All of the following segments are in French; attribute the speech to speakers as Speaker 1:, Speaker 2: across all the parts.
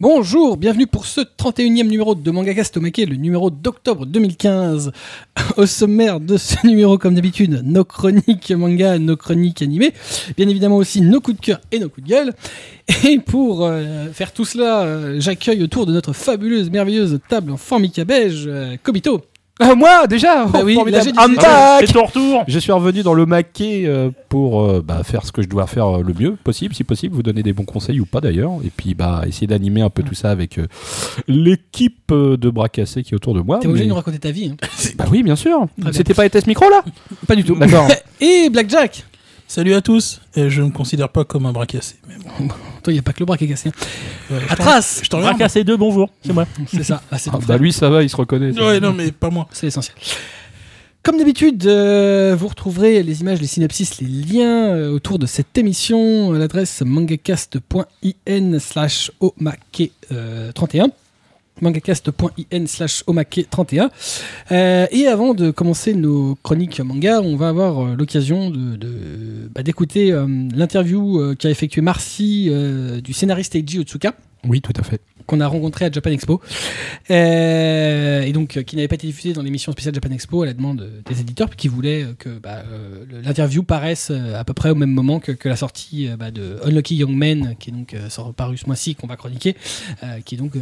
Speaker 1: Bonjour, bienvenue pour ce 31e numéro de Mangaka Stomake, le numéro d'octobre 2015. Au sommaire de ce numéro, comme d'habitude, nos chroniques manga, nos chroniques animées, bien évidemment aussi nos coups de cœur et nos coups de gueule. Et pour euh, faire tout cela, euh, j'accueille autour de notre fabuleuse, merveilleuse table en formica beige, euh, Kobito.
Speaker 2: Ah, moi déjà
Speaker 1: Bah
Speaker 2: Oh,
Speaker 1: oui,
Speaker 2: formidable.
Speaker 1: là, j'ai dit-
Speaker 2: I'm
Speaker 3: Ah, C'est
Speaker 2: back
Speaker 3: ton retour
Speaker 4: Je suis revenu dans le maquet euh, pour euh, bah, faire ce que je dois faire euh, le mieux possible, si possible, vous donner des bons conseils ou pas d'ailleurs, et puis bah, essayer d'animer un peu tout ça avec euh, l'équipe euh, de bras cassés qui est autour de moi.
Speaker 1: T'es obligé de
Speaker 4: mais-
Speaker 1: nous raconter ta vie. hein.
Speaker 4: Bah oui, bien sûr.
Speaker 1: bien.
Speaker 4: C'était pas été ce micro là
Speaker 1: Pas du tout.
Speaker 4: D'accord.
Speaker 1: Et Blackjack
Speaker 5: Salut à tous, Euh, je ne me considère pas comme un bras cassé. mais bon.
Speaker 1: Toi, y a pas que le bras qui est cassé. hein.
Speaker 5: Ouais, je t'en-
Speaker 1: Atras
Speaker 5: Je t'en
Speaker 3: Bras cassés deux, bonjour, c'est moi.
Speaker 1: C'est ça, Ah, c'est
Speaker 4: Ah,
Speaker 1: ton frère.
Speaker 4: bah lui, ça va, il se reconnaît. ça.
Speaker 5: Ouais, non, mais pas moi.
Speaker 1: c'est l'essentiel. Comme d'habitude, euh, vous retrouverez les images, les synopsis, les liens euh, autour de cette émission à l'adresse mangacast.in slash euh, omake31. mangacast.in slash omake31. Euh, et avant de commencer nos chroniques manga, on va avoir euh, l'occasion de- de- bah, d'écouter euh, l'interview euh, qu'a effectué Marcy euh, du scénariste Eiji Otsuka
Speaker 4: Oui, tout à fait.
Speaker 1: qu'on a rencontré à Japan Expo Euh, et donc euh, qui n'avait pas été diffusé dans l'émission spéciale Japan Expo à la demande euh, des éditeurs puis qui voulaient euh, que bah, euh, le- l'interview paraisse euh, à peu près au même moment que, que la sortie euh, bah, de Unlucky Young Men qui est donc euh, sort- paru ce mois-ci qu'on va chroniquer euh, qui est donc euh,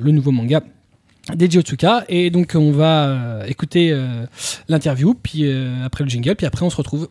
Speaker 1: le nouveau manga d'Eiji Otsuka et donc on va euh, écouter euh, l'interview puis euh, après le jingle puis après on se retrouve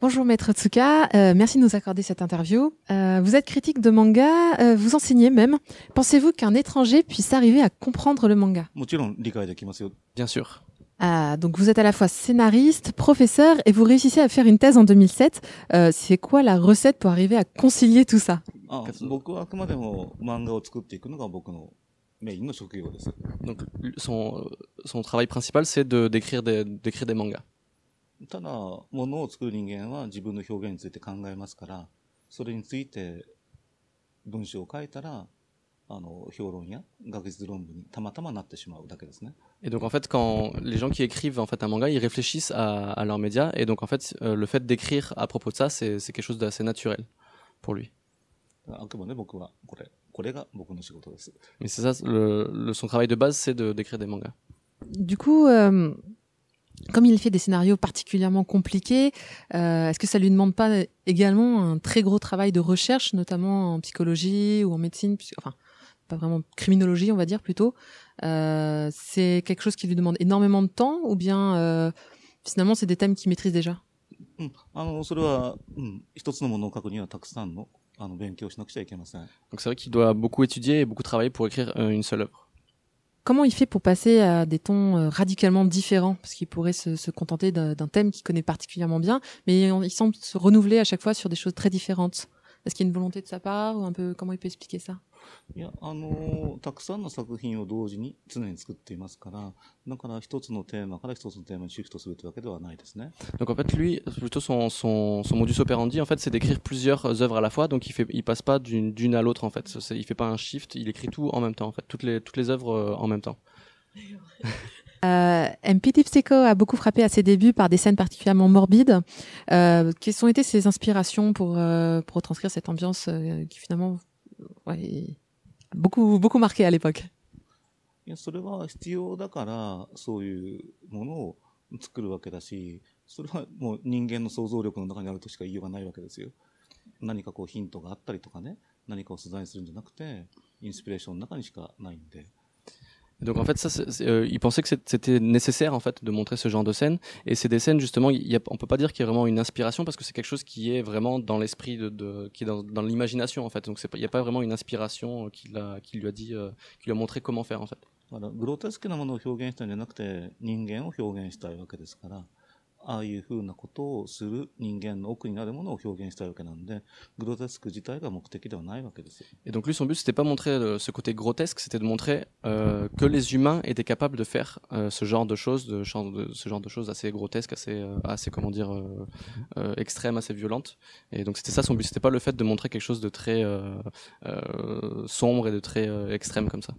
Speaker 6: Bonjour Maître Tsuka, Euh, merci de nous accorder cette interview. Euh, vous êtes critique de manga, euh, vous enseignez même. Pensez-vous qu'un étranger puisse arriver à comprendre le manga
Speaker 7: もちろん理解できますよ。
Speaker 8: Bien sûr.
Speaker 6: Ah, Donc vous êtes à la fois scénariste, professeur et vous réussissez à faire une thèse en 2007. Euh, C'est quoi la recette pour arriver à concilier tout ça
Speaker 7: あ
Speaker 8: 活動
Speaker 7: 僕はあくまでも漫画を作っていくのが僕のメインの職業です。
Speaker 8: Donc l- son, euh, son travail principal, c'est de d'écrire des, d'écrire des mangas.
Speaker 7: ただ、ものを作る人間は自分の表現について考えますから、それについて文章を書いたら、あの、評論や学術論文にたまたまなってしまうだけですね。
Speaker 8: Et donc en fait, quand les gens qui écrivent en fait un manga, ils réfléchissent à, à leurs médias. Et donc en fait, euh, le fait d'écrire à propos de ça, c'est c'est quelque chose d'assez naturel pour lui.
Speaker 7: あくまで僕はこれ、これが僕の仕事です。
Speaker 8: Mais c'est ça, le, le- son travail de base, c'est de d'écrire des mangas.
Speaker 6: Du coup, euh, comme il fait des scénarios particulièrement compliqués, euh, est-ce que ça lui demande pas également un très gros travail de recherche, notamment en psychologie ou en médecine, puisque- enfin pas vraiment criminologie, on va dire plutôt. Euh, c'est quelque chose qui lui demande énormément de temps, ou bien euh, finalement c'est des thèmes qu'il maîtrise déjà.
Speaker 7: うん。あの、それは、うん。一つのものを書くにはたくさんの、あの、勉強をしなくちゃいけません。
Speaker 8: Donc c'est vrai qu'il doit beaucoup étudier et beaucoup travailler pour écrire euh, une seule œuvre.
Speaker 6: Comment il fait pour passer à des tons euh, radicalement différents Parce qu'il pourrait se, se contenter d'un d'un thème qu'il connaît particulièrement bien, mais on- il semble se renouveler à chaque fois sur des choses très différentes. Est-ce qu'il y a une volonté de sa part ou un peu comment il peut expliquer ça
Speaker 7: いや、あのーたくさんの作品を同時に常に作っていますから、だから一つのテーマから一つのテーマにシフトするというわけではないですね。
Speaker 8: Donc en fait, lui, plutôt son, son, son modus operandi, en fait, c'est d'écrire plusieurs euh, œuvres à la fois. Donc il fait, il passe pas d'une d'une à l'autre en fait. C'est- Il fait pas un shift. Il écrit tout en même temps en fait, toutes les toutes les œuvres euh, en même temps.
Speaker 6: euh, MP Dipseco a beaucoup frappé à ses débuts par des scènes particulièrement morbides. Euh, quelles ont été ses inspirations pour, euh, pour retranscrire cette ambiance euh, qui finalement ouais, a beaucoup, beaucoup marqué à l'époque
Speaker 7: いや、それは必要だから、そういうものを作るわけだし、それはもう人間の想像力の中にあるとしか言いようがないわけですよ。何かこうヒントがあったりとかね、何かを素材にするんじゃなくて、インスピレーションの中にしかないんで。
Speaker 8: Donc en fait, ça, c'est- c'est, euh, il pensait que c'est- c'était nécessaire en fait de montrer ce genre de scène. Et c'est des scènes justement, il y a, on peut pas dire qu'il y a vraiment une inspiration parce que c'est quelque chose qui est vraiment dans l'esprit de, de- qui est dans, dans l'imagination en fait. Donc c'est pas- il n'y a pas vraiment une inspiration euh, qui, l'a- qui lui a dit, euh, qui lui a montré comment faire en fait.
Speaker 7: だからグロテスクなものを表現したんじゃなくて人間を表現したいわけですからああいうふうなことをする人間の奥になるものを表現したいわけなんでグロテスク自体が目的ではないわけですよ。
Speaker 8: Et donc lui, son but, c'était pas montrer euh, ce côté grotesque, c'était de montrer euh, que les humains étaient capables de faire euh, ce genre de choses, de, chan- de- ce genre de choses assez grotesques, assez, euh, assez comment dire, euh, euh, extrêmes, assez violentes. Et donc c'était ça son but, c'était pas le fait de montrer quelque chose de très euh, euh, sombre et de très euh, extrême comme ça.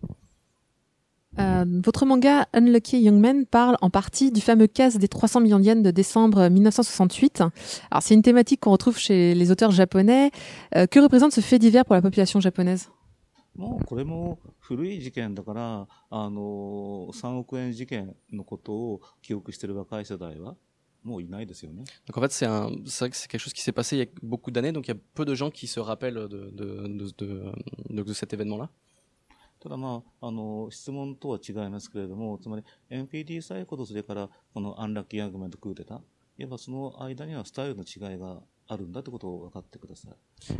Speaker 6: Euh, votre manga Unlucky Young Men parle en partie du fameux casse des 300 millions de yens de décembre 1968. Alors c'est une thématique qu'on retrouve chez les auteurs japonais. Euh, que représente ce fait divers pour la population japonaise
Speaker 7: もうこれも古い事件だから、あの、3億円事件のことを記憶してる若い世代は、もういないですよね。
Speaker 8: Donc en fait, c'est un- c'est vrai que c'est quelque chose qui s'est passé il y a beaucoup d'années, donc il y a peu de gens qui se rappellent de, de, de, de, de- de cet événement-là.
Speaker 7: ただまあ、あの、質問とは違いますけれども、つまり NPD サイコとそれからこのアンラッキーヤングメントクーデター、いわばその間にはスタイルの違いがあるんだってことを分かってください。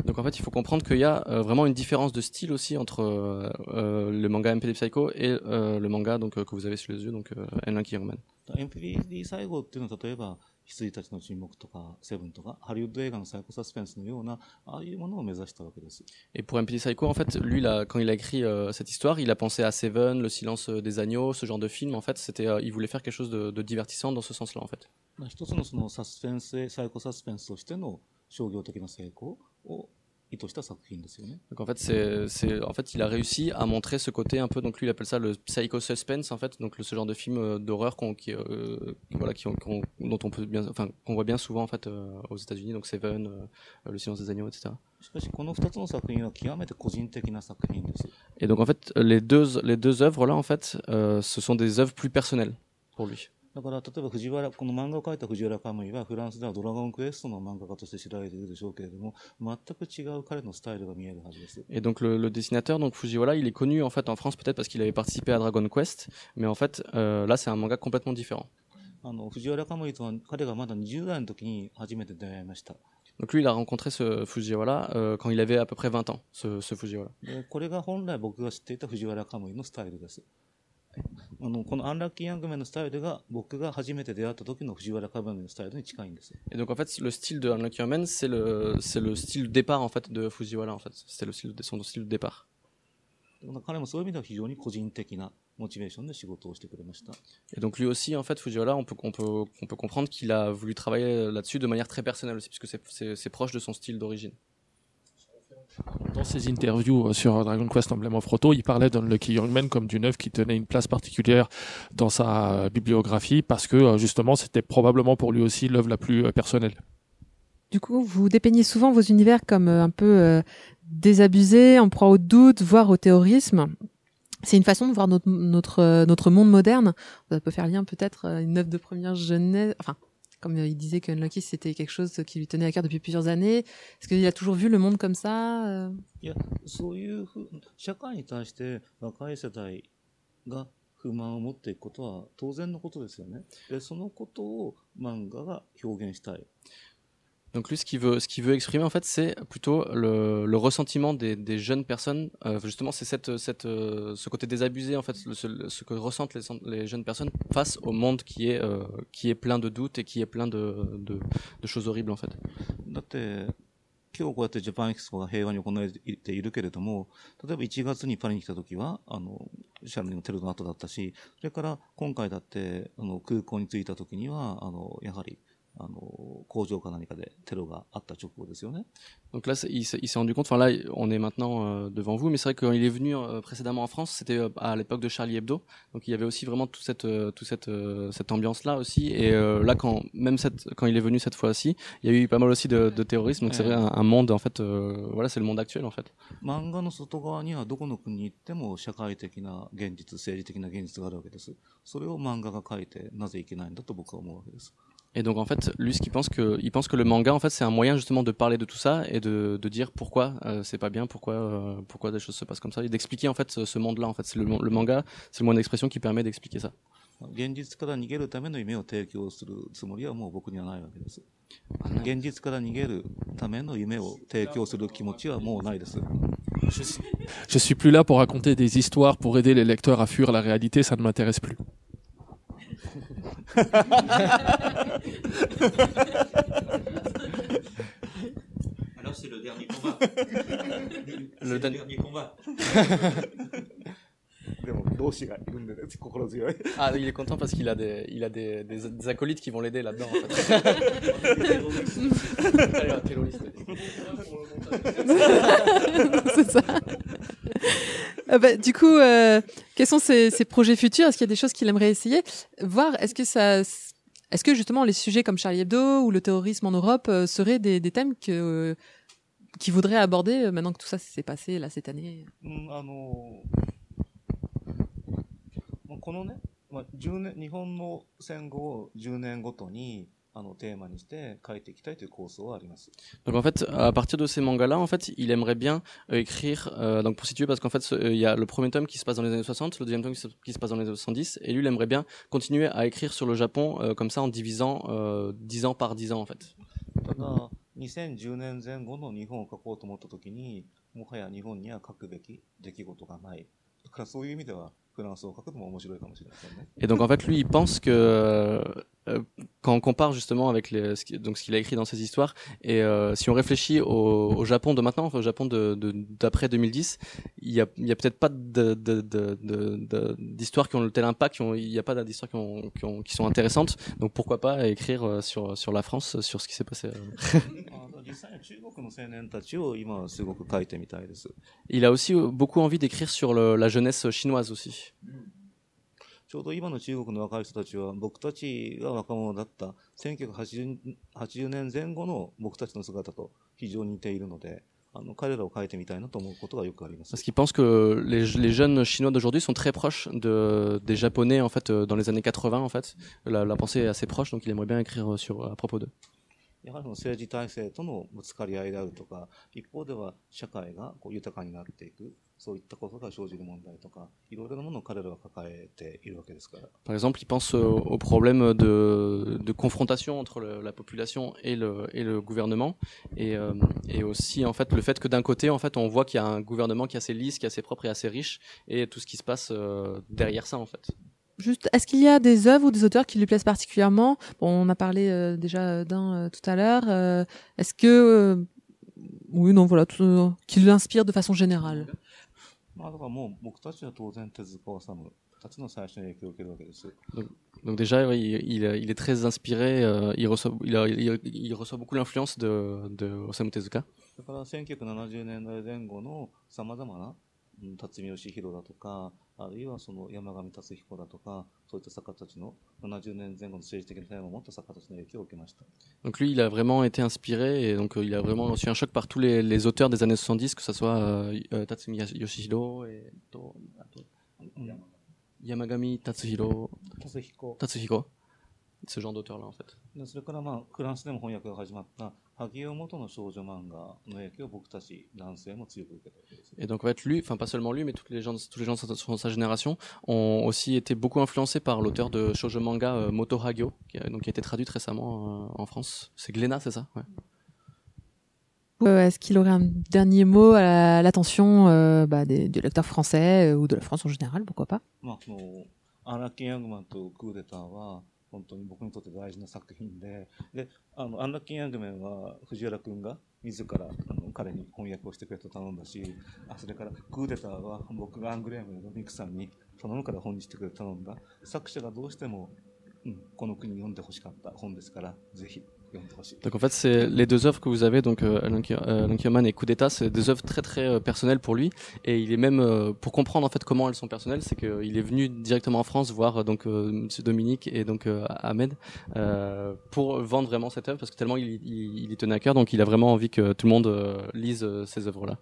Speaker 8: Donc en fait, il faut comprendre qu'il y a euh, vraiment une différence de style aussi entre euh, euh, le manga MPD Psycho et euh, le manga donc, euh, que vous avez sous les yeux, donc euh, Enlaki Youngman.
Speaker 7: NPD 最後っていうのは例えば羊たちの沈黙とかセブンとかハリウッド映画のサイコサスペンスのようなああいうものを目指したわけです
Speaker 8: Et pour MPD Psycho, en fait, lui, là, quand il a écrit euh, cette histoire, il a pensé à Seven, Le Silence euh, des Agneaux, ce genre de film. En fait, c'était, euh, il voulait faire quelque chose de, de divertissant dans ce sens-là, en fait.
Speaker 7: まあ一つのそのサスペンスサイコサスペンスとしての商業的な成功を意図した作品ですよね
Speaker 8: Donc en fait, c'est, c'est- en fait, il a réussi à montrer ce côté un peu. Donc lui, il appelle ça le psycho suspense, en fait. Donc le, ce genre de film euh, d'horreur qu'on, qui, euh, voilà, qui, ont- qu'on- dont on peut bien, enfin, qu'on voit bien souvent en fait euh, aux États-Unis. Donc Seven, euh, Le Silence des Agneaux, etc.
Speaker 7: しかしこの2つの作品は極めて個人的な作品です
Speaker 8: Et donc en fait, les deux, les deux œuvres là, en fait, euh, ce sont des œuvres plus personnelles pour lui.
Speaker 7: だから例えば藤原この漫画を描いた藤原カムイはフランスでは「ドラゴンクエスト」の漫画家として知られているでしょうけれども全く違う彼のスタイルが見えるはずです
Speaker 8: Et donc le, le dessinateur, donc Fujiwara, il est connu en fait en France peut-être parce qu'il avait participé à Dragon Quest, mais en fait euh, là c'est un manga complètement différent.
Speaker 7: あの藤原カムイとは彼がまだ20代の時に初めて出会いました
Speaker 8: Donc lui, il a rencontré ce Fujiwara euh, quand il avait à peu près 20 ans, ce, ce Fujiwara.
Speaker 7: でこれが本来僕が知っていた藤原カムイのスタイルですあのこのアンラッキーヤングメンのスタイルが僕が初めて出会った時の藤原カムイのスタイルに近いんです
Speaker 8: Et donc en fait, le style de Unlucky Omen, c'est le, c'est le style de départ en fait de Fujiwara en fait. C'était le style, de- son style de départ.
Speaker 7: だから彼もそういう意味では非常に個人的なモチベーションで仕事をしてくれました
Speaker 8: Et donc lui aussi en fait, Fujiwara, on peut, on peut, on peut comprendre qu'il a voulu travailler là-dessus de manière très personnelle aussi, puisque c'est, c'est, c'est proche de son style d'origine.
Speaker 2: Dans ses interviews euh, sur euh, Dragon Quest Emblem of Roto, il parlait d'Unlucky Youngman comme d'une œuvre qui tenait une place particulière dans sa euh, bibliographie parce que euh, justement c'était probablement pour lui aussi l'œuvre la plus euh, personnelle.
Speaker 6: Du coup, vous dépeignez souvent vos univers comme euh, un peu euh, désabusés, en proie au doute, voire au terrorisme. C'est une façon de voir notre notre euh, notre monde moderne. Ça peut faire lien peut-être euh, une œuvre de première jeunesse. Enfin, comme euh, il disait que Unlucky c'était quelque chose qui lui tenait à cœur depuis plusieurs années. Est-ce qu'il a toujours vu le monde comme ça euh,
Speaker 7: そういうふう社会に対して若い世代が不満を持っていくことは当然のことですよねでそのことを漫画が表現したい
Speaker 8: Donc lui, ce qu'il veut, ce qu'il veut exprimer en fait, c'est plutôt le, le ressentiment des, des jeunes personnes. Euh, justement, c'est cette, cette, euh, ce côté désabusé en fait, le- ce, ce que ressentent les, les jeunes personnes face au monde qui est, euh, qui est plein de doutes et qui est plein de, de, de choses horribles en fait.
Speaker 7: だって今日こうやってジャパンエキスポが平和に行われているけれども例えば1月にパリに来た時はあのシャルリのテロの後だったしそれから今回だってあの空港に着いた時にはあのやはりあの工場か何かでテロがあった直後ですよね。
Speaker 8: Donc là, c'est- il s'est il s'est rendu compte. Enfin là, on est maintenant euh, devant vous, mais c'est vrai que quand il est venu euh, précédemment en France, c'était euh, à l'époque de Charlie Hebdo. Donc il y avait aussi vraiment toute cette, euh, toute cette, euh, cette ambiance-là aussi. Et euh, là, quand même cette, quand il est venu cette fois-ci, il y a eu pas mal aussi de, de terrorisme. Donc c'est vrai un, un monde en fait. euh, voilà, c'est le monde actuel en fait.
Speaker 7: 漫画の外側にはどこの国に行っても社会的な現実政治的な現実があるわけですそれを漫画が書いてなぜいけないんだと僕は思うわけです
Speaker 8: Et donc en fait, lui, ce qu'il pense que, il pense que le manga en fait, c'est un moyen justement de parler de tout ça et de, de dire pourquoi euh, c'est pas bien, pourquoi, euh, pourquoi des choses se passent comme ça, et d'expliquer en fait ce, ce monde-là. En fait, c'est le, le manga, c'est le moyen d'expression qui permet d'expliquer ça.
Speaker 7: 現実から逃げるための夢を提供するつもりはもう僕にはないわけです現実から逃げるための夢を提供する気持ちはもうないです。
Speaker 2: Je suis, je suis plus là pour raconter des histoires pour aider les lecteurs à fuir la réalité, ça ne m'intéresse plus.
Speaker 3: Alors c'est le dernier combat. C'est
Speaker 8: dernier-
Speaker 3: dernier combat.
Speaker 7: でも同志がいるんでね、心強い ouais.
Speaker 8: Ah, il est content parce qu'il a des, il a des, des, des acolytes qui vont l'aider là-dedans. En fait. Allez, un terroriste.
Speaker 6: c'est ça. Ah bah, du coup, euh, quels sont ses, ses projets futurs Est-ce qu'il y a des choses qu'il aimerait essayer Voir, est-ce que ça, est-ce que justement les sujets comme Charlie Hebdo ou le terrorisme en Europe euh, seraient des, des thèmes que euh, qu'il voudrait aborder euh, maintenant que tout ça s'est passé là cette année
Speaker 7: うんあのまあこのね、まあ、10年日本の戦後を10年ごとにあのテーマにして書いていきたいという構想はあります。
Speaker 8: Donc en fait, à partir de ces mangas-là, en fait, il aimerait bien euh, écrire. euh, donc pour situer, parce qu'en fait, ce- euh, il y a le premier tome qui se passe dans les années 60, le deuxième tome qui se, qui se passe dans les années 70, et lui, il aimerait bien continuer à écrire sur le Japon euh, comme ça en divisant euh, 10 ans par 10 ans en fait.
Speaker 7: ただ2010年前後の日本を書こうと思った時にもはや日本には書くべき出来事がないだからそういう意味ではフランスを書くのも面白いかもしれませんね。
Speaker 8: Et donc en fait, lui, il pense que euh, euh, quand on compare justement avec les, ce qui- donc ce qu'il a écrit dans ses histoires, et euh, si on réfléchit au, au Japon de maintenant, enfin, au Japon de de- d'après 2010, il y a, il y a peut-être pas de- de- de- de- de- d'histoires qui ont le tel impact, qui ont- il n'y a pas d'histoires qui, ont, qui, ont- qui sont intéressantes. Donc pourquoi pas écrire euh, sur sur la France, sur ce qui s'est passé. euh.
Speaker 7: あの実際に中国の青年たちを今はすごく書いてみたいです。
Speaker 8: Il a aussi euh, beaucoup envie d'écrire sur le- la jeunesse chinoise aussi.
Speaker 7: ちょうど今の中国の若い人たちは僕たちが若者だった1980 80年前後の僕たちの姿と非常に似ているのであの彼らを書いてみたいなと思うことがよくあります
Speaker 8: Parce。qu'ils pensent que les, les jeunes chinois d'aujourd'hui sont très proches de, des japonais en fait euh, dans les années 80 en fait. La, la pensée est assez proche donc il aimerait bien écrire euh, sur à propos d'eux.
Speaker 7: やはりその政治体制とのぶつかり合いであるとか、一方では社会がこう豊かになっていく、そういったことが生じる問題とか、いろいろなものを彼らは抱えているわけですから、
Speaker 8: Par exemple, ils pensent euh, au problème de, de confrontation entre le- la population et le, et le gouvernement et, euh, et aussi en fait le fait que d'un côté en fait on voit qu'il y a un gouvernement qui est assez lisse, qui est assez propre et assez riche et tout ce qui se passe euh, derrière ça en fait.
Speaker 6: Juste, est-ce qu'il y a des œuvres ou des auteurs qui lui plaisent particulièrement Bon, on a parlé euh, déjà d'un euh, tout à l'heure. Euh, Est-ce que euh, oui, non, voilà, tout, euh, qui l'inspire de façon générale.
Speaker 7: まあ、だからもう僕たちは当然手塚治虫、二つの最初に影響を受けるわけです。
Speaker 8: Donc déjà, oui, il, il, il est très inspiré, euh, il, reçoit, il, a- il, il reçoit beaucoup l'influence de, de Osamu Tezuka.
Speaker 7: だから1970年代前後のさまざまなうん辰巳義弘だとか、あるいはその山上達彦だとか、そういった作家たちの70年前後の政治的なテーマを持った作家たちの影響を受けました。
Speaker 8: Donc lui, il a vraiment été inspiré et donc euh, il a vraiment reçu un choc par tous les, les auteurs des années 70, que ce soit euh, euh, Tatsumi Yoshihiro et to- to-
Speaker 7: うん
Speaker 8: Yamagami Tatsuhiro,
Speaker 7: 達彦
Speaker 8: Tatsuhiko. Ce genre d'auteur-là, en fait.
Speaker 7: でそれからまあフランスでも翻訳が始まった萩尾元の少女漫画の影響を僕たち男性も強く受けたわけです。
Speaker 8: Et donc, en fait, lui, enfin, pas seulement lui, mais toutes les gens, tous les gens de sa- de sa génération ont aussi été beaucoup influencés par l'auteur de shoujo manga euh, Moto Hagio, qui a, donc, qui a été traduite récemment euh, en France. C'est Glénat, c'est ça? Ouais.
Speaker 6: Euh, Est-ce qu'il aurait un dernier mot à la- à l'attention euh, bah, des, du lecteur français euh, ou de la France en général, pourquoi pas
Speaker 7: まあそのアラッキン・ヤングマンとクーデターは本当に僕にとって大事な作品で、で、あの、アンラッキン・ヤングマンは藤原くんが自らあの彼に翻訳をしてくれと頼んだし、あそれからクーデターは僕がアングレームのミクさんに頼むから本にしてくれと頼んだ。作者がどうしても、うん、この国に読んでほしかった本ですから、ぜひ読んでほしい。
Speaker 8: Donc en fait, c'est les deux œuvres que vous avez, donc euh, Alan Ki- euh, Alan Kioman et Coup d'État, c'est des œuvres très très euh, personnelles pour lui. Et il est même euh, pour comprendre en fait comment elles sont personnelles, c'est qu'il est venu directement en France voir euh, donc euh, Monsieur Dominique et donc euh, Ahmed euh, pour vendre vraiment cette œuvre parce que tellement il, il, il y tenait à cœur, donc il a vraiment envie que tout le monde euh, lise euh, ces œuvres-là.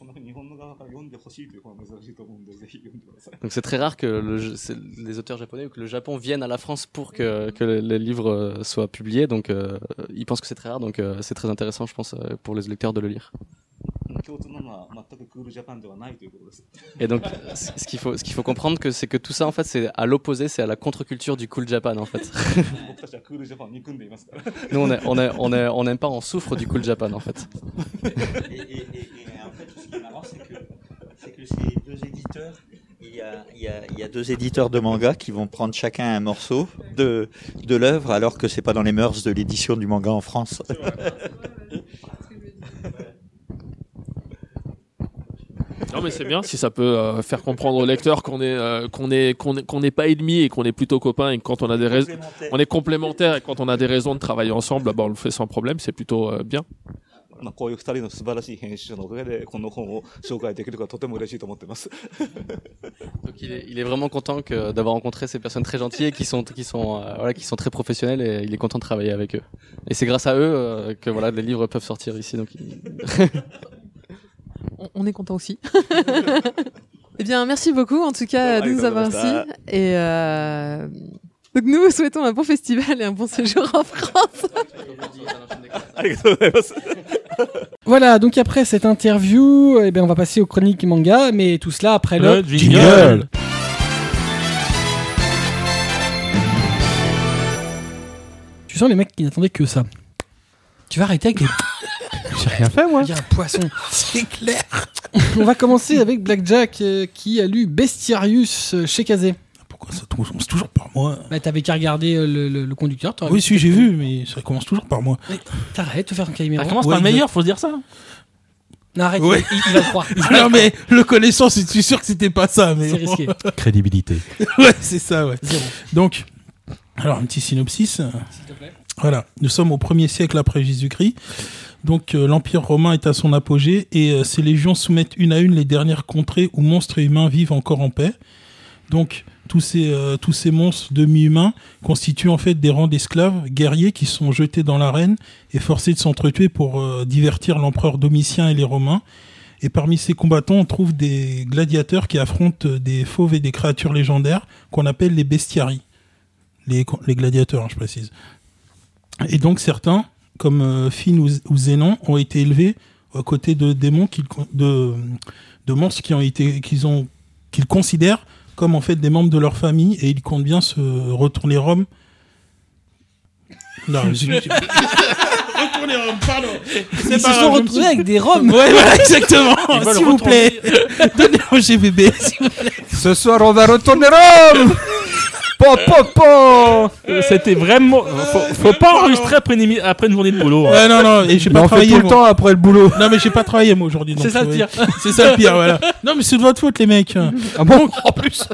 Speaker 7: この日本の側から読んでほしいという方が珍しいと思うんで、ぜひ読んでください。
Speaker 8: Donc c'est très rare que le- c'est- les auteurs japonais ou que le Japon viennent à la France pour que, que les livres euh, soient publiés. Donc euh, il pense que c'est très rare, donc euh, c'est très intéressant, je pense, euh, pour les lecteurs de le lire.
Speaker 7: 共通なのは全くクールジャパンではないということです。
Speaker 8: Et donc, c- ce qu'il faut, ce qu'il faut comprendre, que c'est que tout ça, en fait, c'est à l'opposé, c'est à la contre-culture du cool Japan, en fait.
Speaker 7: 僕たちはクールジャパンを憎んでいますから。
Speaker 8: Nous, on est- on est- on est- on n'aime pas, on souffre du cool Japan, en fait.
Speaker 3: Et, et- et- et en fait, ce qui est marrant, c'est que, c'est que ces deux éditeurs, il y, a, il, y a, il y a deux éditeurs de manga qui vont prendre chacun un morceau de, de l'œuvre, alors que c'est pas dans les mœurs de l'édition du manga en France.
Speaker 2: Non mais c'est bien si ça peut euh, faire comprendre au lecteur qu'on est euh, qu'on est qu'on est- qu'on n'est pas ennemis et qu'on est plutôt copains et que quand on a des raisons
Speaker 3: Complémentaire.
Speaker 2: on est complémentaires et quand on a des raisons de travailler ensemble, bah, on le fait sans problème, c'est plutôt euh, bien.
Speaker 7: まあ、こういう二人の素晴らしい編集者のおかげで、この本を紹介できるからとても嬉しいと思ってます。
Speaker 8: Donc il est, il est vraiment content que d'avoir rencontré ces personnes très gentilles et qui sont qui sont euh, voilà qui sont très professionnelles et il est content de travailler avec eux. Et c'est grâce à eux euh, que voilà les livres peuvent sortir ici. Donc il-
Speaker 6: On, on est content aussi. eh bien, merci beaucoup en tout cas
Speaker 7: Bon,
Speaker 6: de nous
Speaker 7: allez,
Speaker 6: avoir
Speaker 7: ça
Speaker 6: reçus.
Speaker 7: va.
Speaker 6: Et euh, donc nous vous souhaitons un bon festival et un bon séjour en France.
Speaker 7: ありがとうございます。
Speaker 1: Voilà, donc après cette interview, eh ben, on va passer aux chroniques manga, mais tout cela après le... Tu sens les mecs qui n'attendaient que ça. Tu vas arrêter avec les...
Speaker 4: J'ai rien fait, moi.
Speaker 1: Il y a un poisson.
Speaker 5: C'est clair.
Speaker 1: on va commencer avec Blackjack euh, qui a lu Bestiarius euh, chez Kazé.
Speaker 5: Pourquoi ça commence toujours par moi
Speaker 1: Bah t'avais qu'à regarder euh, le, le- le conducteur, t'aurais-
Speaker 5: Oui, si, j'ai vu, mais ça commence toujours par moi.
Speaker 1: t'arrêtes de faire un
Speaker 9: Ça
Speaker 1: caïman.
Speaker 9: commence
Speaker 5: Ouais,
Speaker 9: par le
Speaker 5: je-
Speaker 9: meilleur, faut se dire ça.
Speaker 1: Non, arrête,
Speaker 5: Ouais.
Speaker 1: il, il va le croire. Il va le
Speaker 5: non, mais le connaissant, je suis sûr que c'était pas ça.
Speaker 1: croire,
Speaker 5: Mais
Speaker 1: C'est risqué.
Speaker 4: Crédibilité.
Speaker 5: ouais, c'est ça, ouais.
Speaker 1: Zéro.
Speaker 5: Donc, alors un petit synopsis. Voilà, nous sommes au 1er siècle après Jésus-Christ. Donc euh, l'Empire romain est à son apogée et euh, ses légions soumettent une à une les dernières contrées où monstres et humains vivent encore en paix. Donc tous ces, euh, tous ces monstres demi-humains constituent en fait des rangs d'esclaves guerriers qui sont jetés dans l'arène et forcés de s'entretuer pour euh, divertir l'empereur Domitien et les Romains. Et parmi ces combattants, on trouve des gladiateurs qui affrontent euh, des fauves et des créatures légendaires qu'on appelle les bestiaries. Les, les gladiateurs, hein, je précise. Et donc certains, comme euh, Finn ou, ou Zénon, ont été élevés aux côtés de démons qu'ils con- de, de monstres qui ont été qu'ils ont qu'ils considèrent comme en fait des membres de leur famille et ils comptent bien se retourner Rome. Non, je- je- retourner Rome, pardon. C'est
Speaker 1: Ils se
Speaker 5: pas grave,
Speaker 1: sont
Speaker 5: je me
Speaker 1: retrouvés
Speaker 5: suis-
Speaker 1: avec des robes.
Speaker 5: Ouais, voilà, exactement.
Speaker 9: Ils veulent
Speaker 5: S'il vous
Speaker 9: retourner.
Speaker 5: plaît, donnez-moi GVB. s'il vous plaît.
Speaker 4: Ce soir, on va retourner Rome Po, po, po
Speaker 9: Euh, C'était vraiment. Faut, faut pas enregistrer après une, émi- après une journée de boulot. hein.
Speaker 5: Euh, hein. non, non, et j'ai
Speaker 4: Mais
Speaker 5: pas
Speaker 4: on fait
Speaker 5: travaillé.
Speaker 4: tout le
Speaker 5: moi.
Speaker 4: temps après le boulot.
Speaker 5: Non, mais j'ai pas travaillé moi aujourd'hui. donc,
Speaker 1: C'est ça le
Speaker 5: ouais.
Speaker 1: pire.
Speaker 5: C'est ça le pire, voilà.
Speaker 9: Ah
Speaker 5: Non, mais c'est de votre faute, les mecs.
Speaker 4: Ah bon En plus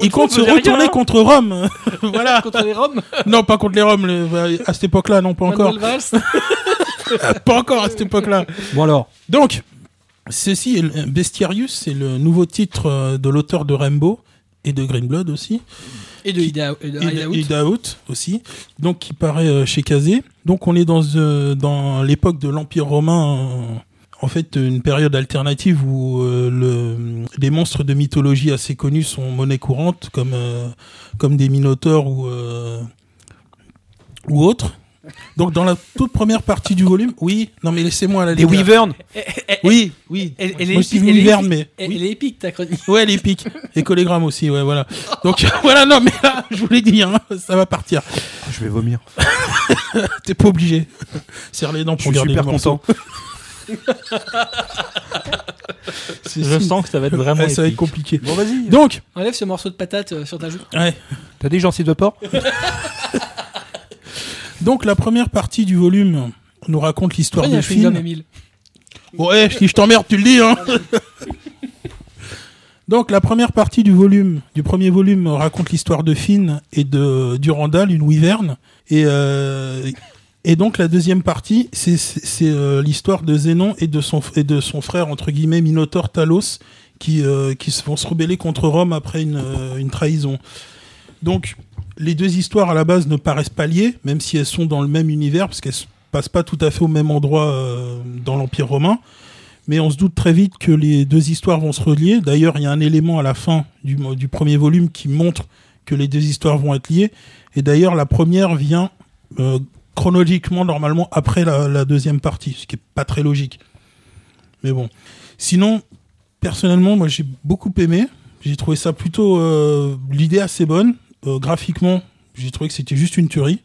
Speaker 5: Ils comptent se
Speaker 9: vous avez
Speaker 5: retourner
Speaker 9: rien.
Speaker 5: contre Rome. voilà.
Speaker 1: Contre les robes,
Speaker 5: Non, pas contre les Roms. le- À cette époque-là, non, pas encore.
Speaker 1: Manuel Valls.
Speaker 5: Pas encore à cette époque-là.
Speaker 4: Bon alors,
Speaker 5: Donc, ceci, est le- Bestiarius, c'est le nouveau titre euh, de l'auteur de Rainbow et de Greenblood aussi.
Speaker 1: Et de Ida, et de
Speaker 5: et
Speaker 1: Ida
Speaker 5: de-
Speaker 1: Out.
Speaker 5: et d'Aout aussi, donc qui paraît euh, chez Kazé. Donc on est dans, euh, dans l'époque de l'Empire romain, euh, en fait une période alternative où euh, le, les monstres de mythologie assez connus sont monnaie courante, comme, euh, comme des minotaures ou, euh, ou autres. Donc dans la toute première partie du volume, oui, non mais laissez-moi la
Speaker 4: les Wyverns
Speaker 1: Eh,
Speaker 5: Oui, oui.
Speaker 1: Elle- elle est
Speaker 5: Moi, je dis
Speaker 1: épique, elle est
Speaker 5: Wyvern, mais...
Speaker 1: Et-
Speaker 5: oui.
Speaker 1: Elle est épique ta chronique.
Speaker 5: Ouais, les pics. Et collégramme aussi, ouais, voilà. Donc, voilà, non, mais là, je voulais dire, hein, ça va partir.
Speaker 4: Je vais vomir.
Speaker 5: T'es pas obligé. Serre les dents
Speaker 4: Je
Speaker 5: pour
Speaker 4: suis
Speaker 5: garder
Speaker 4: super
Speaker 5: le morceau.
Speaker 4: content.
Speaker 5: Si,
Speaker 9: Je
Speaker 5: si.
Speaker 9: sens que ça va être vraiment.
Speaker 5: Ouais, ça va être
Speaker 9: épique.
Speaker 5: compliqué.
Speaker 4: Bon vas-y.
Speaker 5: Donc,
Speaker 1: Enlève ce morceau de patate euh, sur ta joue.
Speaker 5: ouais.
Speaker 4: T'as des gencives de porc
Speaker 5: donc la première partie du volume nous raconte l'histoire
Speaker 1: Pourquoi il y a
Speaker 5: de
Speaker 1: un chewing-gum,
Speaker 5: Finn.
Speaker 1: Emile
Speaker 5: Ouais, eh, si je t'emmerde, tu le dis, hein. Donc la première partie du volume, du premier volume, raconte l'histoire de Finn et de Durandal, une wyverne, et euh, et donc la deuxième partie, c'est c'est- c'est, euh, l'histoire de Zénon et de son et de son frère entre guillemets Minotaur Talos, qui euh, qui se- vont se rebeller contre Rome après une euh, une trahison. Donc les deux histoires à la base ne paraissent pas liées, même si elles sont dans le même univers, parce qu'elles se passent pas tout à fait au même endroit euh, dans l'Empire romain. Mais on se doute très vite que les deux histoires vont se relier. D'ailleurs, il y a un élément à la fin du, mo- du premier volume qui montre que les deux histoires vont être liées. Et d'ailleurs, la première vient euh, chronologiquement, normalement, après la, la deuxième partie, ce qui est pas très logique. Mais bon. Sinon, personnellement, moi, j'ai beaucoup aimé. J'ai trouvé ça plutôt. euh, L'idée assez bonne. Euh, graphiquement, j'ai trouvé que c'était juste une tuerie.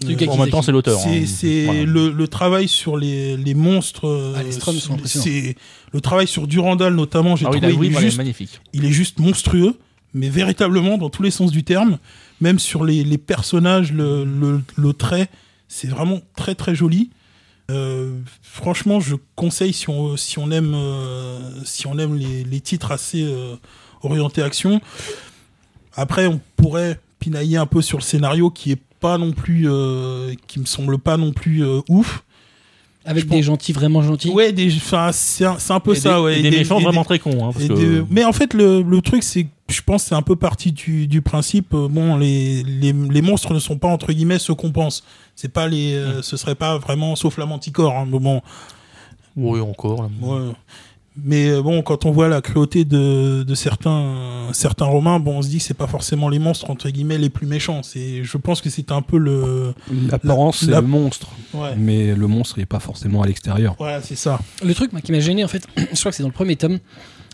Speaker 1: du
Speaker 5: Euh,
Speaker 9: En même temps, c'est l'auteur.
Speaker 5: c'est
Speaker 9: hein.
Speaker 5: c'est
Speaker 9: Voilà.
Speaker 5: le, le travail sur les, les monstres. euh,
Speaker 1: Ah, les Stroms sont impressionnants.
Speaker 5: c'est le travail sur Durandal notamment. J'ai
Speaker 9: Ah oui, la
Speaker 5: trouvé
Speaker 9: Wii,
Speaker 5: il, est
Speaker 9: voilà, elle est
Speaker 5: juste,
Speaker 9: magnifique.
Speaker 5: il est juste monstrueux, mais véritablement dans tous les sens du terme. Même sur les, les personnages, le, le, le trait, c'est vraiment très très joli. Euh, franchement, je conseille si on, si on aime, euh, si on aime les, les titres assez euh, orientés action. Après, on pourrait pinailler un peu sur le scénario qui est pas non plus, euh, qui me semble pas non plus euh, ouf.
Speaker 1: Avec
Speaker 5: Je
Speaker 1: des
Speaker 5: pense-
Speaker 1: gentils vraiment gentils.
Speaker 5: Ouais, des, enfin, c'est un, c'est un peu
Speaker 9: Et
Speaker 5: ça,
Speaker 9: des,
Speaker 5: ouais.
Speaker 9: et
Speaker 5: Et
Speaker 9: des méchants
Speaker 5: et
Speaker 9: vraiment très cons. Hein, parce
Speaker 5: et
Speaker 9: que-
Speaker 5: de- Mais en fait, le, le truc, c'est que je pense que c'est un peu parti du, du principe. euh, Bon, les, les, les monstres ne sont pas entre guillemets ce qu'on pense. C'est pas les, euh, ce serait pas vraiment sauf la manticore. Hein, mais bon,
Speaker 9: Oui, encore. là.
Speaker 5: ouais. Mais euh, bon, quand on voit la cruauté de, de certains, certains romains, bon, on se dit que c'est pas forcément les monstres entre guillemets les plus méchants. C'est, je pense que c'est un peu le,
Speaker 4: L'apparence, c'est
Speaker 5: la-
Speaker 4: le monstre.
Speaker 5: ouais,
Speaker 4: Mais le monstre, il est pas forcément à l'extérieur.
Speaker 5: voilà, c'est ça.
Speaker 1: Le truc moi, qui m'a gêné, en fait, je crois que c'est dans le premier tome,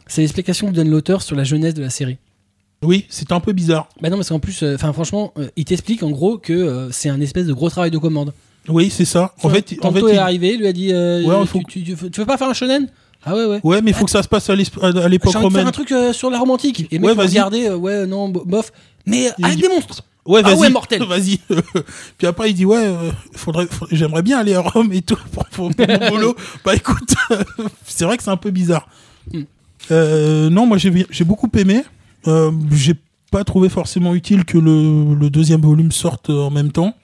Speaker 1: c'est l'explication que donne l'auteur sur la jeunesse de la série.
Speaker 5: Oui, c'est un peu bizarre.
Speaker 1: Bah non, parce qu'en plus, enfin franchement, euh, il t'explique en gros que euh, c'est un espèce de gros travail de commande.
Speaker 5: Oui, c'est ça. En fait, en fait,
Speaker 1: Tanto est
Speaker 5: il-
Speaker 1: arrivé, lui a dit euh,
Speaker 5: Ouais,
Speaker 1: tu,
Speaker 5: faut-
Speaker 1: tu- tu veux- tu veux pas faire un shonen Ah ouais, ouais.
Speaker 5: ouais, mais il faut que ça se passe à l'esp- à à l'époque
Speaker 1: J'ai envie de faire
Speaker 5: romaine.
Speaker 1: un truc euh, sur la romantique. Et
Speaker 5: Ouais,
Speaker 1: mec,
Speaker 5: vas-y.
Speaker 1: regardez, euh, ouais, non, bo- bof. Mais
Speaker 5: Il-
Speaker 1: avec des monstres
Speaker 5: Ouais,
Speaker 1: Ah
Speaker 5: vas-y.
Speaker 1: ouais, mortel.
Speaker 5: Vas-y. Puis après, il dit, ouais, euh, faudrait, faudrait- j'aimerais bien aller à Rome et tout pour, pour- pour mon boulot. bah écoute, c'est vrai que c'est un peu bizarre.
Speaker 1: Hmm.
Speaker 5: Euh, non, moi, j'ai j'ai beaucoup aimé. Euh, j'ai pas trouvé forcément utile que le, le deuxième volume sorte en même temps.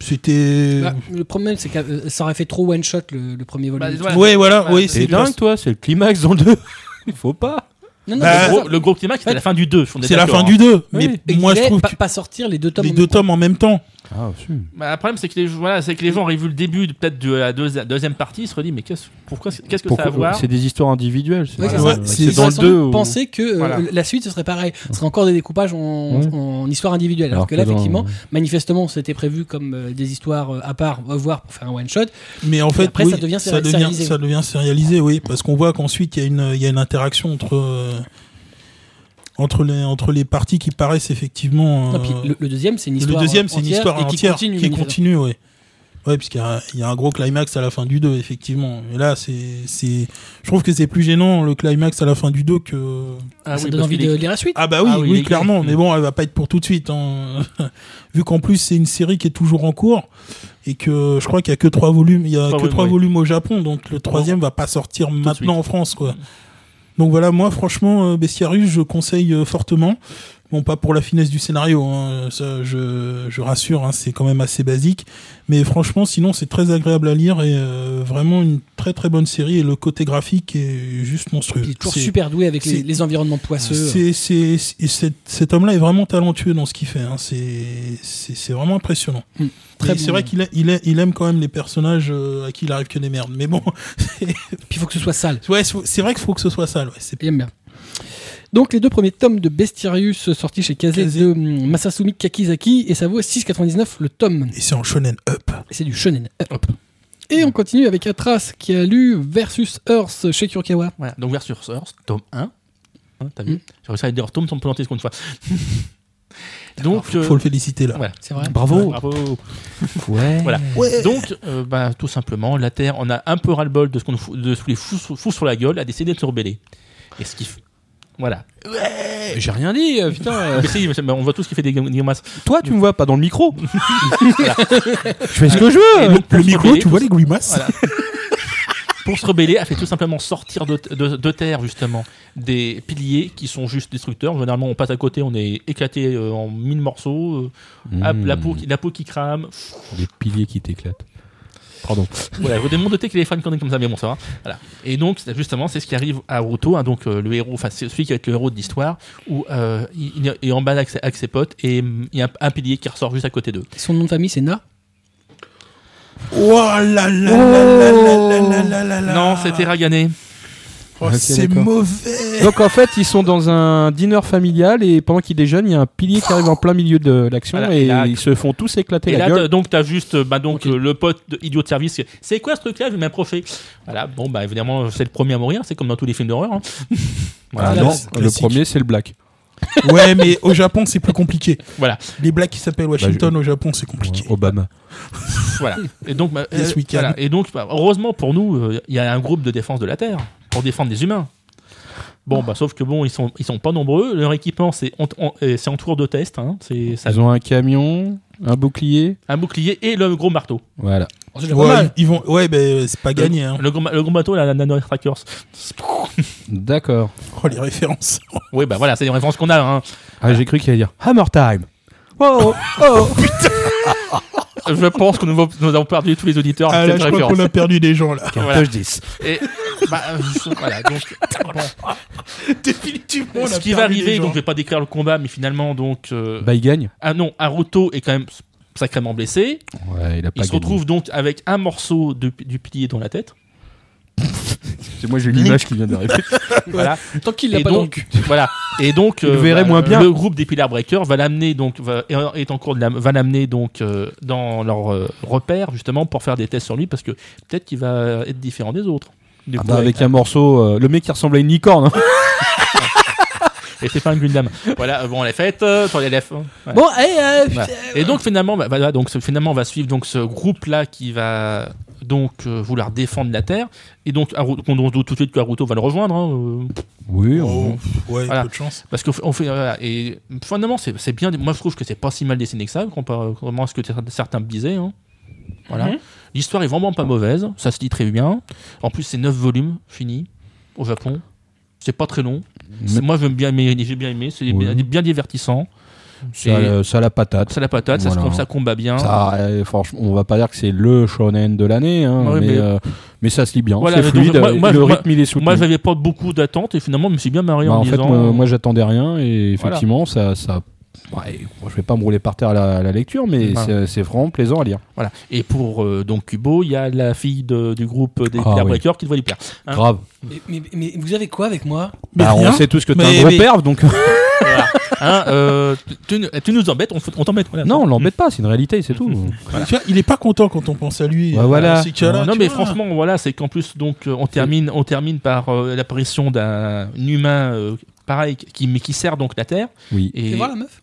Speaker 5: C'était.
Speaker 1: Bah, Le problème, c'est que euh, ça aurait fait trop one-shot le, le premier volume.
Speaker 9: Bah, voilà.
Speaker 5: Ouais, voilà,
Speaker 9: Bah,
Speaker 5: oui,
Speaker 4: C'est
Speaker 5: c'est
Speaker 4: dingue, toi, c'est le climax dans le 2. Il faut pas.
Speaker 1: Non, non,
Speaker 5: Bah,
Speaker 1: mais
Speaker 9: le,
Speaker 1: c'est
Speaker 9: gros,
Speaker 1: ça.
Speaker 9: le gros climax, c'était la fin du 2.
Speaker 5: C'est la fin du 2. Mais
Speaker 1: Et
Speaker 5: moi,
Speaker 1: qu'il
Speaker 5: je
Speaker 1: ait
Speaker 5: trouve
Speaker 1: pas,
Speaker 5: que
Speaker 1: pas sortir les deux tomes.
Speaker 5: les
Speaker 1: en
Speaker 5: deux
Speaker 1: même temps.
Speaker 5: tomes en même temps.
Speaker 4: Ah, si.
Speaker 9: Bah, le problème, c'est que, les, voilà, c'est que les gens auraient vu le début de- peut-être de la deuxi- deuxième partie, ils se redisent, mais qu'est-ce, pourquoi, qu'est-ce que ça a à voir
Speaker 4: C'est des histoires individuelles.
Speaker 1: Ouais, c'est
Speaker 5: Voilà.
Speaker 1: ça.
Speaker 5: Ouais,
Speaker 1: Ils auraient
Speaker 4: c'est dans le
Speaker 1: sans doute
Speaker 4: 2.
Speaker 1: pensé que euh,
Speaker 9: Voilà.
Speaker 1: la suite ce serait pareil. Ce serait encore des découpages en,
Speaker 4: Ouais.
Speaker 1: en histoire individuelle. Alors, que là, effectivement, manifestement, c'était prévu comme euh, des histoires euh, à part, euh, voire pour faire un one shot.
Speaker 5: Mais en fait,
Speaker 1: après,
Speaker 5: oui,
Speaker 1: ça devient
Speaker 5: ça
Speaker 1: séri-
Speaker 5: devient,
Speaker 1: sérialisé.
Speaker 5: ça devient sérialisé, oui, parce qu'on voit qu'ensuite il y a une, il y a une interaction entre euh, entre les entre les parties qui paraissent effectivement.
Speaker 1: Non,
Speaker 5: euh,
Speaker 1: puis le, le deuxième, c'est une
Speaker 5: le
Speaker 1: histoire.
Speaker 5: deuxième, c'est une
Speaker 1: entière
Speaker 5: histoire
Speaker 1: et qui
Speaker 5: entière
Speaker 1: continue.
Speaker 5: qui
Speaker 1: manifestement.
Speaker 5: continue, oui. Ouais, puisqu'il y, a un- il y a un gros climax à la fin du 2, effectivement. Et là, c'est, c'est, je trouve que c'est plus gênant le climax à la fin du 2 que.
Speaker 9: Ah
Speaker 1: ça
Speaker 9: oui,
Speaker 1: donne
Speaker 9: parce
Speaker 1: envie
Speaker 9: qu'il
Speaker 1: de
Speaker 9: est-
Speaker 1: lire la suite.
Speaker 5: Ah bah oui,
Speaker 9: Ah oui,
Speaker 5: oui,
Speaker 9: il est-
Speaker 5: clairement.
Speaker 9: Mm.
Speaker 5: Mais bon, elle va pas être pour tout de suite. hein. Vu qu'en plus c'est une série qui est toujours en cours et que je crois qu'il y a que trois volumes, il y a
Speaker 9: Trois
Speaker 5: que
Speaker 9: volumes,
Speaker 5: trois
Speaker 9: oui.
Speaker 5: volumes au Japon, donc le troisième va pas sortir
Speaker 9: de
Speaker 5: maintenant
Speaker 9: suite. Mm.
Speaker 5: en France, quoi. Donc voilà, moi franchement, euh, Bestiarius, je conseille euh, fortement. Bon, pas pour la finesse du scénario, hein, ça, je, je rassure, hein, c'est quand même assez basique. Mais franchement, sinon, c'est très agréable à lire et euh, vraiment une très très bonne série. Et le côté graphique est juste monstrueux.
Speaker 1: Il est toujours
Speaker 5: C'est-
Speaker 1: super doué avec les,
Speaker 5: c'est-
Speaker 1: les environnements poisseux.
Speaker 5: c'est, c'est, c'est- cet, cet homme-là est vraiment talentueux dans ce qu'il fait. hein. C'est, c'est, c'est vraiment impressionnant.
Speaker 1: Hmm. Très
Speaker 5: Et
Speaker 1: bon.
Speaker 5: c'est vrai qu'il a- il, a- il aime quand même les personnages euh, à qui il arrive que des merdes. Mais bon,
Speaker 1: Puis il faut que ce soit sale.
Speaker 5: ouais, c'est c'est vrai qu'il faut que ce soit sale. ouais. C'est-
Speaker 1: Il aime bien. Donc les deux premiers tomes de Bestiarius sortis chez Kazé
Speaker 5: Kazé.
Speaker 1: de hum, Masasumi Kakizaki et ça vaut 6,99 le tome.
Speaker 5: Et c'est en shonen up.
Speaker 1: C'est du shonen. Et on continue avec Atras qui a lu Versus Earth chez Kurokawa.
Speaker 9: Voilà, donc Versus Earth, tome 1. Hein, T'as
Speaker 1: Mm.
Speaker 9: vu J'ai réussi à dire tome sans me présenter une fois. donc, euh,
Speaker 5: Faut, faut le féliciter là.
Speaker 9: ouais.
Speaker 1: C'est vrai.
Speaker 9: euh,
Speaker 4: Bravo.
Speaker 9: bravo.
Speaker 4: Ouais.
Speaker 9: Voilà.
Speaker 5: Ouais.
Speaker 9: Donc, euh, bah, tout simplement, la Terre, on a un peu ras-le-bol de ce qu'on nous fout, de ce qu'on les fout, sous- fout sur la gueule, a décidé de se rebeller. Et ce qui f- Voilà.
Speaker 4: J'ai rien dit, euh, putain. euh.
Speaker 9: Mais si, mais c'est- mais on voit tous ce qui fait des gu- des grimaces.
Speaker 4: Toi, tu me vois pas dans le micro. Je fais ce que je veux.
Speaker 9: Et donc, pour
Speaker 5: Le
Speaker 9: se
Speaker 5: micro,
Speaker 9: rebeller,
Speaker 5: tu vois les grimaces
Speaker 9: Voilà. Pour se rebeller, a fait tout simplement sortir de, de- de terre, justement, des piliers qui sont juste destructeurs. Généralement, on passe à côté, on est éclaté euh, en mille morceaux. euh, hop, la, peau, qui- la peau qui crame.
Speaker 4: Des piliers qui t'éclatent. Pardon.
Speaker 9: Voilà, je vous demande de noter qu'il est fan quand comme ça, mais bon, ça va. Voilà. Et donc, c'est- justement, c'est ce qui arrive à Ruto, hein, donc euh, le héros, enfin, c'est celui qui va être le héros de l'histoire, où euh, il, il est en bas avec ses, avec ses potes et hum, il y a un, un pilier qui ressort juste à côté d'eux.
Speaker 1: Son nom de famille c'est Na.
Speaker 5: Oh là là là là là là là là là.
Speaker 9: Non, c'était Ragané.
Speaker 5: Oh,
Speaker 4: Ok,
Speaker 5: c'est
Speaker 4: d'accord.
Speaker 5: mauvais.
Speaker 4: Donc en fait, ils sont dans un dîner familial et pendant qu'ils déjeunent, il y a un pilier qui arrive en plein milieu de l'action
Speaker 9: Voilà,
Speaker 4: et
Speaker 9: et là-
Speaker 4: ils se font tous éclater
Speaker 9: Et
Speaker 4: la
Speaker 9: là, t'as-
Speaker 4: gueule.
Speaker 9: donc, t'as juste euh, bah, donc,
Speaker 1: Ok.
Speaker 9: euh, le pote de idiot de service. qui- C'est quoi ce truc-là Je vais m'approcher. Voilà, bon, bah, évidemment, c'est le premier à mourir, c'est comme dans tous les films d'horreur. hein.
Speaker 4: Ah
Speaker 5: Voilà,
Speaker 4: non,
Speaker 5: c'est
Speaker 4: le
Speaker 5: classique.
Speaker 4: premier c'est le black.
Speaker 5: Ouais, mais au Japon, c'est plus compliqué.
Speaker 9: Voilà.
Speaker 5: Les blagues qui s'appellent Washington au Japon, c'est compliqué.
Speaker 4: Bah, Obama.
Speaker 9: voilà. Et donc, bah,
Speaker 5: Yes, we can.
Speaker 9: voilà. Et donc bah, heureusement pour nous, euh, il y a un groupe de défense de la Terre pour défendre les humains. Bon, bah, sauf que bon, ils sont, ils sont pas nombreux. Leur équipement, c'est en, en- euh, c'est en tour de test. hein. C'est ça-
Speaker 4: Ils ont un camion, un bouclier.
Speaker 9: un bouclier et le gros marteau.
Speaker 4: Voilà.
Speaker 1: C'est déjà Oh, pas
Speaker 5: Ouais,
Speaker 1: mal.
Speaker 5: ils vont, ouais, ben, c'est pas gagné. Hein.
Speaker 9: Le, gros, le gros bateau, la, la Nano Air Trackers.
Speaker 4: D'accord.
Speaker 5: Oh, les références.
Speaker 9: Oui, bah voilà, c'est les références qu'on a. Hein.
Speaker 4: Ah, j'ai cru qu'il allait dire Hammer Time. Oh,
Speaker 9: Je pense que nous, nous avons perdu tous les auditeurs à
Speaker 5: Ah, là,
Speaker 9: cette
Speaker 5: je crois
Speaker 9: référence.
Speaker 5: qu'on a perdu des gens, là.
Speaker 9: Voilà.
Speaker 4: 10.
Speaker 9: Et, bah, euh, voilà, donc, bon.
Speaker 5: Définitivement, on a
Speaker 9: ce qui va
Speaker 5: perdu des
Speaker 9: arriver,
Speaker 5: gens.
Speaker 9: donc je vais pas décrire le combat, mais finalement, donc, euh,
Speaker 4: Bah, il gagne.
Speaker 9: ah non, Haruto est quand même sacrément blessé.
Speaker 4: Ouais, il a
Speaker 9: Il se retrouve donc avec un morceau de- du pilier dans la tête.
Speaker 4: Moi, j'ai l'image qui vient d'arriver.
Speaker 9: Voilà.
Speaker 1: Tant qu'il l'a
Speaker 9: Et
Speaker 1: pas dans le
Speaker 9: donc-
Speaker 1: cul.
Speaker 9: voilà. Et donc, euh, bah,
Speaker 4: Il le verrait moins bien.
Speaker 9: Le groupe des Pillar Breakers va l'amener donc va- est en cours de la- va l'amener donc euh, dans leur euh, repère justement pour faire des tests sur lui parce que peut-être qu'il va être différent des autres. Du
Speaker 4: Ah
Speaker 9: coup,
Speaker 4: bah,
Speaker 9: avec-
Speaker 4: avec un morceau, euh, le mec qui ressemble à une licorne. hein.
Speaker 9: Et c'est pas un Gundam. voilà. euh, Bon, les fêtes euh, sur les lèvres. Ouais.
Speaker 1: Bon, allez, euh,
Speaker 9: Ouais. Et donc finalement, bah, voilà, donc ce- finalement, on va suivre donc ce groupe-là qui va donc euh, vouloir défendre la Terre. Et donc, Haru- on, on se doute tout de suite que Haruto va le rejoindre. hein, euh,
Speaker 4: Oui,
Speaker 5: Oh,
Speaker 4: on-
Speaker 5: pff, ouais,
Speaker 9: Voilà.
Speaker 5: peu de chance.
Speaker 9: Parce qu'on fait. euh, voilà, et finalement, c'est c'est bien. Moi, je trouve que c'est pas si mal dessiné que ça, contrairement à ce que certains me disaient. hein. Voilà.
Speaker 1: Mhm.
Speaker 9: L'histoire est vraiment pas mauvaise. Ça se lit très bien. En plus, c'est 9 volumes finis au Japon. C'est pas très long. C'est- Moi, j'aime bien aimé- j'ai bien aimé. C'est bien,
Speaker 4: Oui.
Speaker 9: bien divertissant.
Speaker 4: ça,
Speaker 9: Et
Speaker 4: euh, ça a la patate.
Speaker 9: ça la patate. ça se-
Speaker 4: Voilà.
Speaker 9: ça combat bien.
Speaker 4: Ça, euh, franchement, on va pas dire que c'est le shonen de l'année, hein,
Speaker 9: Ouais,
Speaker 4: mais,
Speaker 9: mais-
Speaker 4: euh, mais ça se lit bien.
Speaker 9: Voilà,
Speaker 4: c'est
Speaker 9: mais donc,
Speaker 4: fluide,
Speaker 9: moi-
Speaker 4: euh,
Speaker 9: moi,
Speaker 4: le
Speaker 9: je-
Speaker 4: rythme il est soutenu.
Speaker 9: Moi, j'avais pas beaucoup d'attentes et finalement, je me suis bien marié
Speaker 4: Bah,
Speaker 9: en,
Speaker 4: en fait,
Speaker 9: disant.
Speaker 4: moi, moi, j'attendais rien et
Speaker 9: Voilà.
Speaker 4: effectivement, ça. ça... ouais, bon, je vais pas me rouler par terre à la, à la lecture, mais
Speaker 9: Ah.
Speaker 4: c'est- c'est vraiment plaisant à lire.
Speaker 9: voilà. Et pour euh, donc Kubo, il y a la fille de- du groupe des
Speaker 4: Ah,
Speaker 9: Pierre
Speaker 4: oui.
Speaker 9: Breakers qui doit lui plaire. Hein
Speaker 4: Grave.
Speaker 1: mais, mais- mais vous avez quoi avec moi
Speaker 5: Mais
Speaker 4: Bah, on
Speaker 5: rien.
Speaker 4: sait tous que t'es
Speaker 1: Mais-
Speaker 4: un gros
Speaker 1: mais-
Speaker 4: perve, donc euh.
Speaker 9: Hein, euh, tu, tu- tu nous embêtes, on, f- on t'embête. voilà.
Speaker 4: non, on l'embête pas, c'est une réalité, c'est tout.
Speaker 5: Tu vois, il est pas content quand on pense à lui.
Speaker 4: Bah, voilà.
Speaker 5: Dans ces cas-là,
Speaker 9: non
Speaker 5: tu
Speaker 9: mais
Speaker 5: vois.
Speaker 9: franchement voilà c'est qu'en plus donc euh, on termine on termine par euh, l'apparition d'un humain euh, pareil qui mais qui sert donc la terre
Speaker 4: Oui.
Speaker 1: Tu
Speaker 9: et,
Speaker 1: veux voir la meuf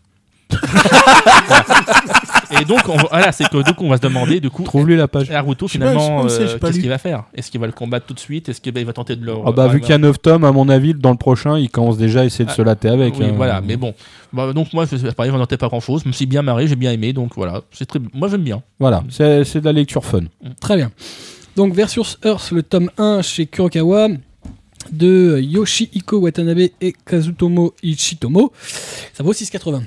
Speaker 9: et donc on, voilà c'est que donc on va se demander du coup
Speaker 4: Trouve-lui la page.
Speaker 9: Naruto
Speaker 5: sais pas,
Speaker 9: finalement
Speaker 5: je sais pas,
Speaker 9: euh,
Speaker 5: j'ai pas
Speaker 9: qu'est-ce
Speaker 5: lu.
Speaker 9: qu'il va faire est-ce qu'il va le combattre tout de suite est-ce qu'il va, il va tenter de le
Speaker 4: Ah bah, vu qu'il y a 9 tomes, à mon avis, dans le prochain, il commence déjà à essayer de
Speaker 9: Ah,
Speaker 4: se latter avec.
Speaker 9: Oui,
Speaker 4: hein.
Speaker 9: voilà, mais bon. Bah, donc moi, je sais pas, je n'en étais pas grand chose. Je me suis bien marré, j'ai bien aimé, donc voilà. C'est très, moi j'aime bien.
Speaker 4: Voilà, c'est c'est de la lecture fun.
Speaker 9: Mm.
Speaker 1: Très bien. Donc, Versus Earth, le tome 1 chez Kurokawa de Yoshihiko Watanabe et Kazutomo Ichitomo. Ça vaut 6,80.
Speaker 9: Mm.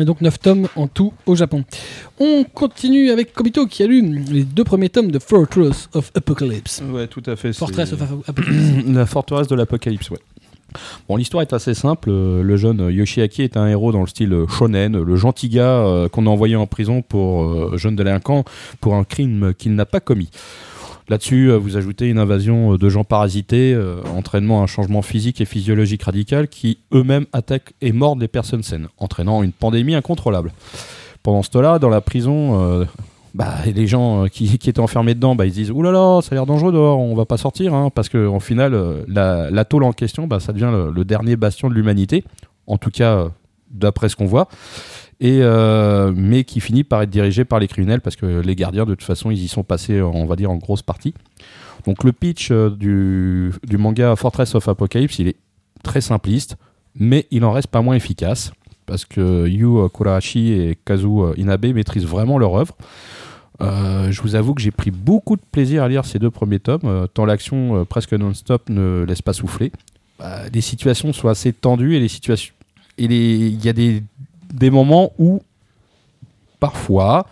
Speaker 1: Et donc 9 tomes en tout au Japon. On continue avec Kobito qui a lu les deux premiers tomes de Fortress of Apocalypse.
Speaker 4: Ouais, tout à fait.
Speaker 1: Fortress of Apocalypse.
Speaker 4: La forteresse de l'apocalypse, ouais. Bon, l'histoire est assez simple. Euh, Le jeune euh, Yoshiaki est un héros dans le style euh, shonen, le gentil gars euh, qu'on a envoyé en prison pour euh, jeune délinquant pour un crime qu'il n'a pas commis. Là-dessus, euh, vous ajoutez une invasion euh, de gens parasités, euh, entraînant un changement physique et physiologique radical qui eux-mêmes attaquent et mordent les personnes saines, entraînant une pandémie incontrôlable. Pendant ce temps-là, dans la prison, euh, bah, et les gens euh, qui, qui étaient enfermés dedans, bah, ils se disent Ouh là là, ça a l'air dangereux dehors, on va pas sortir, hein, parce que en final, euh, la, la tôle en question, bah, ça devient le, le dernier bastion de l'humanité, en tout cas euh, d'après ce qu'on voit, et, euh, mais qui finit par être dirigé par les criminels, parce que les gardiens, de toute façon, ils y sont passés, euh, on va dire, en grosse partie. Donc le pitch euh, du, du manga Fortress of Apocalypse, il est très simpliste, mais il en reste pas moins efficace, parce que Yu euh, Kurahashi et Kazu euh, Inabe maîtrisent vraiment leur œuvre. Euh, je vous avoue que j'ai pris beaucoup de plaisir à lire ces deux premiers tomes, euh, tant l'action euh, presque non-stop ne laisse pas souffler. Bah, les situations sont assez tendues et les situations et les- il y a des, des moments où parfois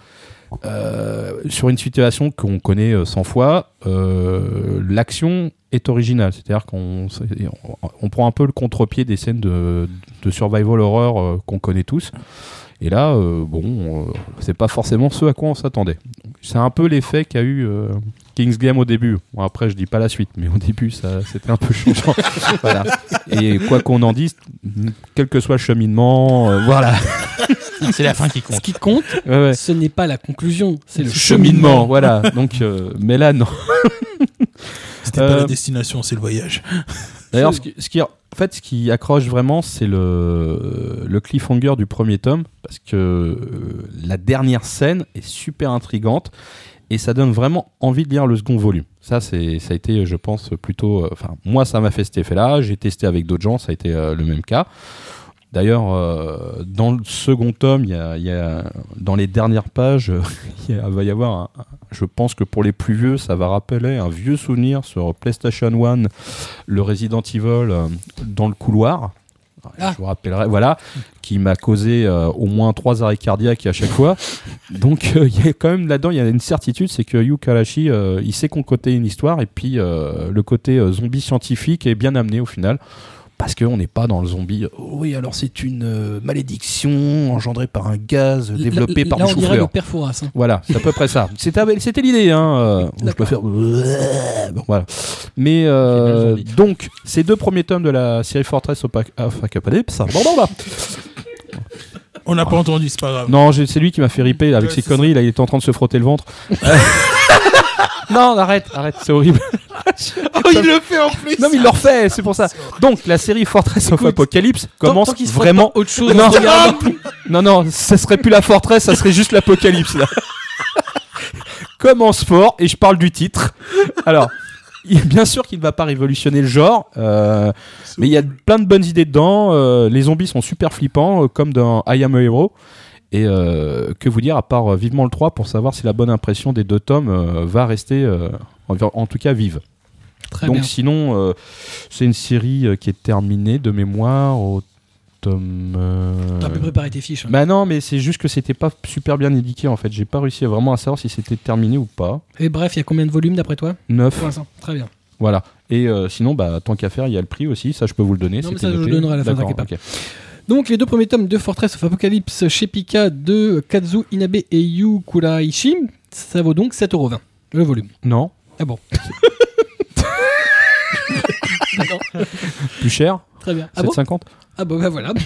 Speaker 4: euh, sur une situation qu'on connaît euh, 100 fois, euh, l'action est originale. C'est-à-dire qu'on c'est- on, on prend un peu le contre-pied des scènes de, de survival horror euh, qu'on connaît tous. Et là, euh, bon, euh, c'est pas forcément ce à quoi on s'attendait. C'est un peu l'effet qu'a eu euh, King's Game au début. Bon, après, je dis pas la suite, mais au début, ça, c'était un peu changeant. Voilà. Et quoi qu'on en dise, quel que soit le cheminement, euh, voilà.
Speaker 9: Ah, C'est la fin qui
Speaker 1: Ce
Speaker 9: compte.
Speaker 1: qui compte,
Speaker 4: Ouais, ouais.
Speaker 1: ce n'est pas la conclusion, c'est le
Speaker 4: cheminement, voilà. Donc, euh, mais là, non.
Speaker 5: C'était
Speaker 4: Euh,
Speaker 5: pas la destination, c'est le voyage.
Speaker 4: D'ailleurs, ce qui, ce qui- en fait, ce qui accroche vraiment, c'est le, le cliffhanger du premier tome, parce que euh, la dernière scène est super intrigante et ça donne vraiment envie de lire le second volume. Ça, c'est, ça a été, je pense, plutôt. euh, Enfin, moi, ça m'a fait cet effet-là. J'ai testé avec d'autres gens, ça a été euh, le même cas. D'ailleurs, euh, dans le second tome, il y a, il y a- dans les dernières pages, il y a- va y avoir un, Je pense que pour les plus vieux, ça va rappeler un vieux souvenir sur PlayStation 1, le Resident Evil euh, dans le couloir. Je vous rappellerai, voilà, qui m'a causé euh, au moins trois arrêts cardiaques à chaque fois. Donc, euh, il y a quand même là-dedans, il y a une certitude, c'est que Yu Karashi, euh, il sait concocter une histoire, et puis euh, le côté euh, zombie scientifique est bien amené au final parce qu'on n'est pas dans le zombie. Oh oui, alors c'est une euh, malédiction engendrée par un gaz développé
Speaker 1: là,
Speaker 4: par
Speaker 1: là,
Speaker 4: le
Speaker 1: on dirait le
Speaker 4: chou-fleur.
Speaker 1: père Fouras, hein.
Speaker 4: Voilà, c'est à peu près ça. C'était c'était l'idée. Hein. euh, Je peux faire. euh, Bon, voilà. Mais euh,
Speaker 9: C'est bien
Speaker 4: donc, ces deux premiers tomes de la série Fortress Opa- of Apocalypse. Bon, bon, bah.
Speaker 5: On n'a pas entendu, c'est pas grave.
Speaker 4: Non, j'ai- c'est lui qui m'a fait riper avec
Speaker 5: Ouais,
Speaker 4: ses
Speaker 5: c'est
Speaker 4: conneries. Là, il était en train de se frotter le ventre. non, arrête, arrête, c'est horrible.
Speaker 5: Oh, il le fait en plus
Speaker 4: Non, mais il le refait, c'est pour ça. Donc, la série Fortress of Apocalypse commence
Speaker 1: Tant- tant qu'il se frotte
Speaker 4: vraiment
Speaker 1: pas autre chose.
Speaker 4: Non.
Speaker 1: on regarde.
Speaker 4: Non, non, ça serait plus la forteresse, ça serait juste l'apocalypse, là. Commence fort, et je parle du titre. Alors, il- bien sûr qu'il ne va pas révolutionner le genre, euh, mais il y a plein de bonnes idées dedans. euh, les zombies sont super flippants, euh, comme dans I Am a Hero. Et euh, que vous dire, à part euh, vivement le 3, pour savoir si la bonne impression des deux tomes euh, va rester, euh, en, en tout cas, vive.
Speaker 1: Très
Speaker 4: Donc
Speaker 1: bien.
Speaker 4: sinon, euh, c'est une série euh, qui est terminée de mémoire au tome... euh,
Speaker 1: T'as pu préparer tes fiches. hein.
Speaker 4: bah non, mais c'est juste que c'était pas super bien indiqué en fait. J'ai pas réussi à vraiment à savoir si c'était terminé ou pas.
Speaker 1: Et bref, il y a combien de volumes d'après toi
Speaker 4: 9.
Speaker 1: Pour l'instant, très bien.
Speaker 4: Voilà. Et euh, sinon, bah, tant qu'à faire, il y a le prix aussi. Ça, je peux vous le donner.
Speaker 1: Non,
Speaker 4: c'était
Speaker 1: mais ça, je
Speaker 4: noté.
Speaker 1: le donnerai à la fin,
Speaker 4: D'accord,
Speaker 1: t'inquiète
Speaker 4: ok.
Speaker 1: Donc les deux premiers tomes de Fortress of Apocalypse chez Pika de Kazu Inabe et Yu Kuraishi, ça vaut donc 7,20€ le volume.
Speaker 4: Non.
Speaker 1: Ah bon. D'accord.
Speaker 4: Plus cher
Speaker 1: Très bien. Ah bon
Speaker 4: 7,50
Speaker 1: Ah bon, bah voilà.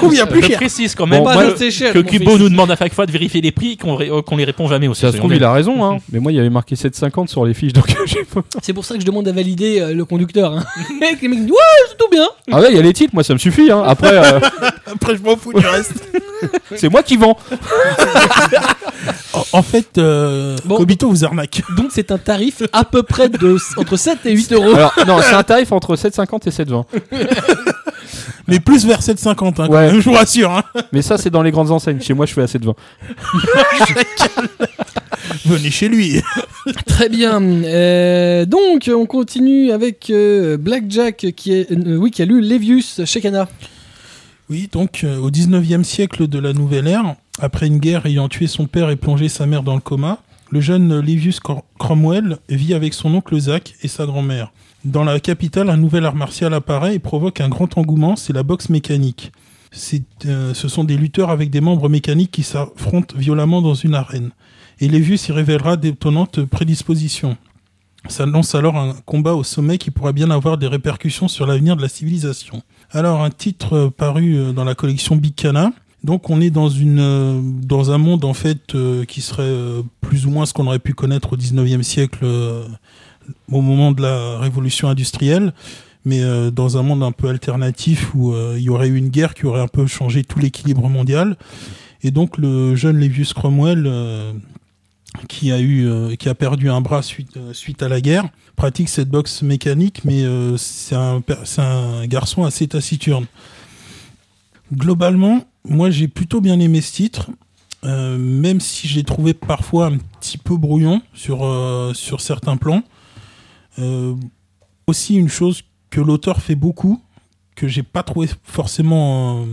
Speaker 1: Combien plus
Speaker 9: je
Speaker 1: cher
Speaker 9: précise quand même
Speaker 4: Bon,
Speaker 1: Pas
Speaker 4: moi,
Speaker 1: assez cher,
Speaker 9: que
Speaker 1: mon
Speaker 9: Kubo
Speaker 1: fils.
Speaker 9: nous demande à chaque fois de vérifier les prix, qu'on ré- euh, qu'on les répond jamais aussi.
Speaker 4: Ça se trouve, il a raison. Hein. mais moi, il y avait marqué 7,50 sur les fiches. Donc, j'ai pas-
Speaker 1: C'est pour ça que je demande à valider euh, le conducteur. Hein. Et que les mecs disent Ouais, c'est tout bien
Speaker 4: Ah ouais, il y a les titres. Moi, ça me suffit. Hein. Après, euh,
Speaker 5: Après, je m'en fous du reste.
Speaker 4: c'est moi qui vends.
Speaker 5: En, en fait, euh,
Speaker 1: Bon.
Speaker 5: Kobito vous arnaque.
Speaker 1: Donc c'est un tarif à peu près de entre 7 et 8 euros.
Speaker 4: Alors, non, c'est un tarif entre 7,50 et 7,20.
Speaker 5: Mais plus vers 7,50, hein, quand
Speaker 4: Ouais.
Speaker 5: même, je vous rassure. Hein.
Speaker 4: Mais ça, c'est dans les grandes enseignes. Chez moi, je fais à 7,20.
Speaker 5: Venez chez lui.
Speaker 1: Très bien. Euh, donc on continue avec euh, Blackjack qui, est, euh, oui, qui a lu Levius chez Kana.
Speaker 5: Oui, donc euh, au 19e siècle de la Nouvelle Ère, après une guerre ayant tué son père et plongé sa mère dans le coma, le jeune Livius Cor- Cromwell vit avec son oncle Zach et sa grand-mère. Dans la capitale, un nouvel art martial apparaît et provoque un grand engouement, c'est la boxe mécanique. C'est, euh, ce sont des lutteurs avec des membres mécaniques qui s'affrontent violemment dans une arène. Et Livius y révélera d'étonnantes prédispositions. Ça lance alors un combat au sommet qui pourrait bien avoir des répercussions sur l'avenir de la civilisation. Alors, un titre euh, paru euh, dans la collection Bicana. Donc, on est dans, une, euh, dans un monde, en fait, euh, qui serait euh, plus ou moins ce qu'on aurait pu connaître au 19e siècle, euh, au moment de la révolution industrielle, mais euh, dans un monde un peu alternatif où euh, il y aurait eu une guerre qui aurait un peu changé tout l'équilibre mondial. Et donc, le jeune Levius Cromwell, euh, qui, a eu, euh, qui a perdu un bras suite, euh, suite à la guerre, pratique cette boxe mécanique, mais euh, c'est un, per- c'est un garçon assez taciturne. Globalement, moi j'ai plutôt bien aimé ce titre, euh, même si j'ai trouvé parfois un petit peu brouillon sur, euh, sur certains plans. Euh, aussi une chose que l'auteur fait beaucoup, que j'ai pas trouvé forcément, euh,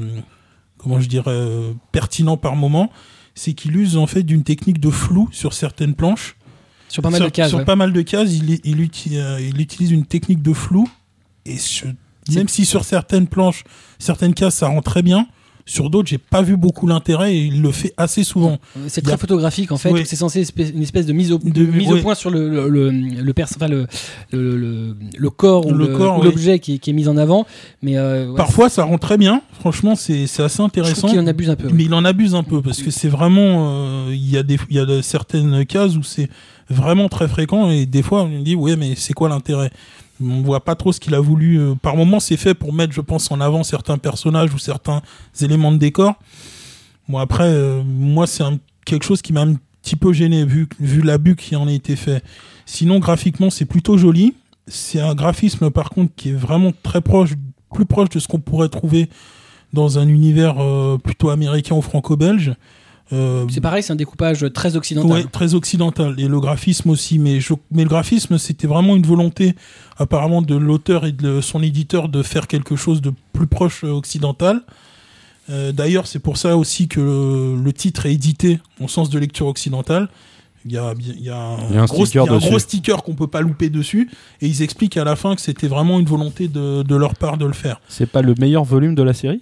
Speaker 5: comment je dirais, euh, pertinent par moment, c'est qu'il use en fait d'une technique de flou sur certaines planches
Speaker 1: Sur pas mal
Speaker 5: sur,
Speaker 1: de cases.
Speaker 5: sur
Speaker 1: ouais.
Speaker 5: pas mal de cases, il, i- il uti- euh, il utilise une technique de flou. Et je- même si sur certaines planches, certaines cases, ça rend très bien, sur d'autres, j'ai pas vu beaucoup l'intérêt et il le fait assez souvent.
Speaker 1: C'est
Speaker 5: Il y
Speaker 1: très
Speaker 5: a-
Speaker 1: photographique en fait.
Speaker 5: Oui.
Speaker 1: C'est censé espèce- une espèce de mise au, de
Speaker 5: De-
Speaker 1: mise au
Speaker 5: oui.
Speaker 1: point sur le le le le, perso- enfin, le, le, le- le corps ou
Speaker 5: Le
Speaker 1: le-
Speaker 5: corps,
Speaker 1: ou
Speaker 5: oui.
Speaker 1: l'objet qui, est- qui est mis en avant. Mais euh, ouais,
Speaker 5: Parfois, ça rend très bien. Franchement, c'est c'est assez
Speaker 1: je
Speaker 5: intéressant.
Speaker 1: trouve qu'il en abuse un peu.
Speaker 5: Mais il en abuse un peu parce que c'est vraiment. euh, Il y a des, il y a de- certaines cases où c'est vraiment très fréquent et des fois on me dit ouais mais c'est quoi l'intérêt On voit pas trop ce qu'il a voulu. euh, Par moment c'est fait pour mettre je pense en avant certains personnages ou certains éléments de décor. Bon après euh, moi c'est un- quelque chose qui m'a un petit peu gêné vu vu l'abus qui en a été fait. Sinon graphiquement c'est plutôt joli. C'est un graphisme par contre qui est vraiment très proche, plus proche de ce qu'on pourrait trouver dans un univers euh, plutôt américain ou franco-belge. Euh,
Speaker 1: C'est pareil, c'est un découpage très occidental.
Speaker 5: Ouais, très occidental. Et le graphisme aussi. Mais, je- mais le graphisme, c'était vraiment une volonté, apparemment, de l'auteur et de son éditeur de faire quelque chose de plus proche euh, occidental. Euh, D'ailleurs, c'est pour ça aussi que le, le titre est édité en sens de lecture occidentale. Il y a, bien- il y a un,
Speaker 4: Il y a un
Speaker 5: gros,
Speaker 4: sticker
Speaker 5: il y a un
Speaker 4: dessus.
Speaker 5: gros sticker qu'on peut pas louper dessus. Et ils expliquent à la fin que c'était vraiment une volonté de, de leur part de le faire.
Speaker 4: C'est pas le meilleur volume de la série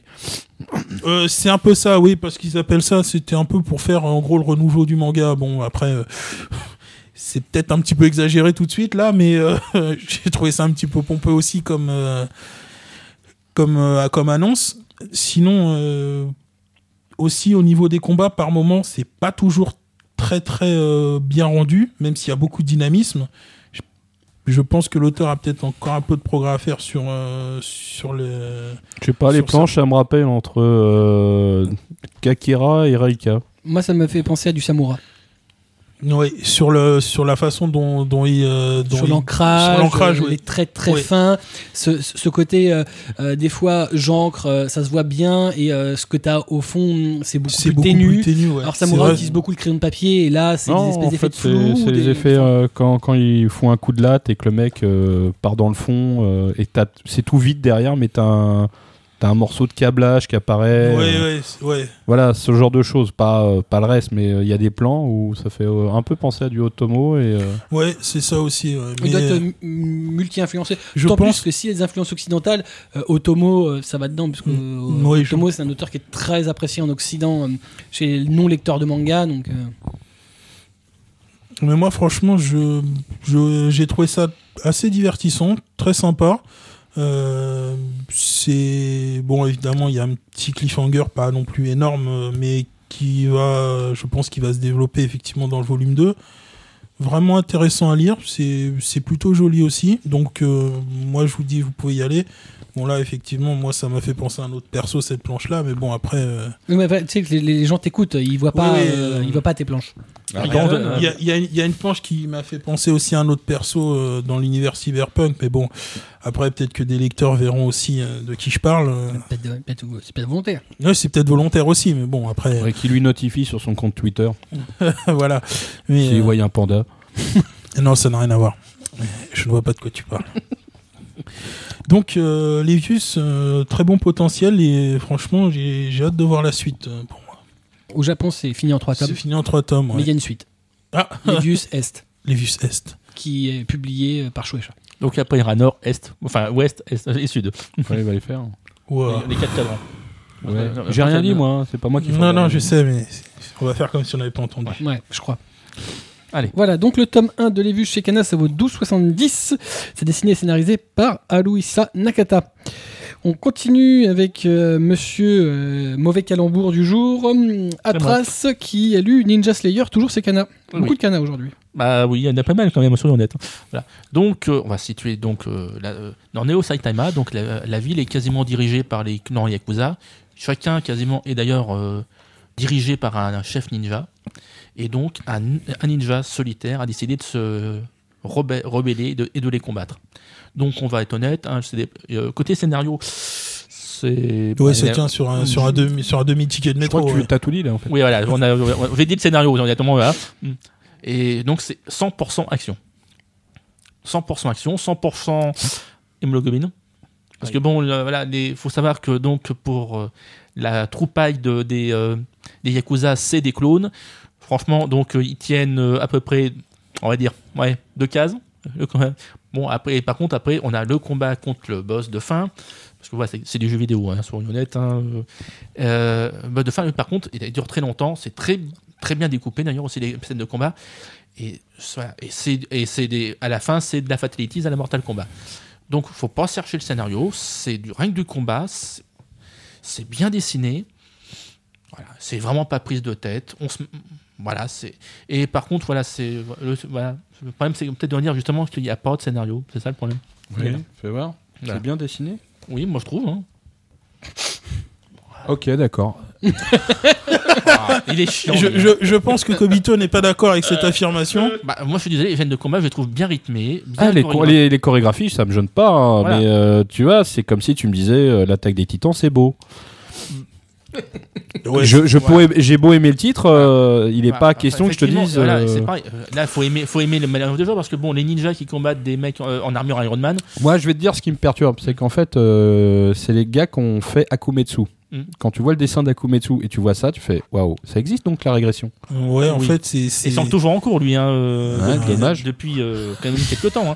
Speaker 5: Euh, c'est un peu ça, oui, parce qu'ils appellent ça. C'était un peu pour faire en gros le renouveau du manga. Bon, après, euh, c'est peut-être un petit peu exagéré tout de suite là, mais euh, j'ai trouvé ça un petit peu pompeux aussi comme euh, comme euh, comme annonce. Sinon, euh, aussi au niveau des combats, par moment, c'est pas toujours très très euh, bien rendu, même s'il y a beaucoup de dynamisme. Je- Je pense que l'auteur a peut-être encore un peu de progrès à faire sur euh, sur le
Speaker 4: Je sais pas, les
Speaker 5: Sur
Speaker 4: planches, ça me rappelle entre euh, Kakira et Raika.
Speaker 1: Moi, ça me fait penser à du samoura.
Speaker 5: Oui, sur le sur la façon dont dont il euh, dont
Speaker 1: sur
Speaker 5: il-
Speaker 1: l'ancrage,
Speaker 5: sur l'ancrage,
Speaker 1: euh,
Speaker 5: oui.
Speaker 1: les traits très
Speaker 5: Oui.
Speaker 1: fins, ce, ce- ce côté euh, euh, des fois j'ancre, euh, ça se voit bien et euh, ce que t'as au fond c'est beaucoup
Speaker 5: c'est
Speaker 1: plus
Speaker 5: beaucoup
Speaker 1: ténu.
Speaker 5: plus ténu. ouais.
Speaker 1: Alors
Speaker 5: C'est
Speaker 1: Samurai
Speaker 5: vrai.
Speaker 1: utilise beaucoup le crayon de papier et là c'est des
Speaker 4: Non,
Speaker 1: espèces
Speaker 4: en
Speaker 1: d'effets
Speaker 4: fait,
Speaker 1: de flou.
Speaker 4: c'est c'est les
Speaker 1: des-
Speaker 4: effets euh, quand, quand ils font un coup de latte et que le mec euh, part dans le fond euh, et que t'as- c'est tout vide derrière, mais t'as un, t'as un morceau de câblage qui apparaît.
Speaker 5: Ouais,
Speaker 4: euh,
Speaker 5: ouais, c'est- ouais.
Speaker 4: Voilà, ce genre de choses. Pas, euh, pas le reste, mais il y a des plans où ça fait euh, un peu penser à du Otomo. Et, euh,
Speaker 5: Ouais, c'est ça aussi. ouais.
Speaker 1: Il
Speaker 5: Mais,
Speaker 1: doit être
Speaker 5: euh,
Speaker 1: euh, m- multi-influencé.
Speaker 5: je
Speaker 1: Tant
Speaker 5: pense
Speaker 1: plus que si les influences occidentales, euh, Otomo, euh, ça va dedans, parce que
Speaker 5: Mm,
Speaker 1: euh,
Speaker 5: oui, je-
Speaker 1: Otomo, c'est un auteur qui est très apprécié en Occident euh, chez les non-lecteurs de manga. Donc, euh,
Speaker 5: Mais moi, franchement, je je- j'ai trouvé ça assez divertissant, très sympa. Euh, c'est bon, évidemment, il y a un petit cliffhanger, pas non plus énorme, euh, mais qui va, je pense, qu'il va se développer effectivement dans le volume 2. Vraiment intéressant à lire, c'est c'est plutôt joli aussi. Donc, euh, moi, je vous dis, vous pouvez y aller. Bon, là, effectivement, moi, ça m'a fait penser à un autre perso, cette planche-là, mais bon, après. euh,
Speaker 1: Oui, mais, bah, tu sais que les, les gens t'écoutent, ils voient pas,
Speaker 5: Oui, oui,
Speaker 1: euh,
Speaker 5: euh,
Speaker 1: ils voient pas tes planches.
Speaker 4: Ah,
Speaker 5: Il y, a- il y a- il y a- il y a une planche qui m'a fait penser aussi à un autre perso euh, dans l'univers cyberpunk, mais bon, après peut-être que des lecteurs verront aussi euh, de qui je parle. euh.
Speaker 1: Peut-être de- peut-être- C'est peut-être volontaire.
Speaker 5: Ouais, c'est peut-être volontaire aussi, mais bon, après,
Speaker 4: et qui lui notifie sur son compte Twitter
Speaker 5: voilà. Mais,
Speaker 4: s'il
Speaker 5: euh,
Speaker 4: voit un panda.
Speaker 5: Non, ça n'a rien à voir. Je ne vois pas de quoi tu parles. Donc, euh, Levius, euh, très bon potentiel, et franchement, j'ai j'ai hâte de voir la suite euh, pour moi.
Speaker 1: Au Japon, c'est fini en trois tomes,
Speaker 5: C'est fini en trois tomes.
Speaker 1: mais il y
Speaker 5: Ouais.
Speaker 1: a une suite.
Speaker 5: Ah,
Speaker 1: Levius Est,
Speaker 5: Levius Est.
Speaker 1: qui est publié euh, par Shueisha.
Speaker 9: Donc après, il y aura nord, est, enfin ouest, est euh, et sud.
Speaker 4: Ouais, il va les faire.
Speaker 5: Ouah.
Speaker 9: Les quatre cadrans.
Speaker 4: Ouais.
Speaker 9: Ouais, non,
Speaker 4: J'ai rien
Speaker 9: personne-
Speaker 4: dit, moi. hein, C'est pas moi qui.
Speaker 5: Non, non, je sais, mais c'est- on va faire comme si on n'avait pas entendu.
Speaker 1: Ouais, je crois.
Speaker 9: Allez.
Speaker 1: Voilà, donc le tome 1 de Lévus chez Kana, ça vaut 12,70. C'est dessiné et scénarisé par Aluisa Nakata. On continue avec euh, monsieur euh, Mauvais Calembour du jour, hum, Atras, qui a lu Ninja Slayer, toujours chez Kana.
Speaker 9: Oui.
Speaker 1: Beaucoup de Kana aujourd'hui.
Speaker 9: Bah oui, il y en a pas mal quand même, soyons honnêtes. hein. Voilà. Donc, euh, on va situer donc, euh, la- euh, dans Neo Saitama. Donc, la, la ville est quasiment dirigée par les clans Yakuza. Chacun quasiment est d'ailleurs euh, dirigé par un, un chef ninja. Et donc, un, un ninja solitaire a décidé de se rebe- rebeller et de, et de les combattre. Donc, on va être honnête, hein, c'est des- euh, côté scénario, c'est. bah,
Speaker 5: Ouais, ça tient sur un, sur un demi, sur un demi ticket de
Speaker 4: Je
Speaker 5: métro.
Speaker 4: crois que
Speaker 5: ouais.
Speaker 4: tu as tout dit là en fait.
Speaker 9: Oui, voilà, on a, on- j'ai dit le scénario, honnêtement, voilà. Et donc, c'est 100% action. 100% action, 100% hémoglobine. Parce que bon, le- voilà, il faut savoir que donc pour euh, la troupaille de, des, euh, des Yakuza, c'est des clones. Franchement, donc euh, ils tiennent euh, à peu près, on va dire, ouais, deux cases. Le- quand même. Bon, après, par contre, après, on a le combat contre le boss de fin. Parce que voilà, c'est- c'est du jeu vidéo, hein, soyons honnêtes. hein, euh, euh, bah, de fin, lui, par contre, il dure très longtemps. C'est très, très bien découpé, d'ailleurs, aussi les scènes de combat. Et, ça- et, c'est, et c'est des, à la fin, c'est de la Fatalities à la Mortal Kombat. Donc, faut pas chercher le scénario. C'est du rien que du combat. C'est, c'est bien dessiné. Voilà, c'est vraiment pas prise de tête. On se, voilà, c'est. Et par contre, voilà, c'est le, voilà, le problème, c'est peut-être de dire justement qu'il n'y a pas de scénario. C'est ça le problème. Oui,
Speaker 4: fais voir.
Speaker 9: C'est Voilà.
Speaker 4: bien dessiné.
Speaker 9: Oui, moi je trouve. hein.
Speaker 4: Ok, d'accord.
Speaker 9: Il est chiant.
Speaker 5: Ah, Je,
Speaker 9: d'ailleurs.
Speaker 5: je, je pense que Kobito n'est pas d'accord avec cette affirmation.
Speaker 9: Bah, moi, je suis désolé, les scènes de combat, je les trouve bien rythmées. Bien
Speaker 4: Ah, les, cho-
Speaker 9: chorégraphiées.
Speaker 4: les, les chorégraphies, ça me gêne pas, hein,
Speaker 9: Voilà.
Speaker 4: mais euh, tu vois, c'est comme si tu me disais euh, l'attaque des titans, c'est beau.
Speaker 5: Ouais,
Speaker 4: je, je
Speaker 9: ouais.
Speaker 4: pourrais, j'ai beau aimer le titre, euh, il n'est
Speaker 9: Voilà.
Speaker 4: pas
Speaker 9: Enfin,
Speaker 4: question que je te
Speaker 9: effectivement,
Speaker 4: dise.
Speaker 9: voilà,
Speaker 4: euh,
Speaker 9: c'est pareil. Euh, Là, faut aimer, faut aimer le mélange de genre parce que bon, les ninjas qui combattent des mecs euh, en armure Iron Man.
Speaker 4: Moi, je vais te dire ce qui me perturbe, c'est qu'en fait, euh, c'est les gars qui ont fait Akumetsu.
Speaker 9: Mm.
Speaker 4: Quand tu vois le dessin d'Akumetsu et tu vois ça, tu fais waouh, ça existe donc la régression.
Speaker 5: Ouais, en
Speaker 9: Oui.
Speaker 5: fait, c'est. c'est-
Speaker 9: Ils sont toujours en cours, lui. Hein, euh,
Speaker 4: Ouais,
Speaker 9: depuis-
Speaker 4: dommage.
Speaker 9: Depuis euh, quand même quelques temps.
Speaker 5: Ouais,
Speaker 9: Hein.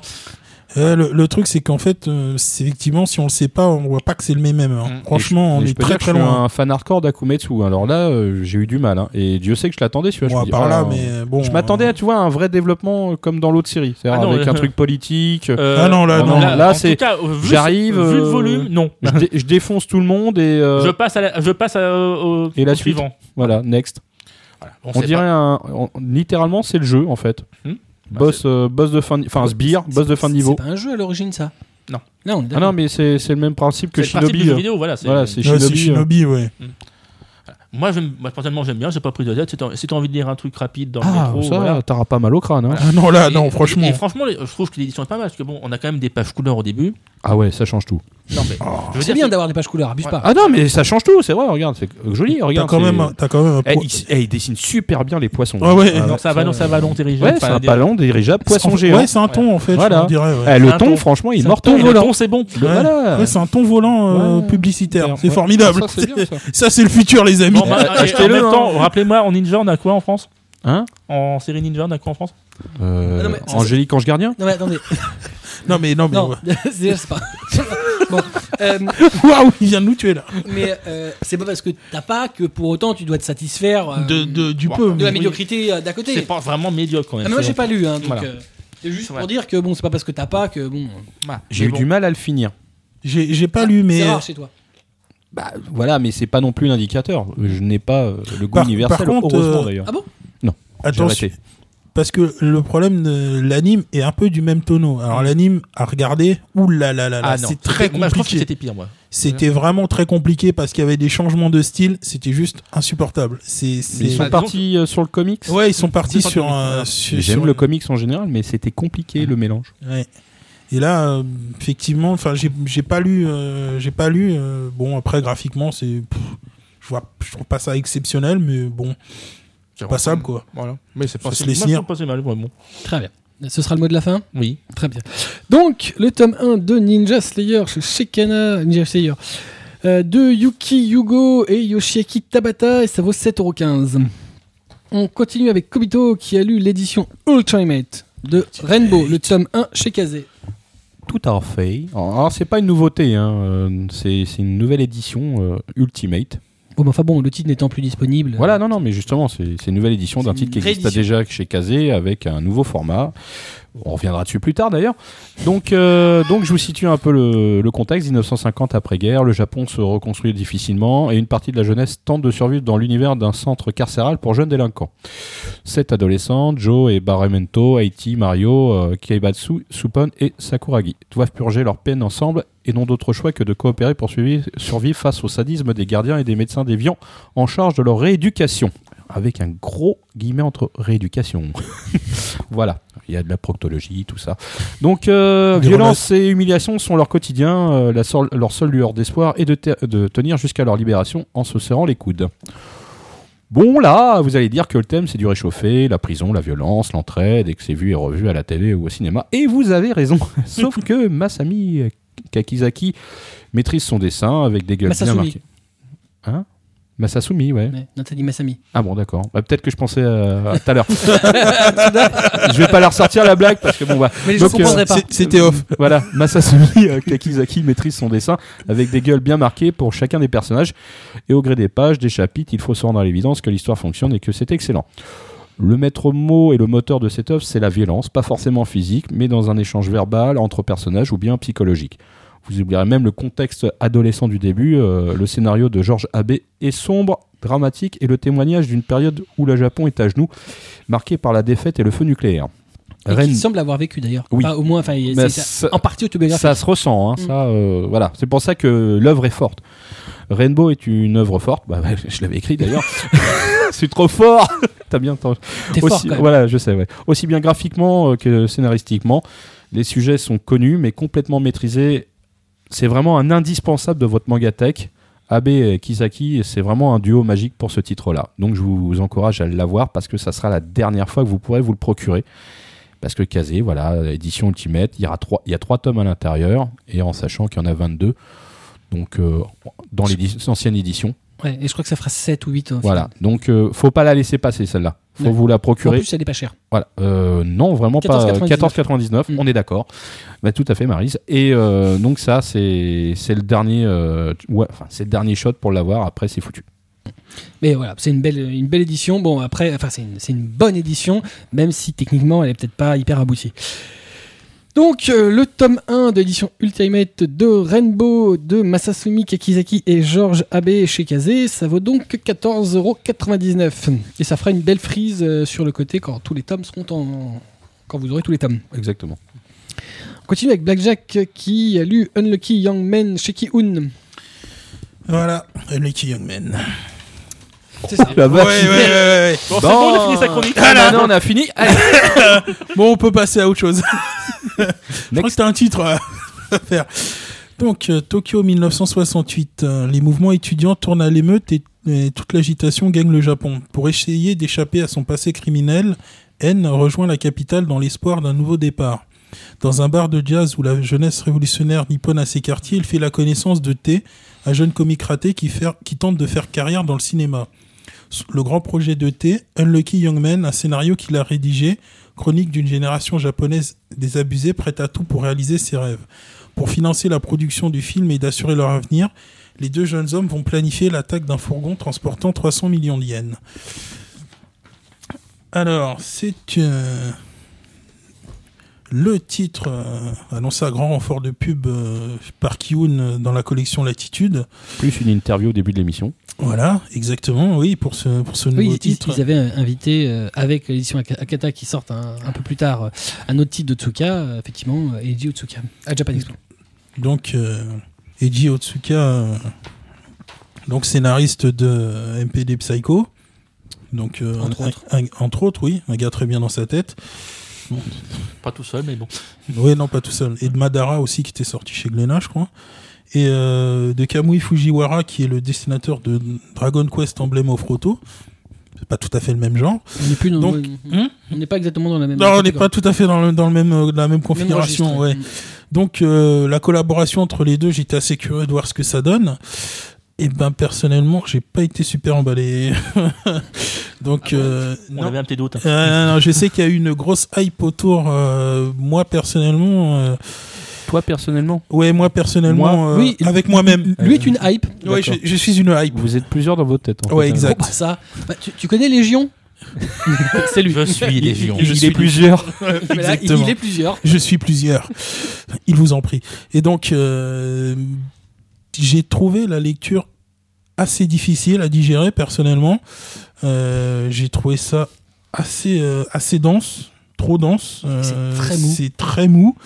Speaker 5: Eh, le, le truc, c'est qu'en fait, euh, c'est effectivement, si on le sait pas, on voit pas que c'est le même. hein.
Speaker 9: Mm.
Speaker 5: Franchement,
Speaker 4: Mais
Speaker 5: on
Speaker 4: je
Speaker 5: est
Speaker 4: peux
Speaker 5: très
Speaker 4: dire que
Speaker 5: très
Speaker 4: je suis
Speaker 5: loin.
Speaker 4: un fan hardcore d'Akumetsu. Alors là, euh, j'ai eu du mal. hein. Et Dieu sait que je l'attendais, celui-là. je
Speaker 5: Bon,
Speaker 4: me
Speaker 5: à
Speaker 4: dis,
Speaker 5: part
Speaker 4: oh
Speaker 5: là,
Speaker 4: là,
Speaker 5: mais bon.
Speaker 4: Je m'attendais à, tu vois, un vrai développement euh, comme dans l'autre série, c'est-à-dire
Speaker 9: Ah non,
Speaker 4: avec un
Speaker 9: euh,
Speaker 4: truc politique.
Speaker 9: Euh,
Speaker 5: Ah non, là,
Speaker 4: non, là,
Speaker 9: en
Speaker 4: c'est-
Speaker 9: tout cas, euh, vu-
Speaker 4: j'arrive,
Speaker 9: Vu le
Speaker 4: euh,
Speaker 9: volume, non.
Speaker 4: je, dé- je défonce tout le monde et euh,
Speaker 9: Je passe à, la- je passe à, euh, au, au-
Speaker 4: Et la
Speaker 9: au
Speaker 4: suite
Speaker 9: suivant. Ah.
Speaker 4: voilà, next.
Speaker 9: Voilà.
Speaker 4: On
Speaker 9: sait
Speaker 4: dirait un, on- littéralement, c'est le jeu en fait.
Speaker 9: Hmm.
Speaker 4: boss, euh, boss de fin, de- enfin sbire, boss de fin de niveau.
Speaker 1: C'est pas un jeu à l'origine, ça
Speaker 9: Non.
Speaker 1: Non, on est
Speaker 4: Ah non, mais c'est c'est le même principe que
Speaker 9: C'est le principe du
Speaker 4: Shinobi.
Speaker 9: jeu
Speaker 4: euh,
Speaker 9: vidéo, voilà. c'est-
Speaker 4: Voilà, c'est
Speaker 5: Ouais, c'est
Speaker 4: Shinobi. euh,
Speaker 5: Shinobi, ouais.
Speaker 9: Moi, j'aime- moi, personnellement, j'aime bien. J'ai pas pris de date. Si t'as si t'as envie de lire un truc rapide dans le
Speaker 4: Ah,
Speaker 9: métro,
Speaker 4: ça,
Speaker 9: voilà.
Speaker 4: t'auras pas mal au crâne. hein.
Speaker 5: Ah non, là,
Speaker 9: Et-
Speaker 5: non, franchement.
Speaker 9: Et, et franchement, les- je trouve que l'édition est pas mal parce que bon, on a quand même des pages couleurs au début.
Speaker 4: Ah ouais, ça change tout.
Speaker 9: Non mais, je veux
Speaker 1: C'est
Speaker 9: dire,
Speaker 1: bien d'avoir les pages couleurs, abuse
Speaker 9: Ouais.
Speaker 1: pas.
Speaker 4: Oh. Ah non, mais ça change tout, c'est vrai, regarde, c'est joli,
Speaker 5: T'as
Speaker 4: regarde.
Speaker 5: quand,
Speaker 4: c'est-
Speaker 5: même un- t'as quand même un
Speaker 4: Eh,
Speaker 5: po-
Speaker 4: il, s- eh, il dessine super bien les poissons.
Speaker 5: Ah ouais,
Speaker 9: Non, ça va, non, ça va, non, t'es rigide.
Speaker 4: Ouais, c'est
Speaker 9: Enfin,
Speaker 4: un
Speaker 9: des-
Speaker 4: ballon dirigeable poisson
Speaker 5: en-
Speaker 4: géant.
Speaker 5: Ouais, c'est un ton, en fait,
Speaker 4: Voilà.
Speaker 5: je dirais. Ouais.
Speaker 4: Eh,
Speaker 9: c'est
Speaker 4: le
Speaker 9: un
Speaker 4: ton,
Speaker 9: ton.
Speaker 4: franchement, il
Speaker 9: c'est
Speaker 4: est
Speaker 9: un
Speaker 4: mort
Speaker 9: ton,
Speaker 4: ton
Speaker 9: et le
Speaker 4: volant.
Speaker 9: ton, c'est bon.
Speaker 4: Le- Voilà.
Speaker 5: Ouais, c'est un ton volant euh,
Speaker 4: Ouais.
Speaker 5: publicitaire. C'est
Speaker 4: Ouais.
Speaker 5: formidable.
Speaker 1: Ah,
Speaker 4: Ça, c'est bien, ça.
Speaker 5: Ça, c'est le futur, les amis.
Speaker 9: Bon, bah, et- en
Speaker 4: achetez-le,
Speaker 9: même
Speaker 4: hein.
Speaker 9: temps, rappelez-moi, en ninja, on a quoi en France
Speaker 4: Hein
Speaker 9: En série ninja, on a quoi en France
Speaker 4: Euh,
Speaker 1: Ah non, mais ça,
Speaker 4: Angélique Ange Gardien
Speaker 1: Non, mais attendez.
Speaker 5: Non, mais non, mais
Speaker 1: Non,
Speaker 5: ouais.
Speaker 1: c'est c'est pas. bon, euh,
Speaker 5: Waouh, il vient de nous tuer là.
Speaker 1: mais euh, c'est pas parce que t'as pas que pour autant tu dois te satisfaire euh,
Speaker 5: De, de- du
Speaker 9: bon,
Speaker 5: peu.
Speaker 1: de la
Speaker 5: mais-
Speaker 1: médiocrité euh, d'à côté.
Speaker 9: C'est pas vraiment médiocre quand
Speaker 1: Ah,
Speaker 9: même.
Speaker 1: mais moi
Speaker 9: c'est
Speaker 1: j'ai
Speaker 9: bon.
Speaker 1: pas lu, hein, donc.
Speaker 9: Voilà.
Speaker 1: euh, c'est juste
Speaker 9: Ouais.
Speaker 1: pour dire que bon, c'est pas parce que t'as pas que bon. euh,
Speaker 9: Ouais, Bah, mais
Speaker 4: J'ai eu
Speaker 9: bon.
Speaker 4: du mal à le finir.
Speaker 5: J'ai j'ai pas
Speaker 1: ah,
Speaker 5: lu, mais.
Speaker 1: C'est rare chez toi.
Speaker 4: Bah voilà, mais c'est pas non plus l'indicateur. Je n'ai pas euh, le goût
Speaker 5: Par-
Speaker 4: universel,
Speaker 5: par contre,
Speaker 4: heureusement
Speaker 5: euh,
Speaker 4: d'ailleurs.
Speaker 1: Ah bon
Speaker 4: J'ai
Speaker 5: Attention,
Speaker 4: arrêté.
Speaker 5: parce que le problème de l'anime est un peu du même tonneau. Alors, l'anime, à regarder, oulala, là là là,
Speaker 9: Mm. Ah non,
Speaker 5: c'est très
Speaker 9: moi, je trouve que
Speaker 5: compliqué.
Speaker 9: c'était pire, moi.
Speaker 5: C'était vraiment très compliqué parce qu'il y avait des changements de style. C'était juste insupportable. C'est. c'est-
Speaker 4: Ils sont
Speaker 9: Bah,
Speaker 4: partis euh, sur le comics.
Speaker 5: Ouais, ils sont partis
Speaker 9: Ils sont
Speaker 5: sur
Speaker 9: partis,
Speaker 5: un. Ah.
Speaker 9: voilà.
Speaker 5: sur-
Speaker 4: J'aime
Speaker 5: sur-
Speaker 4: le comics en général, mais c'était compliqué le mélange.
Speaker 5: Ouais. Et là, euh, effectivement, enfin, j'ai j'ai pas lu, euh, j'ai pas lu. euh, bon, après graphiquement, c'est, pff, je vois, je trouve pas ça exceptionnel, mais bon,
Speaker 9: C'est
Speaker 5: passable quoi.
Speaker 9: Voilà. Mais c'est pas
Speaker 5: Ça se
Speaker 9: c'est-
Speaker 5: laisse
Speaker 9: moi, je
Speaker 5: lire.
Speaker 9: trouve pas c'est mal. ouais, bon.
Speaker 1: Très bien. Ce sera le mot de la fin
Speaker 9: Oui.
Speaker 1: Très bien. Donc, le tome 1 de Ninja Slayer chez Shekana, Ninja Slayer, euh, de Yuki Yugo et Yoshiaki Tabata, et ça vaut 7,15€. On continue avec Kobito qui a lu l'édition Ultimate de Rainbow, le tome 1 chez Kazé.
Speaker 4: Tout à fait. Alors, alors, c'est pas une nouveauté, hein, euh, c'est c'est une nouvelle édition euh, Ultimate.
Speaker 1: Bon, mais enfin bon, le titre n'étant plus disponible.
Speaker 4: Voilà, non, non, mais justement, c'est c'est une nouvelle édition
Speaker 1: C'est
Speaker 4: d'un
Speaker 1: une
Speaker 4: titre qui existe
Speaker 1: réédition.
Speaker 4: déjà chez Kazé avec un nouveau format. On reviendra dessus plus tard d'ailleurs. Donc, euh, donc, je vous situe un peu le, le contexte 1950 après-guerre. Le Japon se reconstruit difficilement et une partie de la jeunesse tente de survivre dans l'univers d'un centre carcéral pour jeunes délinquants. Sept adolescents, Joe et Barremento, Haiti, Mario, euh, Keibatsu, Supon et Sakuragi, doivent purger leur peine ensemble et n'ont d'autre choix que de coopérer pour suivi- survivre face au sadisme des gardiens et des médecins déviants en charge de leur rééducation. Avec un gros guillemet entre rééducation. voilà. Il y a de la proctologie, tout ça. Donc, euh,
Speaker 5: Des
Speaker 4: violence et humiliation sont leur quotidien. euh, la sol- leur seule lueur d'espoir est de, ter- de tenir jusqu'à leur libération en se serrant les coudes. Bon, là, vous allez dire que le thème, c'est du réchauffé, la prison, la violence, l'entraide, et que c'est vu et revu à la télé ou au cinéma. Et vous avez raison. Sauf que Masami Kakizaki maîtrise son dessin avec des gueules
Speaker 1: Masasumi.
Speaker 4: bien marquées. Hein Masasumi, ouais.
Speaker 1: Ouais, Nathalie Massami.
Speaker 4: Ah bon, d'accord. Bah, Peut-être que je pensais euh, à tout à l'heure. je vais pas la ressortir la blague parce que bon, bah,
Speaker 1: Mais je
Speaker 4: Donc,
Speaker 1: ne comprendrai
Speaker 4: euh,
Speaker 1: pas.
Speaker 5: C'est- C'était off.
Speaker 4: voilà, Masasumi euh, Kakizaki maîtrise son dessin avec des gueules bien marquées pour chacun des personnages. Et au gré des pages, des chapitres, il faut se rendre à l'évidence que l'histoire fonctionne et que c'est excellent. Le maître mot et le moteur de cette œuvre, c'est la violence, pas forcément physique, mais dans un échange verbal entre personnages ou bien psychologique. Vous oublierez même le contexte adolescent du début, euh, le scénario de Georges Abbé est sombre, dramatique et le témoignage d'une période où le Japon est à genoux, marqué par la défaite et le feu nucléaire.
Speaker 1: Et
Speaker 4: Rennes-
Speaker 1: qui semble avoir vécu d'ailleurs.
Speaker 4: Oui.
Speaker 1: Enfin, au moins, enfin, il-
Speaker 4: Mais
Speaker 1: c'est-
Speaker 4: ça-
Speaker 1: en partie autobiographique.
Speaker 4: ça se ressent, hein,
Speaker 1: Mm.
Speaker 4: ça, euh, voilà. C'est pour ça que l'œuvre est forte. Rainbow est une œuvre forte. Bah, ouais, je l'avais écrit d'ailleurs. C'est trop fort. T'as bien entendu.
Speaker 1: T'es fort
Speaker 4: Aussi-
Speaker 1: quand même.
Speaker 4: Voilà, je sais. ouais. Aussi bien graphiquement euh, que scénaristiquement, les sujets sont connus mais complètement maîtrisés. C'est vraiment un indispensable de votre mangatech Abe et Kisaki, c'est vraiment un duo magique pour ce titre-là. Donc je vous encourage à l'avoir parce que ça sera la dernière fois que vous pourrez vous le procurer. Parce que Kazé, voilà, édition Ultimate, il y, aura trois, il y a trois tomes à l'intérieur, et en sachant qu'il y en a 22, donc euh, dans l'édi- l'ancienne édition.
Speaker 1: Ouais, et je crois que ça fera 7 ou hein, 8.
Speaker 4: Voilà, donc euh, faut pas la laisser passer celle-là. Faut
Speaker 1: Ouais.
Speaker 4: vous la
Speaker 1: En
Speaker 4: procurer.
Speaker 1: plus, elle est pas chère.
Speaker 4: Voilà. Euh, non, vraiment pas.
Speaker 1: 14,99.
Speaker 4: 14,99,
Speaker 1: Mm.
Speaker 4: on est d'accord. Bah, tout à fait, Marise. Et euh, donc, ça, c'est c'est le, dernier, euh, ouais, enfin, c'est le dernier shot pour l'avoir. Après, c'est foutu.
Speaker 1: Mais voilà, c'est une belle, une belle édition. Bon, après, enfin, c'est une, c'est une bonne édition, même si techniquement, elle est peut-être pas hyper aboutie. Donc, euh, le tome 1 de l'édition Ultimate de Rainbow de Masasumi Kakizaki et Georges Abe chez Kazé, ça vaut donc 14,99€. Et ça fera une belle frise euh, sur le côté quand tous les tomes seront en. quand vous aurez tous les tomes.
Speaker 4: Exactement.
Speaker 1: On continue avec Blackjack euh, qui a lu Unlucky Young Men chez Ki-Hoon.
Speaker 5: Voilà, Lucky Youngman.
Speaker 1: C'est ça.
Speaker 4: La Ah, bah
Speaker 5: Ouais, ouais, ouais, ouais, ouais.
Speaker 9: Bon, c'est bon, on a fini sa chronique.
Speaker 4: on a fini. Allez,
Speaker 5: Bon, on peut passer à autre chose. Je crois
Speaker 4: Next.
Speaker 5: que t'as un titre euh, à faire. Donc, euh, Tokyo 1968. euh, les mouvements étudiants tournent à l'émeute et, et toute l'agitation gagne le Japon. Pour essayer d'échapper à son passé criminel, N rejoint la capitale dans l'espoir d'un nouveau départ. Dans un bar de jazz où la jeunesse révolutionnaire nippone à ses quartiers, il fait la connaissance de T, un jeune comique raté qui, fait- qui tente de faire carrière dans le cinéma. Le grand projet de T, Unlucky Young Man, un scénario qu'il a rédigé, chronique d'une génération japonaise désabusée prête à tout pour réaliser ses rêves. Pour financer la production du film et d'assurer leur avenir, les deux jeunes hommes vont planifier l'attaque d'un fourgon transportant 300 millions de yens. Alors, c'est euh, le titre euh, annoncé à grand renfort de pub euh, par Kiun euh, dans la collection Latitude.
Speaker 4: Plus une interview au début de l'émission.
Speaker 5: Voilà, exactement, oui, pour ce, pour ce nouveau
Speaker 1: Oui, ils,
Speaker 5: titre.
Speaker 1: ils avaient euh, invité, euh, avec l'édition Ak- Akata qui sort un, un peu plus tard, euh, un autre titre de Tsuka, euh, effectivement, euh, Eiji Otsuka, à Japan Expo.
Speaker 5: Donc, euh, Eiji Otsuka, euh, donc scénariste de euh, MPD Psycho. Donc, euh,
Speaker 1: Entre
Speaker 5: un-
Speaker 1: autres.
Speaker 5: un- entre autres, oui, un gars très bien dans sa tête.
Speaker 9: Pas tout seul, mais bon.
Speaker 5: Oui, non, pas tout seul. Et de Madara aussi, qui était sorti chez Glénat, je crois. Et euh, de Kamui Fujiwara, qui est le dessinateur de Dragon Quest Emblem of Roto. C'est pas tout à fait le même genre.
Speaker 1: On n'est plus dans-
Speaker 5: Donc, hein
Speaker 1: on- on n'est pas exactement dans la même.
Speaker 5: Non, on n'est pas
Speaker 1: catégorie.
Speaker 5: tout à fait dans, le, dans le même, euh, la même
Speaker 1: Même registre,
Speaker 5: configuration. ouais. Donc euh, la collaboration entre les deux, j'étais assez curieux de voir ce que ça donne. Et ben personnellement, j'ai pas été super emballé. Donc euh,
Speaker 9: Ah On
Speaker 5: non.
Speaker 9: avait un petit doute. hein.
Speaker 5: Euh, non, non, je sais qu'il y a eu une grosse hype autour. euh, moi personnellement, euh,
Speaker 4: Toi, personnellement
Speaker 5: ouais, moi personnellement,
Speaker 1: Moi,
Speaker 5: euh,
Speaker 1: oui.
Speaker 5: avec moi-même.
Speaker 1: Lui est une
Speaker 9: Euh,
Speaker 1: hype.
Speaker 5: Ouais, je, je suis une hype.
Speaker 4: Vous êtes plusieurs dans votre tête. hein. en
Speaker 5: Ouais,
Speaker 4: fait.
Speaker 5: exact.
Speaker 1: Bah, ça. Bah, tu, tu connais Légion
Speaker 9: C'est lui. Je suis Légion.
Speaker 4: Il, il est plusieurs.
Speaker 1: Voilà, il,
Speaker 5: Exactement.
Speaker 1: il est plusieurs.
Speaker 5: Je suis plusieurs. Il vous en prie. Et donc, euh, j'ai trouvé la lecture assez difficile à digérer personnellement. Euh, j'ai trouvé ça assez, euh, assez dense, trop dense. Euh,
Speaker 1: très mou.
Speaker 5: C'est très mou.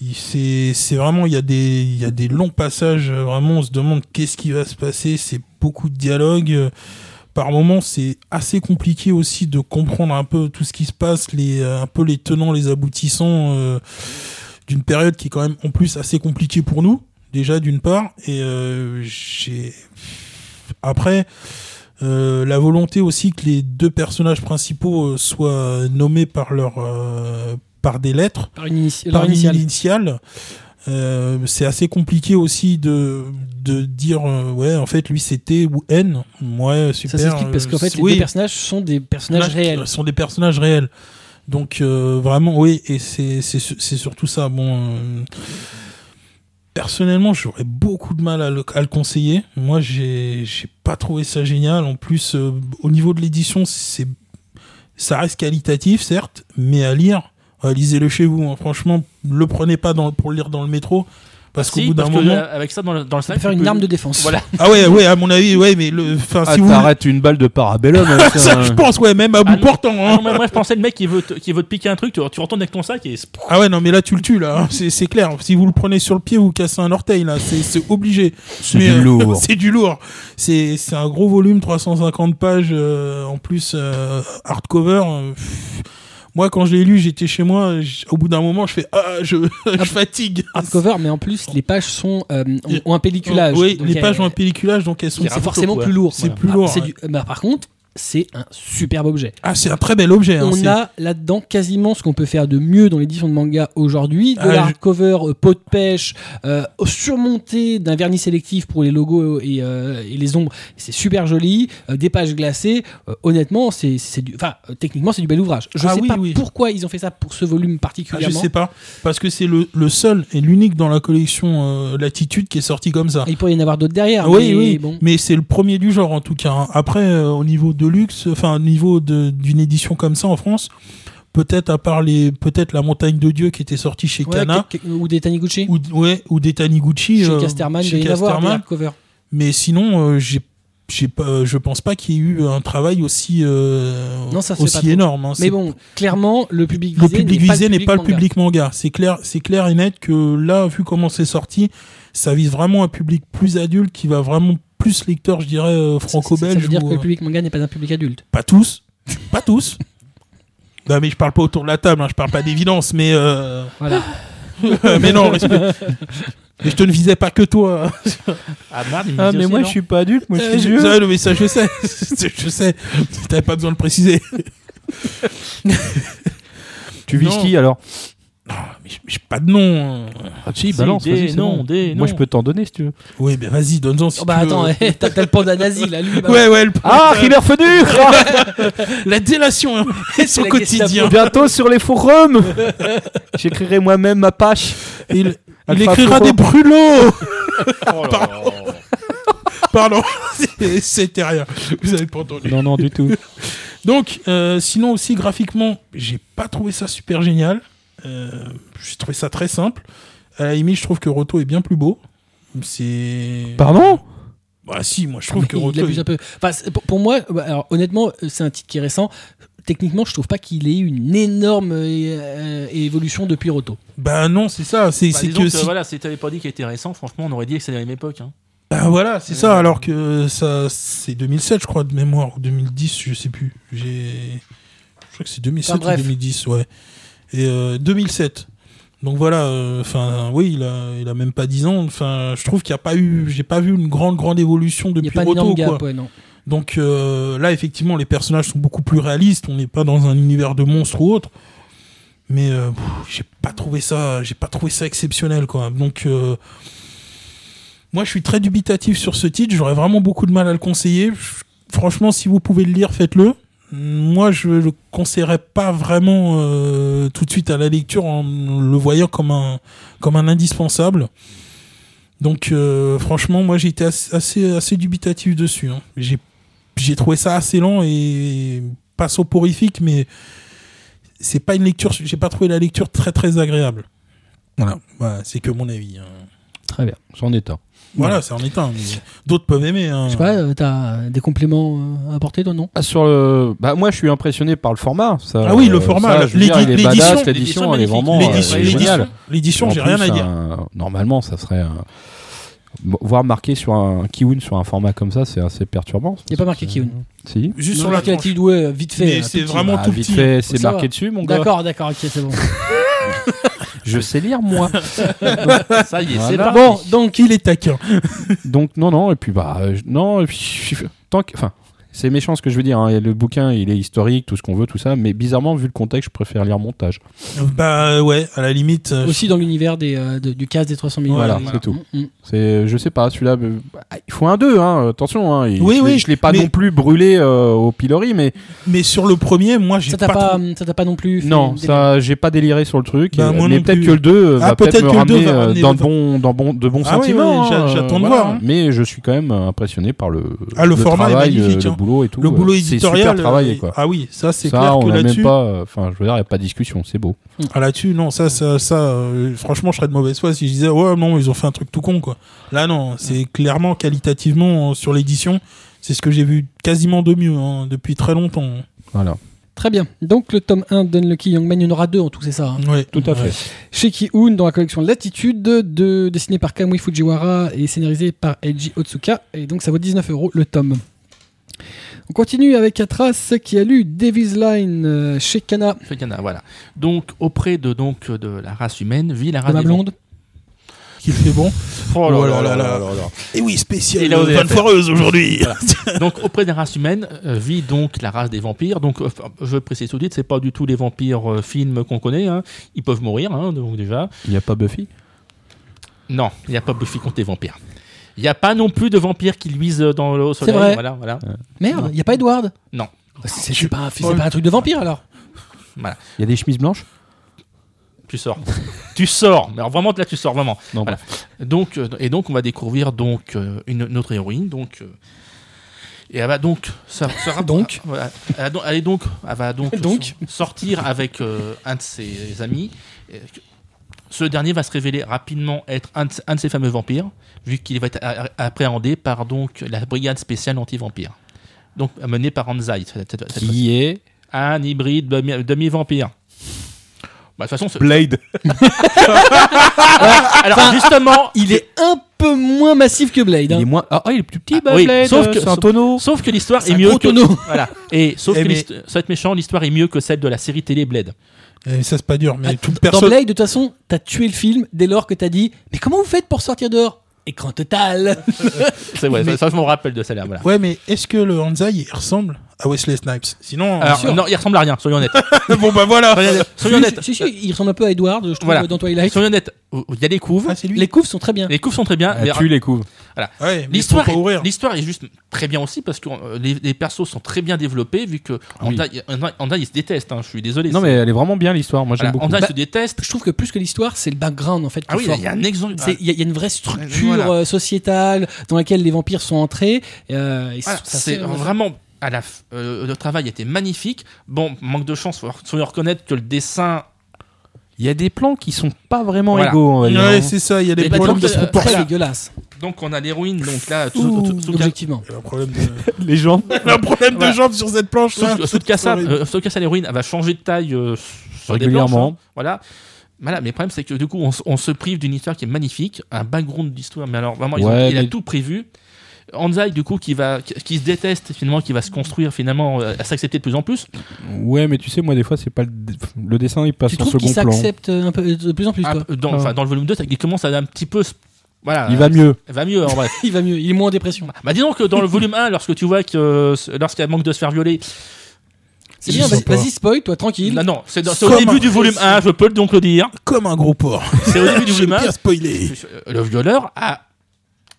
Speaker 5: Il- C'est c'est vraiment, il y, a des, il y a des longs passages, euh, vraiment, on se demande qu'est-ce qui va se passer. C'est beaucoup de dialogues. Euh, Par moments, c'est assez compliqué aussi de comprendre un peu tout ce qui se passe, les, euh, un peu les tenants, les aboutissants euh, d'une période qui est quand même en plus assez compliquée pour nous, déjà d'une part. Et euh, j'ai. Après, euh, la volonté aussi que les deux personnages principaux euh, soient nommés par leur euh, par des lettres,
Speaker 1: Par une initi-
Speaker 5: par
Speaker 1: leur
Speaker 5: une
Speaker 1: initiale.
Speaker 5: initiale. Euh, c'est assez compliqué aussi de de dire euh, ouais en fait lui c'était ou N ouais super
Speaker 1: Ça s'explique parce
Speaker 5: euh,
Speaker 1: qu'en fait, les
Speaker 5: oui,
Speaker 1: deux personnages sont des personnages
Speaker 5: personnages qui
Speaker 1: réels.
Speaker 5: sont des personnages réels. Donc euh, vraiment oui et c'est c'est su- c'est surtout ça bon euh, personnellement j'aurais beaucoup de mal à le, à le conseiller. Moi j'ai j'ai pas trouvé ça génial en plus euh, au niveau de l'édition c'est ça reste qualitatif certes mais à lire euh, lisez-le chez vous hein. franchement le prenez pas dans, pour le lire dans le métro parce qu'au
Speaker 9: Si,
Speaker 5: bout d'un
Speaker 9: parce que,
Speaker 5: moment
Speaker 9: euh, avec ça dans le, dans le
Speaker 1: Ça
Speaker 9: sac,
Speaker 1: peut faire
Speaker 9: tu
Speaker 1: une
Speaker 9: peux-
Speaker 1: arme de défense.
Speaker 9: Voilà.
Speaker 5: ah ouais ouais à mon avis ouais mais le enfin
Speaker 4: Ah,
Speaker 5: si vous
Speaker 4: T'arrêtes une balle de parabellum. hein, ça.
Speaker 5: ça, je pense ouais même à bout
Speaker 9: non.
Speaker 5: portant
Speaker 9: Ah
Speaker 5: hein.
Speaker 9: non, mais moi je pensais le mec qui veut te, qui veut te piquer un truc, tu, tu retournes avec ton sac et c'est-
Speaker 5: Ah ouais, non, mais là, tu le tues, là. hein. C'est, c'est clair. Si vous le prenez sur le pied, vous cassez un orteil, là. C'est, c'est obligé.
Speaker 4: C'est
Speaker 5: Mais,
Speaker 4: du
Speaker 5: euh,
Speaker 4: lourd.
Speaker 5: c'est du lourd. C'est, c'est un gros volume, 350 pages, euh, en plus, euh, hardcover. euh, pff. Moi, quand je l'ai lu, j'étais chez moi. j- Au bout d'un moment, je fais ah, je, je fatigue.
Speaker 1: Hardcover, mais en plus, les pages sont, euh, ont, ont un pelliculage.
Speaker 5: Oui,
Speaker 1: Donc,
Speaker 5: les
Speaker 1: euh,
Speaker 5: pages ont un pelliculage, donc elles sont.
Speaker 1: C'est forcément
Speaker 9: quoi.
Speaker 1: plus lourd.
Speaker 5: C'est
Speaker 1: voilà.
Speaker 5: plus
Speaker 1: Ah,
Speaker 5: lourd,
Speaker 1: c'est
Speaker 5: ouais.
Speaker 1: du- bah, par contre, c'est un superbe objet.
Speaker 5: Ah, c'est un très bel objet. hein,
Speaker 1: On
Speaker 5: c'est-
Speaker 1: a là-dedans quasiment ce qu'on peut faire de mieux dans l'édition de manga aujourd'hui, de
Speaker 5: Ah, je-
Speaker 1: l'hardcover euh, pot de pêche, euh, surmonté d'un vernis sélectif pour les logos et, euh, et les ombres. C'est super joli, euh, des pages glacées. Euh, honnêtement, c'est c'est du, enfin, euh, techniquement, c'est du bel ouvrage. Je
Speaker 5: Ah
Speaker 1: sais
Speaker 5: oui,
Speaker 1: pas
Speaker 5: oui.
Speaker 1: pourquoi ils ont fait ça pour ce volume
Speaker 5: Ah, je
Speaker 1: particulièrement.
Speaker 5: sais pas, parce que c'est le, le seul et l'unique dans la collection euh, Latitude qui est sorti comme ça.
Speaker 1: Il pourrait y en avoir d'autres derrière.
Speaker 5: oui,
Speaker 1: Ah, mais
Speaker 5: oui,
Speaker 1: bon.
Speaker 5: mais c'est le premier du genre en tout cas. hein. Après, euh, au niveau de luxe, enfin au niveau de- d'une édition comme ça en France, peut-être à part les, peut-être la Montagne de Dieu qui était sortie chez
Speaker 1: Ouais,
Speaker 5: Kana
Speaker 1: que- que- ou des Taniguchi.
Speaker 5: ou ouais ou des Taniguchi
Speaker 1: chez
Speaker 5: euh,
Speaker 1: Casterman,
Speaker 5: chez
Speaker 1: il doit y en avoir des
Speaker 5: Casterman.
Speaker 1: hardcovers.
Speaker 5: Mais sinon, euh, j'ai j'ai pas, euh, je pense pas qu'il y ait eu un travail aussi euh,
Speaker 1: Non, ça se fait pas
Speaker 5: aussi
Speaker 1: trop.
Speaker 5: énorme. hein.
Speaker 1: Mais
Speaker 5: C'est-
Speaker 1: bon, clairement, le public
Speaker 5: le
Speaker 1: visé
Speaker 5: public
Speaker 1: n'est pas
Speaker 5: visé
Speaker 1: le
Speaker 5: n'est pas le
Speaker 1: manga.
Speaker 5: public manga. C'est clair, c'est clair et net que là, vu comment c'est sorti, ça vise vraiment un public plus adulte qui va vraiment plus lecteur, je dirais, euh,
Speaker 1: Ça- ça- Ça
Speaker 5: franco-belge.
Speaker 1: veut dire
Speaker 5: ou,
Speaker 1: que le
Speaker 5: euh,
Speaker 1: public manga n'est pas un public adulte.
Speaker 5: Pas tous, pas tous. Non mais je parle pas autour de la table, hein, je parle pas d'évidence, mais euh,
Speaker 1: Voilà.
Speaker 5: mais non, respect. Mais je te ne visais pas que toi.
Speaker 9: Ah merde, il me
Speaker 4: Ah,
Speaker 9: dit
Speaker 4: mais
Speaker 9: aussi,
Speaker 4: moi
Speaker 9: non
Speaker 4: je suis pas adulte, moi je
Speaker 5: Euh,
Speaker 4: suis
Speaker 5: je-
Speaker 4: vieux.
Speaker 5: ça, non, mais ça, je sais. je sais. T'avais pas besoin de le préciser.
Speaker 4: Tu vises
Speaker 5: Non.
Speaker 4: qui alors
Speaker 9: Ah,
Speaker 5: Mais je- je- pas de nom.
Speaker 4: Ah, si,
Speaker 9: hein. Si,
Speaker 4: balance,
Speaker 9: des
Speaker 4: vas-y, c'est
Speaker 9: noms,
Speaker 4: bon.
Speaker 9: des
Speaker 4: Moi
Speaker 9: noms.
Speaker 4: je peux t'en donner si tu veux.
Speaker 5: Oui, ben vas-y, donne-en si
Speaker 1: Oh bah
Speaker 5: tu veux.
Speaker 1: attends, eh, t'as t'as le panda nazi là, lui. bah,
Speaker 5: Ouais, ouais, le-
Speaker 4: Ah, Killer Fedur
Speaker 5: la délation hein, et son
Speaker 1: la
Speaker 5: quotidien.
Speaker 4: Bientôt sur les forums J'écrirai moi-même ma page.
Speaker 5: Il, il
Speaker 4: Alpha
Speaker 5: écrira
Speaker 4: Fofo.
Speaker 5: des brûlots.
Speaker 9: Oh là là.
Speaker 5: Pardon, c'est- c'était rien. Vous avez pas entendu.
Speaker 4: Non, non, du tout.
Speaker 5: Donc, euh, sinon aussi graphiquement, j'ai pas trouvé ça super génial. Euh, j'ai trouvé ça très simple. À la limite, je trouve que Roto est bien plus beau. C'est.
Speaker 4: Pardon
Speaker 5: Bah si, moi je trouve que
Speaker 1: il
Speaker 5: Roto.
Speaker 1: abuse un peu. Enfin, c'est- pour, pour moi, bah, alors honnêtement, euh, c'est un titre qui est récent. Techniquement, je trouve pas qu'il ait eu une énorme euh, euh, évolution depuis Roto.
Speaker 5: Bah non, c'est ça. C'est
Speaker 9: Bah,
Speaker 5: c'est
Speaker 9: disons
Speaker 5: que.
Speaker 9: que,
Speaker 5: si-
Speaker 9: voilà, si t'avais pas dit qu'il était récent, franchement, on aurait dit que c'est la même époque. hein.
Speaker 5: Bah voilà, c'est ça. Alors que ça, c'est 2007, je crois, de mémoire, ou 2010, je sais plus. J'ai. Je crois que c'est 2007
Speaker 1: Enfin, bref.
Speaker 5: ou 2010, ouais. Et euh, 2007. Donc voilà, euh, enfin oui, il a, il a même pas 10 ans. Enfin, je trouve qu'il n'y a pas eu, j'ai pas vu une grande grande évolution
Speaker 1: Il n'y
Speaker 5: depuis
Speaker 1: a pas
Speaker 5: Roto,
Speaker 1: d'énorme
Speaker 5: quoi.
Speaker 1: gap, ouais, non.
Speaker 5: Donc euh, là, effectivement, les personnages sont beaucoup plus réalistes. On n'est pas dans un univers de monstres ou autre. Mais euh, pff, j'ai pas trouvé ça, j'ai pas trouvé ça exceptionnel, quoi. Donc euh, moi, je suis très dubitatif sur ce titre. J'aurais vraiment beaucoup de mal à le conseiller. Je- Franchement, si vous pouvez le lire, faites-le. Moi, je le conseillerais pas vraiment euh, tout de suite à la lecture en le voyant comme un comme un indispensable. Donc, euh, franchement, moi, j'ai été assez, assez, assez dubitatif dessus. hein. J'ai j'ai trouvé ça assez lent et pas soporifique, mais c'est pas une lecture. J'ai pas trouvé la lecture très très agréable. Voilà, Voilà, c'est que mon avis. hein.
Speaker 4: Très bien, j'en ai tort.
Speaker 5: Voilà, c'est en état. D'autres peuvent aimer. hein.
Speaker 1: Je sais pas, euh, t'as des compléments euh, à apporter, toi, non
Speaker 4: Ah, sur le... bah, moi je suis impressionné par le format. ça,
Speaker 5: Ah oui, le
Speaker 4: euh,
Speaker 5: format,
Speaker 4: ça, je veux dire,
Speaker 5: l'édi-
Speaker 4: il est
Speaker 5: l'édition,
Speaker 4: badass,
Speaker 9: l'édition
Speaker 4: l'édition,
Speaker 9: est
Speaker 4: elle est
Speaker 9: magnifique.
Speaker 4: vraiment euh,
Speaker 5: L'édition,
Speaker 4: elle est
Speaker 5: l'édition-
Speaker 4: géniale.
Speaker 5: L'édition,
Speaker 4: En
Speaker 5: j'ai
Speaker 4: plus,
Speaker 5: rien à dire.
Speaker 4: un- Normalement, ça serait. un- Voir marqué sur un Kiwin sur un format comme ça, c'est assez perturbant.
Speaker 1: Il n'y a pas marqué Kiun.
Speaker 4: Si.
Speaker 5: Juste sur la
Speaker 1: marqué
Speaker 5: tranche.
Speaker 1: Attitude, ouais, euh, vite fait.
Speaker 5: Mais
Speaker 1: là,
Speaker 5: c'est
Speaker 1: tout petit.
Speaker 5: vraiment
Speaker 4: Ah,
Speaker 5: tout
Speaker 4: vite
Speaker 5: petit.
Speaker 4: fait, c'est
Speaker 1: Ça
Speaker 4: marqué
Speaker 1: va.
Speaker 4: dessus, mon gars.
Speaker 1: D'accord, d'accord, ok, c'est bon.
Speaker 4: Je sais lire, moi.
Speaker 9: Ça y est, c'est
Speaker 4: Voilà.
Speaker 9: parti.
Speaker 5: Bon, donc il est taquin.
Speaker 4: Donc non, non, et puis bah euh, je- non, et puis, je- je- tant que, enfin, c'est méchant ce que je veux dire. hein, et le bouquin, il est historique, tout ce qu'on veut, tout ça. Mais bizarrement, vu le contexte, je préfère lire montage.
Speaker 5: Bah ouais, à la limite. euh,
Speaker 1: Aussi dans l'univers des, euh, de- du casse des 300 millions. Mm,
Speaker 4: Voilà, c'est tout.
Speaker 5: Mm,
Speaker 4: C'est, je sais pas, celui-là, euh, bah, il faut un 2 hein, attention. Hein, il-
Speaker 5: Oui,
Speaker 4: je,
Speaker 5: oui,
Speaker 4: je l'ai pas
Speaker 5: mais-
Speaker 4: non plus brûlé euh, au pilori, mais
Speaker 5: Mais sur le premier, moi, j'ai
Speaker 1: Ça
Speaker 5: pas.
Speaker 1: t'a pas, euh,
Speaker 5: trop-
Speaker 1: ça t'a pas non plus. fait
Speaker 4: non,
Speaker 1: des-
Speaker 4: ça, j'ai pas déliré sur le truc.
Speaker 5: Bah,
Speaker 4: et-
Speaker 5: moi
Speaker 4: mais
Speaker 5: non
Speaker 4: peut-être
Speaker 5: plus.
Speaker 4: que le 2
Speaker 5: Ah,
Speaker 4: va peut-être
Speaker 5: peut-être
Speaker 4: me
Speaker 5: que le 2
Speaker 4: ramener
Speaker 5: va
Speaker 4: euh,
Speaker 5: ramener
Speaker 4: dans,
Speaker 5: le-
Speaker 4: de bons, dans, bon, de bons
Speaker 5: Ah oui,
Speaker 4: sentiments.
Speaker 5: oui, j'a-
Speaker 4: hein,
Speaker 5: j'attends de
Speaker 4: euh,
Speaker 5: voir, hein.
Speaker 4: Mais je suis quand même euh, impressionné par le,
Speaker 5: Ah, le format est
Speaker 4: travail, euh,
Speaker 5: magnifique,
Speaker 4: le
Speaker 5: hein.
Speaker 4: boulot et tout.
Speaker 5: le
Speaker 4: euh,
Speaker 5: boulot
Speaker 4: c'est
Speaker 5: éditorial.
Speaker 4: super
Speaker 5: euh,
Speaker 4: travaillé, quoi.
Speaker 5: Ah oui, ça c'est
Speaker 4: ça,
Speaker 5: clair que
Speaker 4: on a
Speaker 5: là-dessus.
Speaker 4: même pas. euh, Enfin, je veux dire, il n'y a pas de discussion, c'est beau.
Speaker 5: Ah, là-dessus, non, ça, ça, ça euh, franchement, je serais de mauvaise foi si je disais, ouais, non, ils ont fait un truc tout con, quoi. Là, non, c'est clairement, qualitativement, euh, sur l'édition, c'est ce que j'ai vu quasiment de mieux, hein, depuis très longtemps.
Speaker 4: Voilà.
Speaker 1: Très bien. Donc le tome 1 d'Unlucky Youngman, il y en aura deux en tout, c'est ça hein
Speaker 5: Ouais.
Speaker 4: Tout à
Speaker 5: Ouais.
Speaker 4: fait.
Speaker 1: Chez Kiun, dans la collection Latitude, de, dessiné par Kamui Fujiwara et scénarisé par Eiji Otsuka. Et donc ça vaut 19 euros le tome. On continue avec Atras qui a lu Davis Line euh, chez Kana.
Speaker 9: Fait qu'il y en a, voilà. Donc, auprès de, donc, de la race humaine, vit la
Speaker 1: De
Speaker 9: race
Speaker 1: ma
Speaker 9: des
Speaker 1: blonde.
Speaker 5: Qui fait bon.
Speaker 9: Oh là
Speaker 5: Oh
Speaker 9: là là là
Speaker 5: là. Et Eh oui, spécial.
Speaker 9: Et là, vous avez
Speaker 5: Bonne
Speaker 9: fait.
Speaker 5: foireuse aujourd'hui.
Speaker 9: là. Donc, auprès des races humaines, euh, vit donc la race des vampires. Donc, euh, je précise tout de suite, c'est pas du tout les vampires euh, films qu'on connaît. hein. Ils peuvent mourir, hein, donc déjà.
Speaker 4: Il n'y a pas Buffy
Speaker 9: Non, il n'y a pas Buffy contre les vampires. Il n'y a pas non plus de vampires qui luisent euh, dans le au soleil.
Speaker 1: vrai.
Speaker 9: Voilà, voilà.
Speaker 1: Merde, il n'y a pas Edward
Speaker 9: Non.
Speaker 1: Bah, C'est c'est pas, un- c'est pas un truc de vampire alors
Speaker 4: Il y a des chemises blanches
Speaker 9: Tu sors. tu sors. Mais alors, vraiment, là, tu sors, vraiment.
Speaker 4: Non,
Speaker 9: Voilà. Donc, euh, et donc, on va découvrir donc euh, une, notre héroïne. Donc, euh, et elle va donc. se- se rapp- ah,
Speaker 1: Donc.
Speaker 9: Voilà. Elle, a donc- elle est donc. Elle va donc,
Speaker 1: Donc.
Speaker 9: so- sortir avec euh, un de ses amis. Et que- Ce dernier va se révéler rapidement être un de, un de ces fameux vampires, vu qu'il va être a- a- appréhendé par donc la brigade spéciale anti-vampire. Donc menée par Anzai. cette- cette- cette fois-ci.
Speaker 4: Qui est
Speaker 9: Un hybride demi- demi-vampire. Bah, de toute façon, ce-
Speaker 4: Blade
Speaker 9: alors justement,
Speaker 1: Il est un peu moins massif que Blade.
Speaker 4: Il
Speaker 1: hein.
Speaker 4: est moins. Ah, ah, il est plus petit, bah,
Speaker 9: Ah, oui.
Speaker 4: Blade
Speaker 9: Sauf
Speaker 4: euh,
Speaker 9: que-
Speaker 4: c'est un tonneau
Speaker 9: Sauf que l'histoire
Speaker 1: C'est
Speaker 9: est,
Speaker 1: un
Speaker 9: mieux
Speaker 1: gros
Speaker 9: que
Speaker 1: tonneau.
Speaker 9: voilà. Et sauf
Speaker 5: Eh
Speaker 9: que
Speaker 5: mais-
Speaker 9: l'histo- sans être méchant, l'histoire est mieux que celle de la série télé Blade.
Speaker 5: Et eh, ça, c'est pas dur, mais
Speaker 1: Ah,
Speaker 5: toute
Speaker 1: Dans
Speaker 5: personne.
Speaker 1: Blade, de toute façon, t'as tué le film dès lors que t'as dit Mais comment vous faites pour sortir dehors Écran total
Speaker 9: C'est ouais, ça, ça, je m'en rappelle de celle-là. Voilà.
Speaker 5: Ouais, mais est-ce que le Hanzai il ressemble à Wesley Snipes Sinon,
Speaker 9: Alors,
Speaker 5: euh,
Speaker 9: non, il ressemble à rien. Soyons honnêtes.
Speaker 5: bon bah voilà.
Speaker 9: Soyons honnêtes. Soyons
Speaker 1: Si,
Speaker 9: honnêtes.
Speaker 1: si, si, il ressemble un peu à Edward, je trouve,
Speaker 9: Voilà.
Speaker 1: dans Twilight.
Speaker 9: Soyons honnêtes. Il y a des couves.
Speaker 5: Ah, c'est lui.
Speaker 1: Les couves sont très bien.
Speaker 9: Les couves sont très bien. mais-
Speaker 4: Ah, Tu les couves.
Speaker 5: Ouais, mais
Speaker 9: L'histoire
Speaker 5: faut pas
Speaker 9: est,
Speaker 5: ouvrir.
Speaker 9: l'histoire est juste très bien aussi parce que euh, les, les persos sont très bien développés vu que
Speaker 4: Ah oui.
Speaker 9: Anda, il- Anda- Anda, il se déteste. hein, je suis désolé.
Speaker 4: Non, mais elle est vraiment bien l'histoire. Moi,
Speaker 9: Voilà,
Speaker 4: j'aime beaucoup.
Speaker 9: Anda il
Speaker 1: Bah,
Speaker 9: se déteste.
Speaker 1: Je trouve que plus que l'histoire, c'est le background en fait. qui
Speaker 9: Ah
Speaker 1: est
Speaker 9: oui,
Speaker 1: fort.
Speaker 9: il y a un exemple. bah.
Speaker 1: C'est- Il y, a- il y a une vraie structure
Speaker 9: Voilà.
Speaker 1: euh, sociétale dans laquelle les vampires sont entrés. euh, et
Speaker 9: Voilà,
Speaker 1: ça,
Speaker 9: c'est vraiment à la f- euh, le travail était magnifique. Bon, manque de chance, faut, faut reconnaître que le dessin
Speaker 4: Il y a des plans qui sont pas vraiment
Speaker 9: Voilà.
Speaker 4: égaux, on va dire.
Speaker 5: Ouais, c'est ça. Il y a
Speaker 1: Il y
Speaker 5: des
Speaker 1: a des
Speaker 5: problèmes de
Speaker 1: trucs, euh, très
Speaker 5: proportion.
Speaker 1: dégueulasses.
Speaker 9: hein. Donc on a l'héroïne, donc là,
Speaker 1: Ouh,
Speaker 9: Tsu- Tsu- Tsuka-
Speaker 1: objectivement.
Speaker 5: Il y a un problème de,
Speaker 4: Les gens.
Speaker 5: un problème de
Speaker 9: Voilà.
Speaker 5: jambes sur cette planche. là.
Speaker 9: Tsu- Tsukasa, euh, Tsukasa, l'héroïne, elle va changer de taille euh, sur des
Speaker 4: Régulièrement.
Speaker 9: planches, hein. Voilà. Voilà, mais le problème, c'est que du coup, on, s- on se prive d'une histoire qui est magnifique, un background d'histoire, mais alors vraiment, ils ont-
Speaker 4: Ouais,
Speaker 9: il a
Speaker 4: mais-
Speaker 9: tout prévu. Anzai, du coup, qui, va, qui, qui se déteste finalement, qui va se construire finalement, euh, à s'accepter de plus en plus.
Speaker 4: Ouais, mais tu sais, moi, des fois, c'est pas le, dé- le dessin, il passe
Speaker 1: Tu
Speaker 4: en
Speaker 1: trouves qu'il
Speaker 4: second plan.
Speaker 1: s'accepte un peu de plus en plus.
Speaker 9: Ah,
Speaker 1: toi.
Speaker 9: dans,
Speaker 4: Ah.
Speaker 9: enfin, dans le volume 2, ça- il commence à un petit peu. se- Voilà,
Speaker 4: Il va mieux.
Speaker 9: va mieux en vrai.
Speaker 1: Il va mieux, il est moins en dépression.
Speaker 9: Bah disons que dans le volume 1, lorsque tu vois que euh, c- lorsqu'elle manque de se faire violer,
Speaker 1: C'est
Speaker 5: Ils
Speaker 1: bien,
Speaker 5: sont
Speaker 1: vas-y,
Speaker 5: pas.
Speaker 1: vas-y, spoil, toi, tranquille.
Speaker 9: Là, non, c'est dans- c'est au
Speaker 5: Comme
Speaker 9: début
Speaker 5: un
Speaker 9: du volume
Speaker 5: précieux.
Speaker 9: 1, je peux donc le dire.
Speaker 5: Comme un gros porc.
Speaker 9: C'est au début du
Speaker 5: J'ai
Speaker 9: volume 1.
Speaker 5: bien spoilé.
Speaker 9: euh, Le violeur a.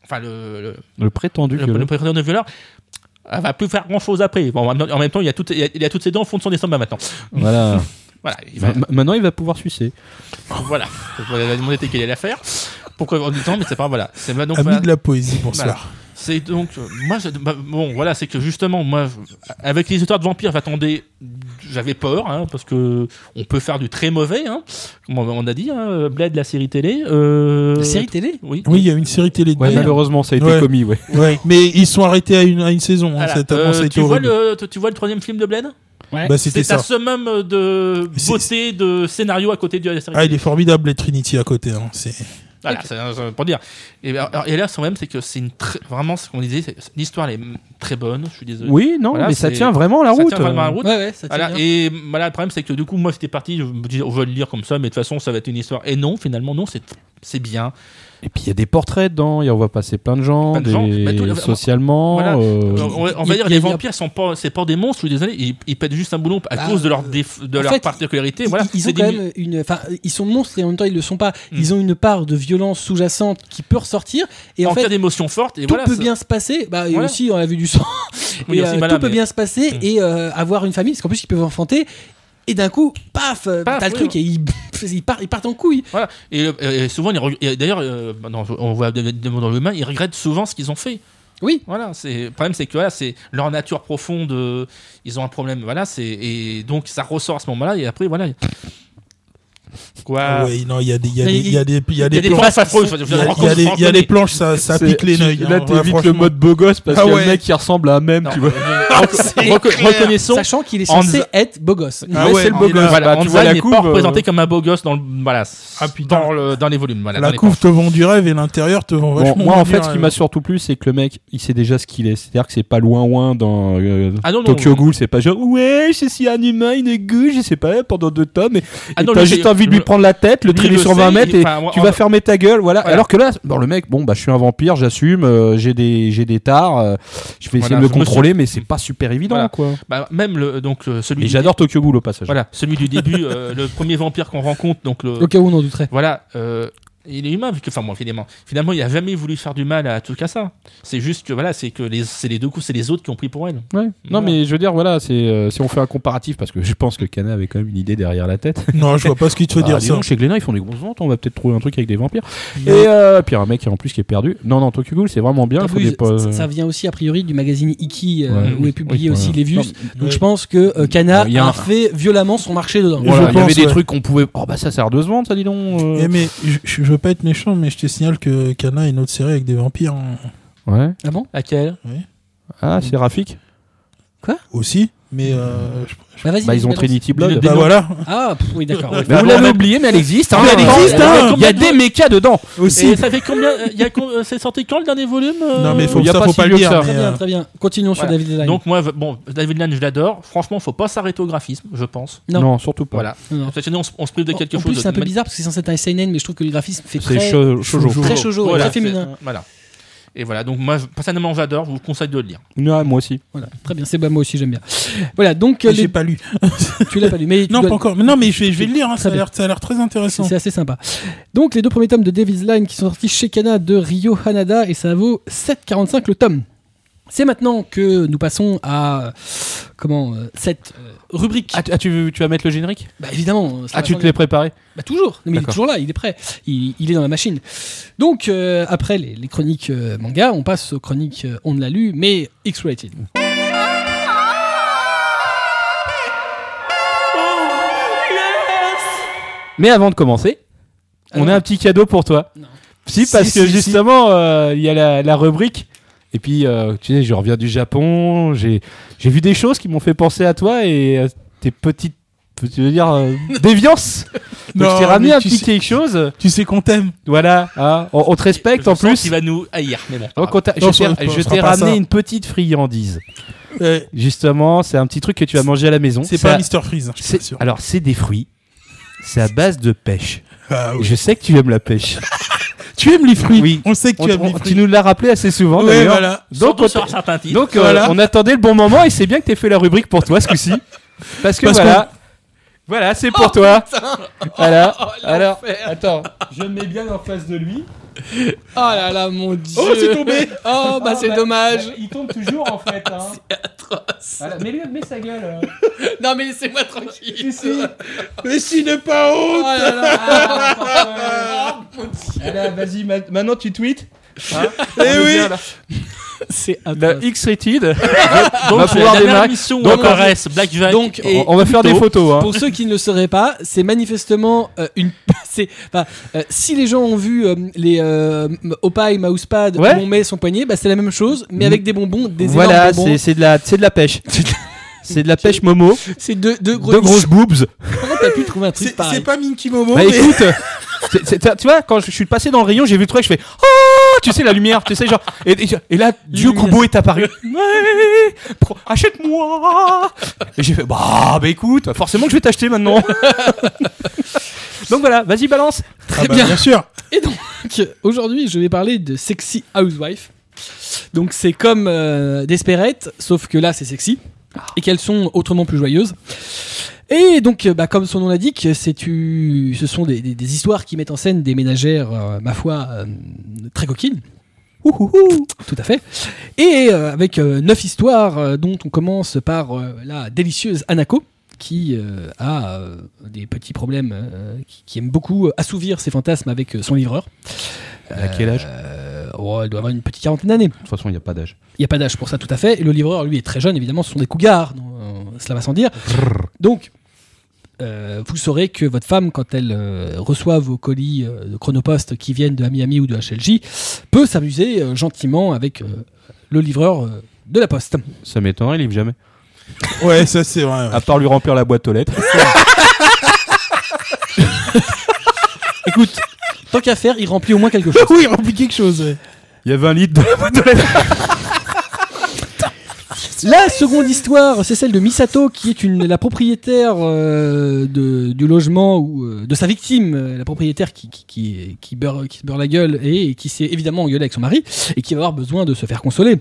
Speaker 9: Enfin, le, le,
Speaker 4: Le prétendu.
Speaker 9: le,
Speaker 4: violon.
Speaker 9: le prétendant de violeur. Elle va plus faire grand chose après. Bon, en même- en même temps, il a, toutes, il, a, il a toutes ses dents au fond de son estomac maintenant.
Speaker 4: Voilà.
Speaker 9: Voilà. Il va,
Speaker 4: Ma- Maintenant, il va pouvoir sucer.
Speaker 9: voilà. On va demander quelle est l'affaire. Pourquoi en même temps, mais c'est pas voilà. C'est donc
Speaker 5: Ami
Speaker 9: voilà.
Speaker 5: de la poésie, bonsoir.
Speaker 9: C'est donc euh, moi je- bah, bon voilà c'est que justement moi je- avec les histoires de vampires j'attendais j'avais peur hein, parce que on peut faire du très mauvais hein, comme on- on a dit hein, Blade la série télé euh,
Speaker 1: La série télé
Speaker 9: oui
Speaker 5: Oui, il y a une série télé de
Speaker 4: Ouais,
Speaker 5: deux.
Speaker 4: malheureusement, ça a été
Speaker 5: Ouais.
Speaker 4: commis, ouais.
Speaker 5: Ouais, mais ils sont arrêtés à une, à une saison. hein,
Speaker 9: Voilà.
Speaker 5: c'est tellement
Speaker 9: Euh,
Speaker 5: ça a été
Speaker 9: tu vois
Speaker 5: horrible.
Speaker 9: le tu tu vois le troisième film de Blade
Speaker 5: Bah, c'était
Speaker 9: c'est un
Speaker 5: ça.
Speaker 9: summum de
Speaker 5: C'est-
Speaker 9: beauté de scénario à côté de la série
Speaker 5: Ah,
Speaker 9: télé.
Speaker 5: il est formidable, les Trinity à côté. hein, c'est-
Speaker 9: Voilà, c'est c'est pour dire. Et, alors, et là, son problème, c'est que c'est une très- vraiment ce qu'on disait, c'est- l'histoire elle est très bonne. Je suis désolé.
Speaker 4: Oui, non,
Speaker 9: Voilà,
Speaker 4: mais ça
Speaker 9: c'est-
Speaker 4: tient vraiment la
Speaker 9: ça
Speaker 4: route. euh.
Speaker 9: tient vraiment la route.
Speaker 1: Ouais, ouais, ça tient
Speaker 9: Voilà,
Speaker 1: bien.
Speaker 9: et voilà, le problème, c'est que du coup, moi, j'étais parti, je me disais, on va le lire comme ça, mais de toute façon, ça va être une histoire. Et non, finalement, non, c'est c'est bien.
Speaker 4: Et puis, il y a des portraits dedans, il y a- on va passer plein de gens,
Speaker 9: Plein de
Speaker 4: des...
Speaker 9: gens, mais tout-
Speaker 4: socialement.
Speaker 9: Voilà.
Speaker 4: euh,
Speaker 9: Alors, on, va- on va
Speaker 1: il-
Speaker 9: dire,
Speaker 1: il y a-
Speaker 9: les
Speaker 1: il y a-
Speaker 9: vampires sont pas, c'est pas des monstres, je suis désolé, ils, ils pètent juste un boulon à
Speaker 1: Bah,
Speaker 9: cause de leur, déf- de
Speaker 1: en
Speaker 9: leur
Speaker 1: fait,
Speaker 9: particularité.
Speaker 1: Ils-
Speaker 9: voilà,
Speaker 1: ils,
Speaker 9: C'est
Speaker 1: ont
Speaker 9: des
Speaker 1: quand
Speaker 9: mi-
Speaker 1: même une. Enfin, ils sont monstres et en même temps ils le sont pas.
Speaker 9: Mm.
Speaker 1: Ils ont une part de violence sous-jacente qui peut ressortir. Et en,
Speaker 9: en
Speaker 1: fait,
Speaker 9: cas d'émotion forte, et
Speaker 1: tout
Speaker 9: voilà.
Speaker 1: peut
Speaker 9: ça-
Speaker 1: bien se passer. Bah, et
Speaker 9: Voilà.
Speaker 1: aussi, on a vu du sang.
Speaker 9: oui,
Speaker 1: Et,
Speaker 9: aussi,
Speaker 1: euh,
Speaker 9: voilà,
Speaker 1: tout peut
Speaker 9: mais-
Speaker 1: bien se passer
Speaker 9: Mm.
Speaker 1: et euh, avoir une famille, parce qu'en plus ils peuvent enfanter. Et d'un coup, paf, euh,
Speaker 9: Paf,
Speaker 1: t'as le
Speaker 9: oui,
Speaker 1: truc et ils, ils, partent, ils partent en couille.
Speaker 9: Voilà. Et, euh, et souvent, ils reg- et d'ailleurs, euh, dans- on voit des- des mots dans l'humain, ils regrettent souvent ce qu'ils ont fait.
Speaker 1: Oui.
Speaker 9: Voilà. C'est le problème, c'est que voilà, c'est leur nature profonde. euh, ils ont un problème. Voilà. C'est et donc ça ressort à ce moment-là. Et après, voilà. Quoi
Speaker 5: Ah Ouais, non, il y a des, il y a
Speaker 1: Mais
Speaker 5: des,
Speaker 1: il-
Speaker 5: il y a des, il y a
Speaker 9: Il y a
Speaker 5: des
Speaker 9: des
Speaker 5: planches.
Speaker 9: phrases affreuses.
Speaker 5: Il y a- il y a des- il y a des planches, ça, ça
Speaker 4: c'est-
Speaker 5: pique les
Speaker 4: tu-
Speaker 5: neuils.
Speaker 4: Là,
Speaker 5: hein, ouais,
Speaker 4: t'évites le
Speaker 5: franchement.
Speaker 4: mode beau gosse parce
Speaker 5: Ah
Speaker 4: qu'il y a
Speaker 5: ouais.
Speaker 4: le mec qui ressemble à un même,
Speaker 9: Non,
Speaker 4: tu vois.
Speaker 9: euh, Reco- reconnaissons,
Speaker 1: Ah, Sachant qu'il est censé
Speaker 9: Hans-
Speaker 1: être beau gosse.
Speaker 5: Ah ouais,
Speaker 4: c'est le beau
Speaker 5: il a-
Speaker 4: gosse.
Speaker 9: voilà,
Speaker 4: Bah, tu
Speaker 9: Hansa
Speaker 4: vois la
Speaker 9: n'est
Speaker 4: couve,
Speaker 9: pas
Speaker 4: euh,
Speaker 9: représenté comme un beau gosse dans le voilà,
Speaker 5: Ah, putain.
Speaker 9: dans le dans les volumes. Voilà, dans
Speaker 5: La
Speaker 9: les
Speaker 5: couve te vend du rêve et l'intérieur te vend
Speaker 4: Bon,
Speaker 5: vachement
Speaker 4: moi, en
Speaker 5: du
Speaker 4: fait,
Speaker 5: rêve.
Speaker 4: ce
Speaker 9: euh.
Speaker 4: qui m'a surtout plu, c'est que le mec, il sait déjà ce qu'il est. C'est-à-dire que c'est pas loin, loin dans euh,
Speaker 9: Ah non, non,
Speaker 4: Tokyo
Speaker 9: non.
Speaker 4: Ghoul. C'est pas genre, ouais, je sais si un humain, il est gauche, je sais pas, pendant deux tomes. Et
Speaker 9: Ah
Speaker 4: et
Speaker 9: non,
Speaker 4: t'as
Speaker 9: lui,
Speaker 4: juste
Speaker 9: c'est-
Speaker 4: envie de lui
Speaker 9: le-
Speaker 4: prendre la tête, le
Speaker 9: lui,
Speaker 4: traîner
Speaker 9: il le
Speaker 4: sur 20
Speaker 9: sait,
Speaker 4: mètres
Speaker 9: il-
Speaker 4: et
Speaker 9: enfin,
Speaker 4: tu
Speaker 9: en-
Speaker 4: vas fermer ta gueule. Voilà.
Speaker 9: Voilà.
Speaker 4: Alors que là, bon, le mec, bon, bah, je suis un vampire, j'assume, euh, j'ai des, j'ai des tares, euh, je vais
Speaker 9: Voilà,
Speaker 4: essayer de me
Speaker 9: je me
Speaker 4: contrôler, mais c'est pas super évident,
Speaker 9: Voilà.
Speaker 4: quoi.
Speaker 9: Bah, même le donc euh, celui
Speaker 4: Et
Speaker 9: du-
Speaker 4: j'adore Tokyo Ghoul au passage.
Speaker 9: voilà celui du début, euh, le premier vampire qu'on rencontre donc le
Speaker 1: Au cas où on en douterait.
Speaker 9: voilà. euh, il est humain, vu que, enfin bon, finalement, finalement, il a jamais voulu faire du mal à Tsukasa. C'est juste que voilà, c'est que les, c'est les deux coups, c'est les autres qui ont pris pour elle.
Speaker 4: Ouais. Non,
Speaker 9: Voilà.
Speaker 4: mais je veux dire, voilà, c'est, euh, si on fait un comparatif, parce que je pense que Kana avait quand même une idée derrière la tête.
Speaker 5: Non, je vois pas ce qu'il te veut
Speaker 4: Ah,
Speaker 5: dire
Speaker 4: dis
Speaker 5: ça.
Speaker 4: donc, chez Glénat, ils font des grosses ventes. On va peut-être trouver un truc avec des vampires. Et euh, puis un mec en plus qui est perdu. Non, non, Tokyo Ghoul, c'est vraiment bien.
Speaker 1: En
Speaker 4: Faut
Speaker 1: plus,
Speaker 4: des po-
Speaker 1: ça, ça vient aussi a priori du magazine Iki euh,
Speaker 4: Ouais,
Speaker 1: où
Speaker 4: oui,
Speaker 1: est publié
Speaker 4: oui,
Speaker 1: aussi
Speaker 4: voilà.
Speaker 1: les views. Donc
Speaker 5: Ouais.
Speaker 1: je pense que euh, Kana
Speaker 4: Il y a
Speaker 1: a,
Speaker 4: un-
Speaker 1: fait violemment son marché dedans.
Speaker 5: Je
Speaker 4: Voilà, il y
Speaker 5: pense,
Speaker 4: avait des
Speaker 5: ouais.
Speaker 4: trucs qu'on pouvait. Oh bah ça sert de se vendre, ça dis donc. euh.
Speaker 5: Eh, mais je, je veux pas être méchant, mais je te signale que Kana est une autre série avec des vampires hein.
Speaker 4: Ouais.
Speaker 1: Ah bon
Speaker 9: Laquelle
Speaker 4: Ah, c'est Rafik.
Speaker 5: aussi. Mais euh, je-
Speaker 1: Bah vas-y.
Speaker 4: Bah ils ont
Speaker 1: balance.
Speaker 4: Trinity Blood.
Speaker 5: bah voilà.
Speaker 1: Ah pff, oui d'accord. oui.
Speaker 4: Bah, vous l'avez oublié, mais elle existe. hein.
Speaker 5: Mais elle existe, Bah,
Speaker 9: hein.
Speaker 4: Il y a des mechas dedans.
Speaker 5: Aussi.
Speaker 9: Et ça fait combien euh, y a com- euh, C'est sorti quand le dernier volume euh
Speaker 5: Non, mais faut,
Speaker 4: il y a
Speaker 5: ça,
Speaker 4: pas
Speaker 5: faut
Speaker 4: si
Speaker 5: pas
Speaker 4: vieux
Speaker 5: le
Speaker 4: que
Speaker 5: dire.
Speaker 4: ça.
Speaker 5: mais,
Speaker 1: Très bien,
Speaker 5: euh,
Speaker 1: très bien. Continuons sur
Speaker 9: Voilà.
Speaker 1: David Line.
Speaker 9: Donc moi, v- bon, David Lane, je l'adore. Franchement, faut pas s'arrêter au graphisme, je pense.
Speaker 1: Non.
Speaker 4: Non. surtout pas.
Speaker 9: Voilà.
Speaker 1: Non, non.
Speaker 9: Parce que sinon, on se, on se prive de
Speaker 1: En-
Speaker 9: quelque
Speaker 1: en
Speaker 9: chose.
Speaker 1: plus, c'est un
Speaker 9: de-
Speaker 1: peu bizarre parce que c'est censé être un seinen, mais je trouve que le graphisme fait
Speaker 4: C'est
Speaker 1: très.
Speaker 4: cho- shoujo.
Speaker 1: Très shoujo,
Speaker 9: Voilà,
Speaker 1: très féminin.
Speaker 9: c'est- euh, Voilà. Et voilà, donc moi, je- personnellement, j'adore. Je vous conseille de le lire.
Speaker 4: Ouais, moi aussi.
Speaker 1: Voilà, très bien. C'est bah, moi aussi j'aime bien. Voilà,
Speaker 9: Ah,
Speaker 1: donc euh,
Speaker 5: J'ai
Speaker 1: les-
Speaker 5: pas lu.
Speaker 1: tu l'as pas lu, mais tu
Speaker 5: Non,
Speaker 1: dois-
Speaker 5: pas encore. Mais non, mais je vais, je vais le lire. hein,
Speaker 1: Très
Speaker 5: ça a
Speaker 1: bien.
Speaker 5: l'air- ça a l'air très intéressant.
Speaker 1: C'est assez sympa. Donc les deux premiers tomes de Devil's Line qui sont sortis chez Kana de Ryo Hanada et ça vaut 7,45 le tome. C'est maintenant que nous passons à euh, comment euh, cette euh, rubrique.
Speaker 4: Ah, tu- ah, tu, veux- tu vas mettre le générique
Speaker 1: Bah, évidemment. ça
Speaker 4: Ah,
Speaker 1: va
Speaker 4: tu te
Speaker 1: changer.
Speaker 4: l'es préparé
Speaker 1: Bah, toujours. Non, mais il est
Speaker 4: D'accord.
Speaker 1: toujours là, il est prêt. Il, il est dans la machine. Donc euh, après les, les chroniques euh, manga, on passe aux chroniques euh, on ne l'a lu mais X-rated.
Speaker 4: Mais avant de commencer,
Speaker 1: Ah
Speaker 4: on
Speaker 1: non.
Speaker 4: a un petit cadeau pour toi.
Speaker 1: Non.
Speaker 4: Si, parce que justement, euh, il y a la, la rubrique. Et puis, euh, tu sais, je reviens du Japon, j'ai j'ai vu des choses qui m'ont fait penser à toi et euh, tes petites, tu veux dire, euh, déviances. Donc,
Speaker 5: Non,
Speaker 4: je t'ai ramené
Speaker 5: mais
Speaker 4: un
Speaker 5: tu
Speaker 4: petit
Speaker 5: sais-
Speaker 4: quelque chose.
Speaker 5: Tu sais qu'on t'aime.
Speaker 4: Voilà, hein, on, on te respecte
Speaker 9: Je
Speaker 4: en
Speaker 9: sens
Speaker 4: plus.
Speaker 9: qu'il va nous haïr, mais bon.
Speaker 4: Donc, on t'a-
Speaker 5: Non,
Speaker 4: je t'ai-
Speaker 5: ça, on
Speaker 4: je
Speaker 5: fera
Speaker 4: t'ai
Speaker 5: pas
Speaker 4: ramené
Speaker 5: ça.
Speaker 4: une petite friandise.
Speaker 5: Euh,
Speaker 4: Justement, c'est un petit truc que tu vas manger à la maison.
Speaker 5: C'est
Speaker 4: Ça-
Speaker 5: pas Mister Freeze. hein, je suis
Speaker 4: c'est-
Speaker 5: pas sûr.
Speaker 4: Alors, c'est des fruits. C'est à base de pêche.
Speaker 5: Ah, oui.
Speaker 4: Je sais que tu aimes la pêche.
Speaker 5: Tu aimes les fruits.
Speaker 4: Oui.
Speaker 5: On sait que
Speaker 4: On-
Speaker 5: tu aimes
Speaker 4: on-
Speaker 5: les
Speaker 4: tu
Speaker 5: fruits.
Speaker 4: nous l'as rappelé assez souvent
Speaker 5: Ouais,
Speaker 4: d'ailleurs.
Speaker 5: voilà.
Speaker 4: Donc, on,
Speaker 9: Surtout sur certains titres.
Speaker 4: donc, euh,
Speaker 5: Voilà.
Speaker 4: on attendait le bon moment et c'est bien que t'aies fait la rubrique pour toi ce coup-ci. Parce que
Speaker 5: Parce
Speaker 4: voilà. Voilà, c'est
Speaker 9: Oh,
Speaker 4: pour toi. Euh, Voilà. Alors, attends, je me mets bien en face de lui.
Speaker 1: Oh là là mon dieu.
Speaker 4: Oh, c'est tombé.
Speaker 1: Oh bah
Speaker 4: Ah,
Speaker 1: c'est
Speaker 4: bah,
Speaker 1: dommage.
Speaker 4: bah, il tombe toujours en fait. Hein. C'est atroce. mets, mets sa gueule. hein.
Speaker 1: Non mais laissez-moi tranquille.
Speaker 4: Si, si.
Speaker 5: Mais si n'est pas
Speaker 1: Oh
Speaker 5: haut.
Speaker 1: là là.
Speaker 4: Ah, Voilà, vas-y, ma- maintenant tu tweets. Hein
Speaker 5: Eh oui.
Speaker 1: C'est
Speaker 4: La X-rated.
Speaker 9: Donc,
Speaker 4: va
Speaker 9: c'est la
Speaker 4: pouvoir des
Speaker 9: dernière
Speaker 4: marques.
Speaker 9: mission
Speaker 4: Donc,
Speaker 9: donc, Corrèze, Black Jack.
Speaker 1: Donc et
Speaker 4: On on va faire des photos. Hein.
Speaker 1: pour ceux qui ne le sauraient pas, c'est manifestement euh, une. c'est- enfin, euh, si les gens ont vu euh, les euh, Opie Mousepad
Speaker 4: Ouais. Mm.
Speaker 1: où on met son poignet, bah, c'est la même chose, mais avec des bonbons, des
Speaker 4: voilà,
Speaker 1: énormes bonbons.
Speaker 4: c'est c'est de la, c'est de la pêche. c'est de la pêche Momo.
Speaker 1: C'est deux, deux gros.
Speaker 4: Deux grosses boobs.
Speaker 1: Comment t'as pu trouver un truc
Speaker 5: C'est c'est
Speaker 1: pareil
Speaker 5: pas Minky Momo.
Speaker 4: Bah
Speaker 5: mais-
Speaker 4: écoute, c'est- c'est- tu vois, quand je suis passé dans le rayon, j'ai vu le truc, je fais Oh Tu sais, la lumière, tu sais, genre. Et, et- et là, Dieu
Speaker 1: Lumière.
Speaker 4: Kubo est apparu. Ouais pro- Achète-moi Et j'ai fait Bah, bah écoute, forcément que je vais t'acheter maintenant. Donc voilà, vas-y, balance.
Speaker 5: Ah bah, Bien sûr.
Speaker 1: Et donc, aujourd'hui, je vais parler de Sexy Housewife. Donc, c'est comme euh, Desperate, sauf que là, c'est sexy. Et qu'elles sont autrement plus joyeuses. Et donc, euh, bah, comme son nom l'indique, c'est tu- ce sont des, des- des histoires qui mettent en scène des ménagères, euh, ma foi, euh, très coquines. Ouhouhou. Tout à fait. Et euh, avec euh, neuf histoires, euh, dont on commence par euh, la délicieuse Anako, qui euh, a euh, des petits problèmes, euh, qui, qui aime beaucoup euh, assouvir ses fantasmes avec euh, son livreur.
Speaker 4: À quel âge
Speaker 1: Euh, oh, elle doit avoir une petite quarantaine d'années.
Speaker 4: De toute façon, il n'y a pas d'âge.
Speaker 1: Il n'y a pas d'âge pour ça, tout à fait. Et le livreur, lui, est très jeune, évidemment, ce sont des cougars, non, euh, cela va sans dire. Donc, euh, vous saurez que votre femme, quand elle euh, reçoit vos colis euh, de Chronopost qui viennent de Miami ou de HLJ, peut s'amuser euh, gentiment avec euh, le livreur euh, de la Poste.
Speaker 4: Ça m'étonnerait, il livre jamais.
Speaker 5: Ouais, ça c'est vrai. ouais.
Speaker 4: À part lui remplir la boîte aux lettres.
Speaker 1: Écoute, tant qu'à faire, il remplit au moins quelque chose.
Speaker 5: oui, il remplit quelque chose. ouais.
Speaker 4: Il y avait un litre de la boîte aux lettres.
Speaker 1: La seconde histoire, c'est celle de Misato, qui est une, la propriétaire euh, de, du logement ou euh, de sa victime, euh, la propriétaire qui, qui, qui, qui beurre, qui se beurre la gueule et, qui s'est évidemment engueulée avec son mari et qui va avoir besoin de se faire consoler.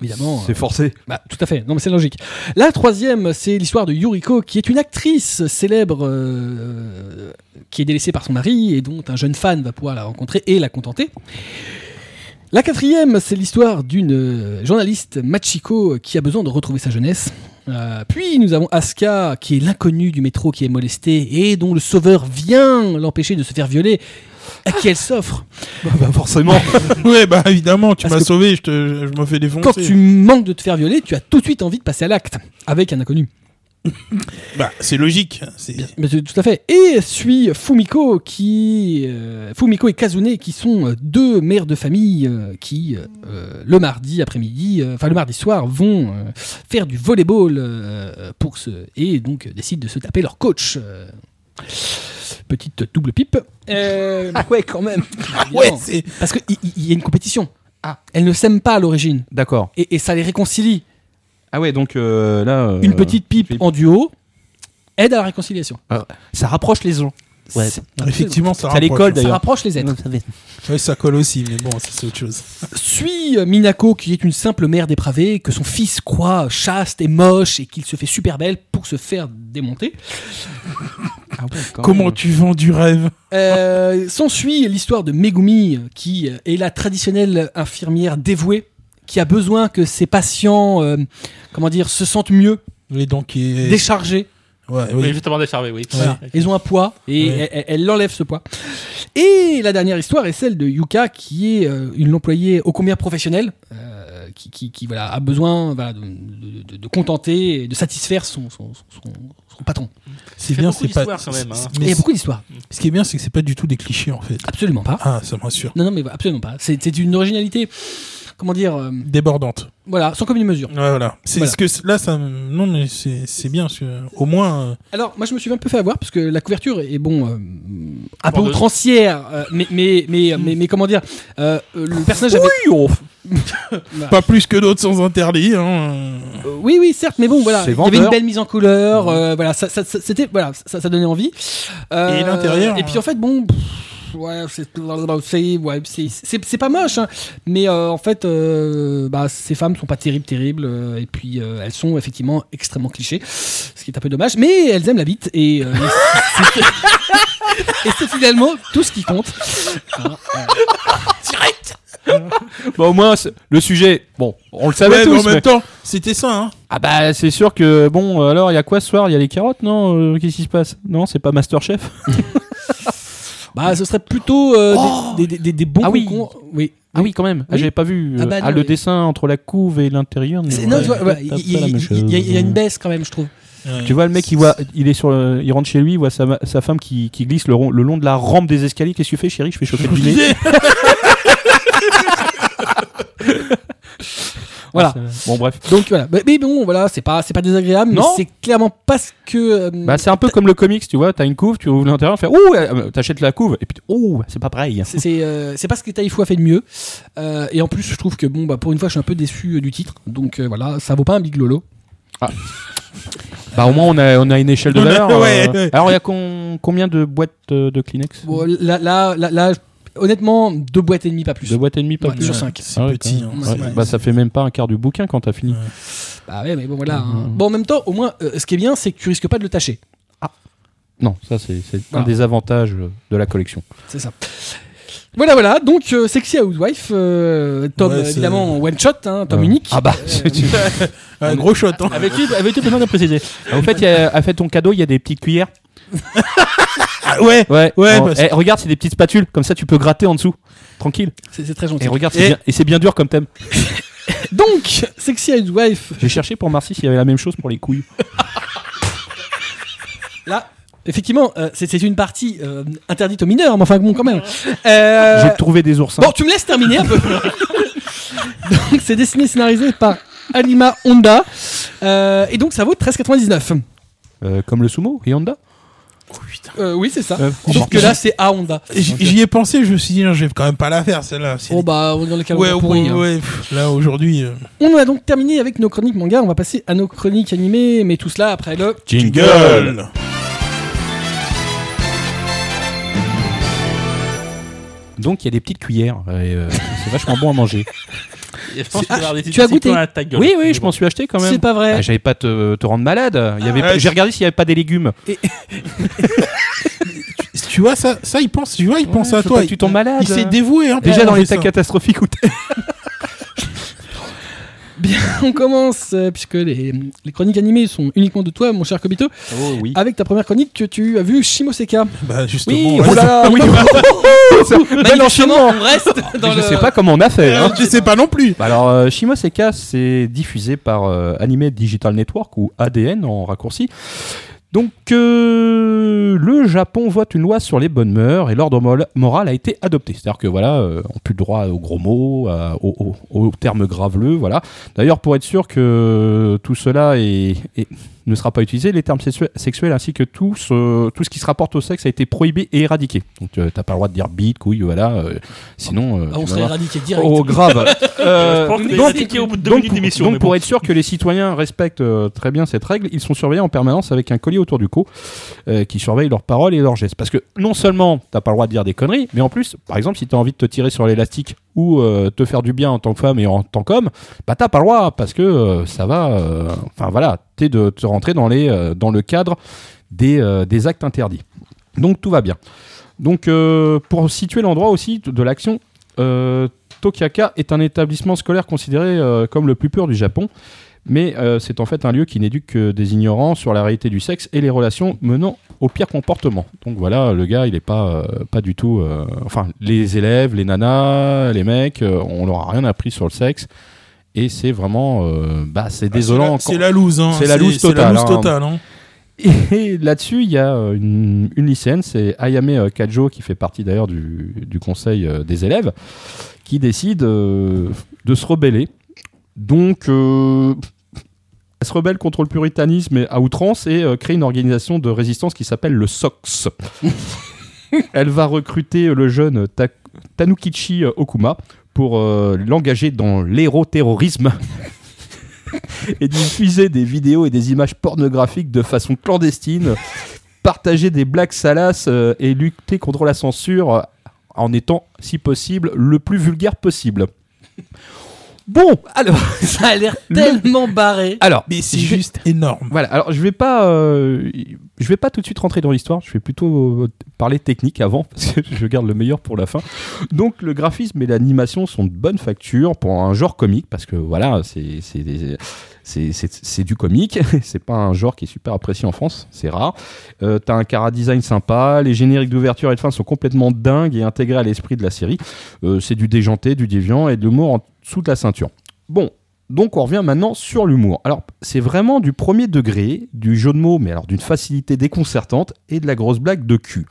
Speaker 1: Évidemment.
Speaker 4: C'est forcé.
Speaker 1: Bah, tout à fait, non mais c'est logique. La troisième, c'est l'histoire de Yuriko, qui est une actrice célèbre euh, qui est délaissée par son mari et dont un jeune fan va pouvoir la rencontrer et la contenter. La quatrième, c'est l'histoire d'une euh, journaliste Machiko qui a besoin de retrouver sa jeunesse. Euh, puis nous avons Asuka, qui est l'inconnue du métro qui est molestée et dont le sauveur vient l'empêcher de se faire violer, à qui elle s'offre.
Speaker 4: Bah forcément.
Speaker 5: Ouais, bah évidemment, tu
Speaker 1: Parce
Speaker 5: m'as
Speaker 1: que-
Speaker 5: sauvé, je, te, je me fais défoncer.
Speaker 1: Quand tu manques de te faire violer, tu as tout de suite envie de passer à l'acte avec un inconnu.
Speaker 5: Bah, c'est logique. C'est...
Speaker 1: Bien, mais tout à fait. Et suit Fumiko qui euh, Fumiko et Kazune qui sont euh, deux mères de famille euh, qui euh, le mardi après-midi, euh, enfin le mardi soir, vont euh, faire du volleyball euh, pour ce et donc euh, décident de se taper leur coach. euh. petite double pipe. Euh, ouais, quand même.
Speaker 5: Ouais, c'est...
Speaker 1: Parce qu'il y, y a une compétition. Elles ne s'aiment pas à l'origine
Speaker 4: D'accord.
Speaker 1: et, et ça les réconcilie.
Speaker 4: Ah ouais, donc euh, là. euh,
Speaker 1: Une petite pipe
Speaker 4: pipe.
Speaker 1: en duo aide à la réconciliation.
Speaker 4: Ah Ça rapproche les gens. Ouais.
Speaker 1: C'est-
Speaker 5: Effectivement, ça
Speaker 4: Ça les
Speaker 5: rapproche.
Speaker 4: colle
Speaker 1: ça
Speaker 4: d'ailleurs.
Speaker 1: rapproche les êtres.
Speaker 5: Ouais, ça colle aussi, mais bon, ça, c'est autre chose.
Speaker 1: suit euh, Minako, qui est une simple mère dépravée, que son fils croit chaste et moche et qu'il se fait super belle pour se faire démonter.
Speaker 4: Ah
Speaker 5: Comment tu vends du rêve
Speaker 1: Euh, S'ensuit l'histoire de Megumi, qui euh, est la traditionnelle infirmière dévouée, qui a besoin que ses patients, euh, comment dire, se sentent mieux,
Speaker 5: Oui, donc il est...
Speaker 1: déchargés.
Speaker 5: Ouais,
Speaker 9: Oui,
Speaker 5: oui.
Speaker 9: justement déchargé, oui.
Speaker 4: Euh,
Speaker 1: Voilà.
Speaker 9: Ouais.
Speaker 1: Ils ont un poids et
Speaker 5: Ouais.
Speaker 1: elle, elle enlève ce poids. Et la dernière histoire est celle de Yuka qui est euh, une employée ô combien professionnelle euh, qui, qui, qui, voilà, a besoin voilà, de, de- de- de contenter et de satisfaire son, son, son- son- son patron.
Speaker 5: C'est
Speaker 9: fait
Speaker 5: bien,
Speaker 9: beaucoup
Speaker 5: c'est pas.
Speaker 9: d'histoires, quand même, hein.
Speaker 5: c'est-
Speaker 1: Il y
Speaker 5: mais
Speaker 1: a beaucoup d'histoires.
Speaker 5: ce qui est bien, c'est que c'est pas du tout des clichés en fait.
Speaker 1: Absolument pas.
Speaker 5: Ah, ça me rassure.
Speaker 1: Non, non, mais absolument pas. C'est c'est une originalité, comment dire, euh,
Speaker 5: Débordante.
Speaker 1: voilà, sans commune mesure.
Speaker 5: Ouais, voilà. C'est
Speaker 1: Voilà.
Speaker 5: ce que là, ça. me- Non, mais c'est c'est bien. parce que Au moins, euh,
Speaker 1: Alors, moi, je me suis un peu fait avoir parce que la couverture est bon, euh, un peu
Speaker 9: Bordeuse.
Speaker 1: outrancière, euh, mais, mais, mais, mais, mais comment dire, euh, euh, le personnage avait-
Speaker 5: oh. pas plus que d'autres sans interdit. Hein.
Speaker 1: Euh, oui, oui, certes, mais bon, voilà,
Speaker 4: C'est
Speaker 1: il y avait une
Speaker 4: vendeur. Mmh.
Speaker 1: belle mise en couleur, euh, voilà, ça, ça- ça- c'était, voilà, ça, ça donnait envie. Euh,
Speaker 5: Et l'intérieur,
Speaker 1: Et puis en
Speaker 4: hein.
Speaker 1: fait, bon, pff, ouais, c'est, c'est- ouais, c'est- c'est- c'est pas moche, hein, mais euh, en fait, euh, bah, ces femmes sont pas terribles, terribles, euh, et puis euh, elles sont effectivement extrêmement clichés, ce qui est un peu dommage, mais elles aiment la bite et. euh, c'est- Et c'est finalement tout ce qui compte. Hein, euh,
Speaker 4: Bah, au moins, c'est- le sujet, bon, on le
Speaker 5: Ouais,
Speaker 4: savait
Speaker 5: mais
Speaker 4: tous.
Speaker 5: en même
Speaker 4: mais-
Speaker 5: temps, c'était ça. Hein.
Speaker 4: Ah bah, c'est sûr que, bon, alors, il y a quoi ce soir Il y a les carottes, non Euh, Qu'est-ce qui se passe Non, c'est pas Masterchef
Speaker 1: bah, ce serait plutôt euh, des- des, des, des bons
Speaker 4: Ah oui.
Speaker 1: concours. Oui.
Speaker 4: Ah oui, quand même. Ah,
Speaker 1: Oui.
Speaker 4: J'avais pas vu.
Speaker 1: Ah
Speaker 4: Ah,
Speaker 1: bah non,
Speaker 4: le
Speaker 1: oui.
Speaker 4: dessin entre la couve et l'intérieur.
Speaker 1: C'est-
Speaker 4: mais
Speaker 1: non,
Speaker 4: ouais,
Speaker 1: tu vois, voilà,
Speaker 4: c'est
Speaker 1: il
Speaker 4: pas
Speaker 1: y,
Speaker 4: la même
Speaker 1: il- il- il y a- il y a une
Speaker 4: chose.
Speaker 1: baisse quand même, je trouve.
Speaker 5: Ouais.
Speaker 4: Tu vois le mec, il voit, il est sur, le- il rentre chez lui, il voit sa, ma- sa femme qui, qui glisse le, ron- le long de la rampe des escaliers. Qu'est-ce que tu fais, chérie Je fais chauffer le dîner.
Speaker 1: Voilà.
Speaker 4: Bon, bref.
Speaker 1: Ah, Donc voilà, mais, mais bon, voilà, c'est pas, c'est pas désagréable,
Speaker 4: Non.
Speaker 1: mais c'est clairement pas ce que. euh,
Speaker 4: Bah, c'est un peu comme le comics, tu vois. T'as une couve, tu ouvres l'intérieur, tu fais ouh, euh, t'achètes la couve, et puis ouh, c'est pas pareil.
Speaker 1: c'est c'est, euh, c'est pas ce que Taïfou a fait de mieux. Euh, et en plus, je trouve que bon, bah pour une fois, je suis un peu déçu euh, du titre. Donc euh, voilà, ça vaut pas un big lolo.
Speaker 4: Bah, au moins, on a, on a une échelle Ah, de
Speaker 5: On a-
Speaker 4: valeur. euh.
Speaker 5: ouais, ouais.
Speaker 4: Alors, il y a con- combien de boîtes euh, de Kleenex
Speaker 1: Bon, là, là, là, là, honnêtement, deux boîtes et demie, pas plus.
Speaker 4: Deux boîtes et demie, pas
Speaker 1: Ouais,
Speaker 4: plus.
Speaker 1: sur cinq.
Speaker 5: C'est
Speaker 4: Ah ouais,
Speaker 5: petit.
Speaker 4: quand
Speaker 5: hein,
Speaker 1: même.
Speaker 5: c'est-
Speaker 4: Ouais, bah, ça fait même pas un quart du bouquin quand t'as fini.
Speaker 5: Ouais.
Speaker 1: Bah ouais, mais bon voilà. hein.
Speaker 4: Mhm.
Speaker 1: Bon, en même temps, au moins, euh, ce qui est bien, c'est que tu risques pas de le tâcher.
Speaker 4: Non, ça, c'est c'est
Speaker 1: Voilà.
Speaker 4: un des avantages euh, de la collection.
Speaker 1: C'est ça. Voilà, voilà. Donc, euh, Sexy Housewife, euh, tome
Speaker 5: Ouais,
Speaker 1: euh,
Speaker 5: c'est-
Speaker 1: évidemment one shot, hein, tome
Speaker 4: Euh,
Speaker 1: unique.
Speaker 4: Ah, bah, tu-
Speaker 5: Un gros shot. Hein.
Speaker 9: Avais-tu avais-tu besoin de préciser
Speaker 4: Ah, Au fait, il y a, a fait ton cadeau, il y a des petites cuillères.
Speaker 5: Ah, ouais.
Speaker 4: Ouais,
Speaker 5: Ouais,
Speaker 4: Alors,
Speaker 5: parce-
Speaker 4: eh, regarde, c'est des petites spatules. Comme ça, tu peux gratter en dessous. Tranquille.
Speaker 1: C'est c'est très
Speaker 4: Et
Speaker 1: gentil.
Speaker 4: regarde, c'est
Speaker 5: Et-
Speaker 4: bien, et c'est bien dur comme thème.
Speaker 1: Donc, Sexy Housewife,
Speaker 4: J'ai cherché pour Marcy s'il y avait la même chose pour les couilles.
Speaker 1: Là, effectivement, euh, c'est c'est une partie euh, interdite aux mineurs, mais enfin bon, quand même. Euh,
Speaker 4: J'ai trouvé des oursins.
Speaker 1: bon, tu me laisses terminer un peu. Donc, c'est dessiné et scénarisé par Anima Honda. Euh, et donc ça vaut 13,99.
Speaker 4: Euh, comme le sumo, et Honda
Speaker 1: Euh, oui, c'est ça.
Speaker 4: Euh,
Speaker 1: Sauf que là, c'est à Honda.
Speaker 5: J- J'y ai pensé, je me suis dit, non, je vais quand même pas la faire celle-là. Si elle
Speaker 1: Oh bah, on est dans le
Speaker 5: est-
Speaker 1: calme
Speaker 5: ouais,
Speaker 1: pourri.
Speaker 5: ouais,
Speaker 1: hein.
Speaker 5: ouais, pff, là aujourd'hui. euh,
Speaker 1: On a donc terminé avec nos chroniques manga. On va passer à nos chroniques animées, mais tout cela après le.
Speaker 5: Jingle
Speaker 4: Donc il y a des petites cuillères. et, euh, c'est vachement bon à manger.
Speaker 9: Et je pense que tu vas avoir des
Speaker 1: tu as
Speaker 9: testicules
Speaker 1: goûté
Speaker 9: à ta gueule.
Speaker 4: Oui, oui,
Speaker 9: Mais
Speaker 4: je
Speaker 9: bon.
Speaker 4: m'en suis acheté quand même.
Speaker 1: C'est pas vrai.
Speaker 4: Ah, J'avais pas te, te rendre malade. Il y avait
Speaker 5: Ah,
Speaker 4: pas-
Speaker 5: ouais,
Speaker 4: J'ai regardé s'il n'y avait pas des légumes.
Speaker 5: Tu vois, ça, ça il pense, tu vois, il pense
Speaker 4: Ouais,
Speaker 5: à
Speaker 4: faut
Speaker 5: toi.
Speaker 4: pas que
Speaker 5: il-
Speaker 4: tu tombes malade.
Speaker 5: Il s'est dévoué. Hein,
Speaker 4: Déjà
Speaker 5: pour
Speaker 4: dans
Speaker 5: manger
Speaker 4: l'état
Speaker 5: ça.
Speaker 4: catastrophique où t'es.
Speaker 1: On commence, euh, puisque les, les chroniques animées sont uniquement de toi, mon cher Kobito,
Speaker 4: Oh oui.
Speaker 1: avec ta première chronique que tu as vue, Shimoseka.
Speaker 5: Bah,
Speaker 4: Oui,
Speaker 5: justement.
Speaker 4: oh
Speaker 5: ouais,
Speaker 4: là là, oui. Ça- bel
Speaker 1: Manifestement,
Speaker 4: enchaînement.
Speaker 1: on reste dans
Speaker 4: Mais
Speaker 1: le.
Speaker 4: Je sais pas comment on a fait. hein.
Speaker 5: euh, Je sais pas non plus.
Speaker 4: Bah alors, euh, Shimoseka, c'est diffusé par euh, Anime Digital Network ou ADN en raccourci. Donc, euh, le Japon vote une loi sur les bonnes mœurs et l'ordre mol- moral a été adopté. C'est-à-dire que voilà, euh, on n'a plus le droit aux gros mots, à- aux, aux- aux termes graveleux, voilà. D'ailleurs, pour être sûr que tout cela est- est- ne sera pas utilisé, les termes sexu- sexuels ainsi que tout ce, tout ce qui se rapporte au sexe a été prohibé et éradiqué. Donc, tu t'as pas le droit de dire bite, couille, voilà. euh, sinon, euh,
Speaker 1: Ah, on
Speaker 4: tu vas
Speaker 1: serait
Speaker 4: voir.
Speaker 1: éradiqué direct.
Speaker 4: Oh, grave. Euh,
Speaker 9: Je pense que t'as
Speaker 4: donc,
Speaker 9: expliqué au bout de deux
Speaker 4: donc
Speaker 9: minutes
Speaker 4: pour,
Speaker 9: d'émission,
Speaker 4: donc
Speaker 9: mais
Speaker 4: pour
Speaker 9: bon.
Speaker 4: être sûr que les citoyens respectent euh, très bien cette règle, ils sont surveillés en permanence avec un collier autour du cou euh, qui surveille leurs paroles et leurs gestes. Parce que non seulement t'as pas le droit de dire des conneries, mais en plus, par exemple, si t'as envie de te tirer sur l'élastique ou euh, te faire du bien en tant que femme et en tant qu'homme, bah t'as pas le droit parce que euh, ça va. euh, Enfin voilà, t'es de te rentrer dans les euh, dans le cadre des, euh, des actes interdits. Donc tout va bien. Donc euh, pour situer l'endroit aussi de de l'action, euh, Tokiaka est un établissement scolaire considéré euh, comme le plus pur du Japon, mais euh, c'est en fait un lieu qui n'éduque que des ignorants sur la réalité du sexe et les relations menant au pire comportement. Donc voilà, le gars, il est pas, euh, pas du tout. euh, enfin, les élèves, les nanas, les mecs, euh, on leur a rien appris sur le sexe. Et c'est vraiment. euh, bah, c'est désolant.
Speaker 5: Ah, C'est la, c'est la loose. Hein.
Speaker 4: c'est la loose totale, hein.
Speaker 5: totale, hein.
Speaker 4: Et là-dessus, il y a euh, une, une lycéenne, c'est Ayame euh, Kajo, qui fait partie d'ailleurs du, du conseil euh, des élèves, qui décide euh, de se rebeller. Donc, euh, elle se rebelle contre le puritanisme et- à outrance et euh, crée une organisation de résistance qui s'appelle le SOX. elle va recruter le jeune Ta- Tanukichi euh, Okuma pour euh, l'engager dans l'héroterrorisme et diffuser des vidéos et des images pornographiques de façon clandestine, partager des blagues salaces euh, et lutter contre la censure euh, en étant, si possible, le plus vulgaire possible. Bon, alors,
Speaker 1: Ça a l'air tellement barré.
Speaker 4: alors
Speaker 5: Mais c'est
Speaker 4: je vais-
Speaker 5: juste énorme.
Speaker 4: Voilà, alors je vais pas, euh, je vais pas tout de suite rentrer dans l'histoire. Je vais plutôt euh, parler technique avant parce que je garde le meilleur pour la fin. Donc le graphisme et l'animation sont de bonne facture pour un genre comique parce que voilà, c'est c'est des- c'est- c'est- c'est du comique. c'est pas un genre qui est super apprécié en France, c'est rare. Euh, T'as un cara design sympa, les génériques d'ouverture et de fin sont complètement dingues et intégrés à l'esprit de la série. Euh, c'est du déjanté, du déviant et de l'humour en dessous de la ceinture. Bon, donc on revient maintenant sur l'humour. Alors c'est vraiment du premier degré, du jeu de mots, mais alors d'une facilité déconcertante et de la grosse blague de cul.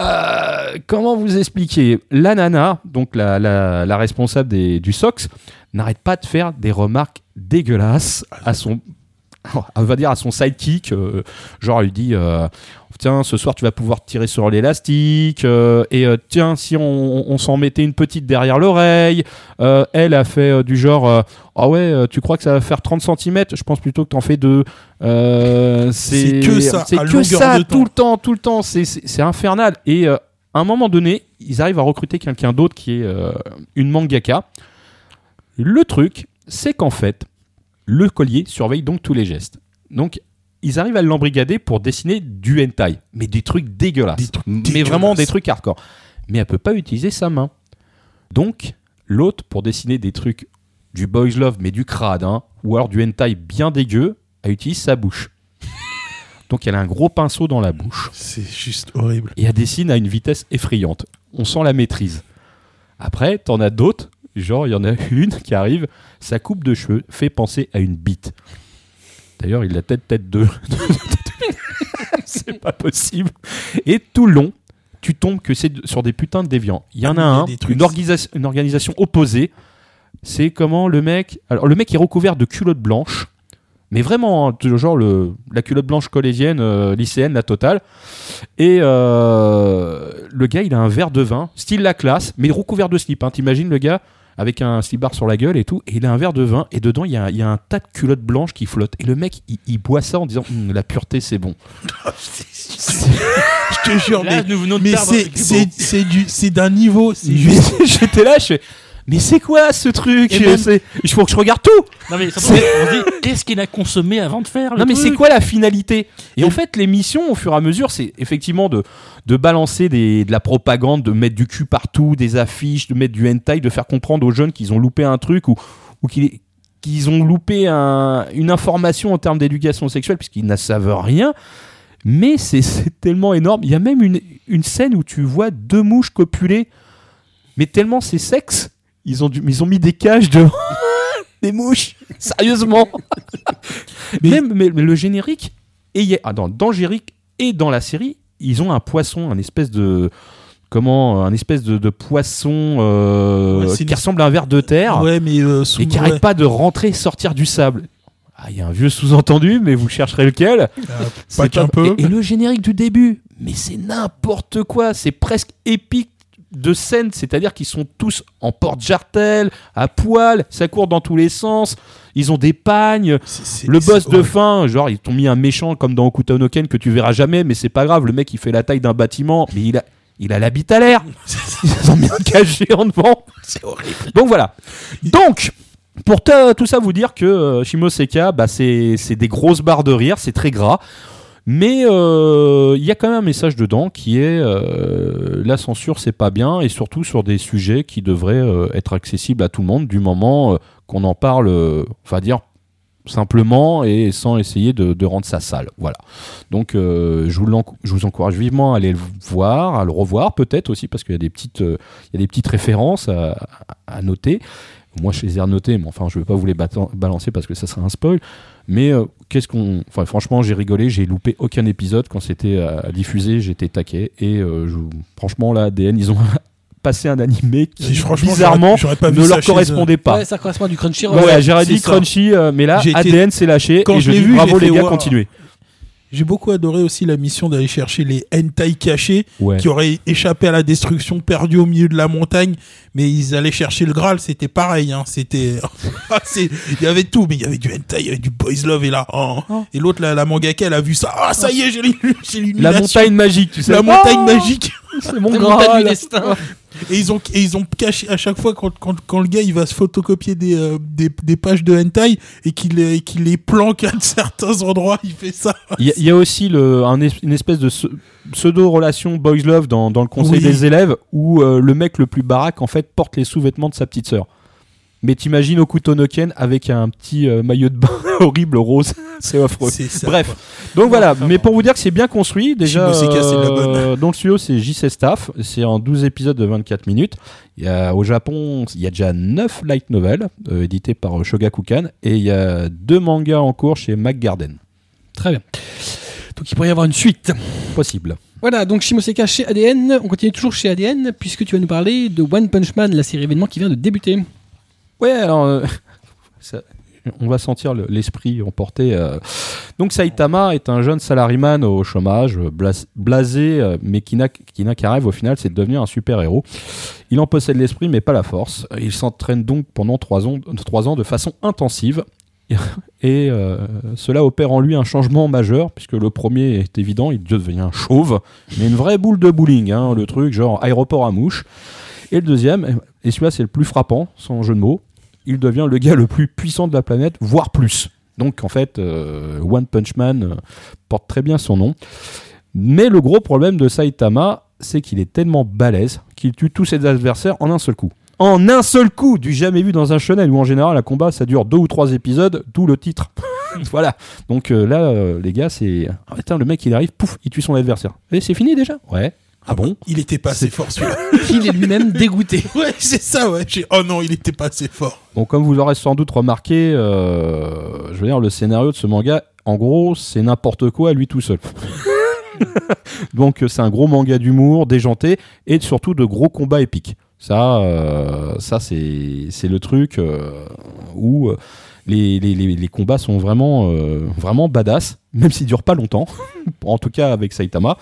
Speaker 4: Euh, comment vous expliquer La nana, donc la, la- la responsable des- du SOX, n'arrête pas de faire des remarques dégueulasses à son... On va dire à son sidekick, euh, genre elle lui dit euh, Tiens, ce soir tu vas pouvoir tirer sur l'élastique, euh, et euh, tiens, si on, on s'en mettait une petite derrière l'oreille, euh, elle a fait euh, du genre euh, ah ouais euh, tu crois que ça va faire 30 cm je pense plutôt que t'en fais deux Euh,
Speaker 5: C'est que ça,
Speaker 4: c'est
Speaker 5: à
Speaker 4: que
Speaker 5: longueur
Speaker 4: ça
Speaker 5: de
Speaker 4: tout le temps tout le temps c'est- c'est c'est infernal et euh, à un moment donné ils arrivent à recruter quelqu'un d'autre qui est euh, une mangaka le truc c'est qu'en fait le collier surveille donc tous les gestes donc ils arrivent à l'embrigader pour dessiner du hentai mais des trucs dégueulasses
Speaker 5: Des trucs
Speaker 4: mais
Speaker 5: dégueulasses.
Speaker 4: vraiment des trucs hardcore mais elle peut pas utiliser sa main donc l'autre pour dessiner des trucs du boys love mais du crade hein, ou alors du hentai bien dégueu, elle utilise sa bouche. Donc elle a un gros pinceau dans la bouche
Speaker 5: C'est juste horrible.
Speaker 4: et elle dessine à une vitesse effrayante. On sent la maîtrise. Après, t'en as d'autres, genre il y en a une qui arrive, sa coupe de cheveux fait penser à une bite. D'ailleurs, il a tête tête de. c'est pas possible. Et tout le long, tu tombes que c'est sur des putains de déviants. Il y en a
Speaker 5: Ah, il y a
Speaker 4: un,
Speaker 5: des trucs-
Speaker 4: une, organisa- une organisation opposée. C'est comment le mec. Alors, le mec est recouvert de culotte blanche. Mais vraiment, hein, le genre le, la culotte blanche collégienne, euh, lycéenne, la totale. Et euh, le gars, il a un verre de vin, style la classe, mais recouvert de slip. hein. T'imagines le gars avec un slip-bar sur la gueule et tout, et il a un verre de vin, et dedans, il y a, un- il y a un tas de culottes blanches qui flottent. Et le mec, il, il boit ça en disant Hum, La pureté, c'est bon.
Speaker 5: Je te jure, mais,
Speaker 9: Là, nous venons de
Speaker 5: mais
Speaker 9: perdre
Speaker 5: c'est-
Speaker 9: Kubo.
Speaker 5: c'est c'est du- c'est d'un niveau. C'est juste.
Speaker 4: J'étais là, je fais Mais c'est quoi ce truc
Speaker 9: Et même-
Speaker 4: C'est- Il faut que je regarde tout
Speaker 9: Eh ben, Non, mais surtout, on se dit, qu'est-ce qu'il a consommé avant de faire le
Speaker 4: Non mais
Speaker 9: truc
Speaker 4: c'est quoi la finalité Et en fait les missions au fur et à mesure c'est effectivement de, de balancer des, de la propagande, de mettre du cul partout, des affiches, de mettre du hentai, de faire comprendre aux jeunes qu'ils ont loupé un truc ou, ou qu'ils qu'ils ont loupé un- une information en termes d'éducation sexuelle puisqu'ils ne savent rien. Mais c'est- c'est tellement énorme. Il y a même une, une scène où tu vois deux mouches copuler, mais tellement c'est sexe, ils ont, dû- ils ont mis des cages de... des mouches, sérieusement
Speaker 5: Mais-
Speaker 4: même mais- mais le générique, et il y a- ah, dans, dans le générique et dans la série, ils ont un poisson, un espèce de. Comment Un espèce de, de poisson euh,
Speaker 5: Ouais, c'est une-
Speaker 4: qui ressemble à un verre de terre
Speaker 5: Ouais, mais euh, sous-
Speaker 4: et qui n'arrête
Speaker 5: ouais.
Speaker 4: pas de rentrer et sortir du sable. Ah, Il y a un vieux sous-entendu, mais vous chercherez lequel.
Speaker 5: Ah,
Speaker 4: C'est
Speaker 5: pas qu'un
Speaker 4: top.
Speaker 5: peu.
Speaker 4: Et, et le générique du début, mais c'est n'importe quoi, c'est presque épique de scène, c'est-à-dire qu'ils sont tous en porte-jartel, à poil, ça court dans tous les sens, ils ont des pagnes,
Speaker 5: C'est- c'est-
Speaker 4: le
Speaker 5: c'est
Speaker 4: boss de
Speaker 5: horrible.
Speaker 4: fin, genre ils t'ont mis un méchant comme dans Hokuto no Ken que tu verras jamais, mais c'est pas grave, le mec il fait la taille d'un bâtiment, mais il a, il a la bite à l'air. Ils ont mis un cachet en devant. C'est horrible. Donc voilà. Donc, pour te- tout ça vous dire que euh, Shimoseka, bah, c'est c'est des grosses barres de rire, c'est très gras. Mais euh, il y a quand même un message dedans qui est euh, la censure, c'est pas bien, et surtout sur des sujets qui devraient euh, être accessibles à tout le monde du moment euh, qu'on en parle, euh, on va dire simplement et sans essayer de, de rendre ça sale. Voilà. Donc euh, je, vous l'enc- je vous encourage vivement à aller le voir, à le revoir peut-être aussi parce qu'il y a des petites, euh, il y a des petites références à, à noter. Moi, je les ai renotées, mais enfin, je ne vais pas vous les bata- balancer parce que ça serait un spoil. Mais euh, qu'est-ce qu'on, enfin, franchement, j'ai rigolé, j'ai loupé aucun épisode quand c'était à, à diffuser, j'étais taqué et euh, je- franchement, là, DN, ils ont passé un animé qui
Speaker 9: Euh,
Speaker 5: Et Franchement,
Speaker 4: bizarrement
Speaker 5: j'aurais- j'aurais pas vu
Speaker 4: ne
Speaker 5: ça
Speaker 4: leur
Speaker 5: chez eux.
Speaker 4: correspondait pas.
Speaker 1: Ouais, ça correspond à du Crunchyroll.
Speaker 4: Voilà, j'aurais
Speaker 5: c'est
Speaker 4: dit
Speaker 5: ça.
Speaker 4: Crunchy, euh, mais là,
Speaker 5: J'ai été-
Speaker 4: ADN s'est lâché.
Speaker 5: Quand
Speaker 4: et
Speaker 5: je
Speaker 4: je
Speaker 5: l'ai
Speaker 4: dis
Speaker 5: vu,
Speaker 4: bravo
Speaker 5: j'ai fait,
Speaker 4: les gars,
Speaker 5: waouh.
Speaker 4: continuez.
Speaker 5: J'ai beaucoup adoré aussi la mission d'aller chercher les hentai cachés
Speaker 4: Ouais.
Speaker 5: qui auraient échappé à la destruction, perdus au milieu de la montagne, mais ils allaient chercher le Graal, c'était pareil, hein, c'était, Ah, c'est- il y avait tout, mais il y avait du hentai, il y avait du boys love et là, oh. et l'autre la, la mangaka elle a vu ça, ah ça y est j'ai l'illu- j'ai
Speaker 4: La
Speaker 5: l'illumination,
Speaker 4: montagne magique, tu sais.
Speaker 5: la
Speaker 4: Oh,
Speaker 5: montagne magique,
Speaker 4: C'est mon
Speaker 1: La
Speaker 4: Graal.
Speaker 1: montagne du destin.
Speaker 5: et ils ont et ils ont caché à chaque fois quand quand, quand le gars il va se photocopier des euh, des, des pages de hentai et qu'il les qu'il les planque à certains endroits, il fait ça.
Speaker 4: Il y, a- il y a aussi le, un es- une espèce de se- pseudo-relation boys love dans, dans le conseil
Speaker 5: Oui.
Speaker 4: des élèves où euh, le mec le plus baraque en fait porte les sous-vêtements de sa petite sœur. Mais t'imagines au couteau Noken avec un petit euh, maillot de bain horrible rose, c'est affreux.
Speaker 5: C'est ça,
Speaker 4: Bref,
Speaker 5: quoi.
Speaker 4: donc voilà,
Speaker 2: enfin
Speaker 4: mais
Speaker 2: bon.
Speaker 4: pour vous dire que c'est bien construit, déjà.
Speaker 5: Shimoseka, c'est de la bonne.
Speaker 4: euh, donc le studio, c'est JC Staff, c'est en 12 épisodes de 24 minutes. Il y a, au Japon, il y a déjà 9 light novels euh, édités par euh, Shogakukan et il y a deux mangas en cours chez McGarden.
Speaker 1: Très bien. Donc il pourrait y avoir une suite.
Speaker 4: Possible.
Speaker 1: Voilà, donc Shimoseka chez ADN. On continue toujours chez ADN puisque tu vas nous parler de One Punch Man, la série événement qui vient de débuter.
Speaker 4: Ouais, alors. euh, ça- on va sentir le- l'esprit emporté. euh. Donc, Saitama est un jeune salariman au chômage, euh, blas- blasé, euh, mais qui n'a qui n'a qu'un rêve au final, c'est de devenir un super-héros. Il en possède l'esprit, mais pas la force. Il s'entraîne donc pendant trois ans, trois ans de façon intensive. Et euh, cela opère en lui un changement majeur, puisque le premier est évident, il devient chauve, mais une vraie boule de bowling, hein, le truc genre aéroport à mouche. Et le deuxième, et celui-là c'est le plus frappant, sans jeu de mots, il devient le gars le plus puissant de la planète, voire plus. Donc en fait, euh, One Punch Man euh, porte très bien son nom. Mais le gros problème de Saitama, c'est qu'il est tellement balèze qu'il tue tous ses adversaires en un seul coup. En un seul coup, du jamais vu dans un shonen où en général un combat ça dure deux ou trois épisodes, d'où le titre. voilà. Donc euh, là, euh, les gars, c'est ah, putain, le mec il arrive, pouf, il tue son adversaire. Et c'est fini déjà Ouais. Ah bon
Speaker 5: Il était pas assez fort celui-là.
Speaker 1: Il est lui-même dégoûté.
Speaker 5: Ouais, c'est ça, ouais. J'ai- Oh non, il était pas assez fort.
Speaker 4: Bon, comme vous l'aurez sans doute remarqué, euh, je veux dire, le scénario de ce manga, en gros, c'est n'importe quoi à lui tout seul. Donc, euh, c'est un gros manga d'humour, déjanté, et surtout de gros combats épiques. Ça, euh, ça c'est c'est le truc euh, où euh, les, les, les, les combats sont vraiment, euh, vraiment badass, même s'ils durent pas longtemps, en tout cas avec Saitama.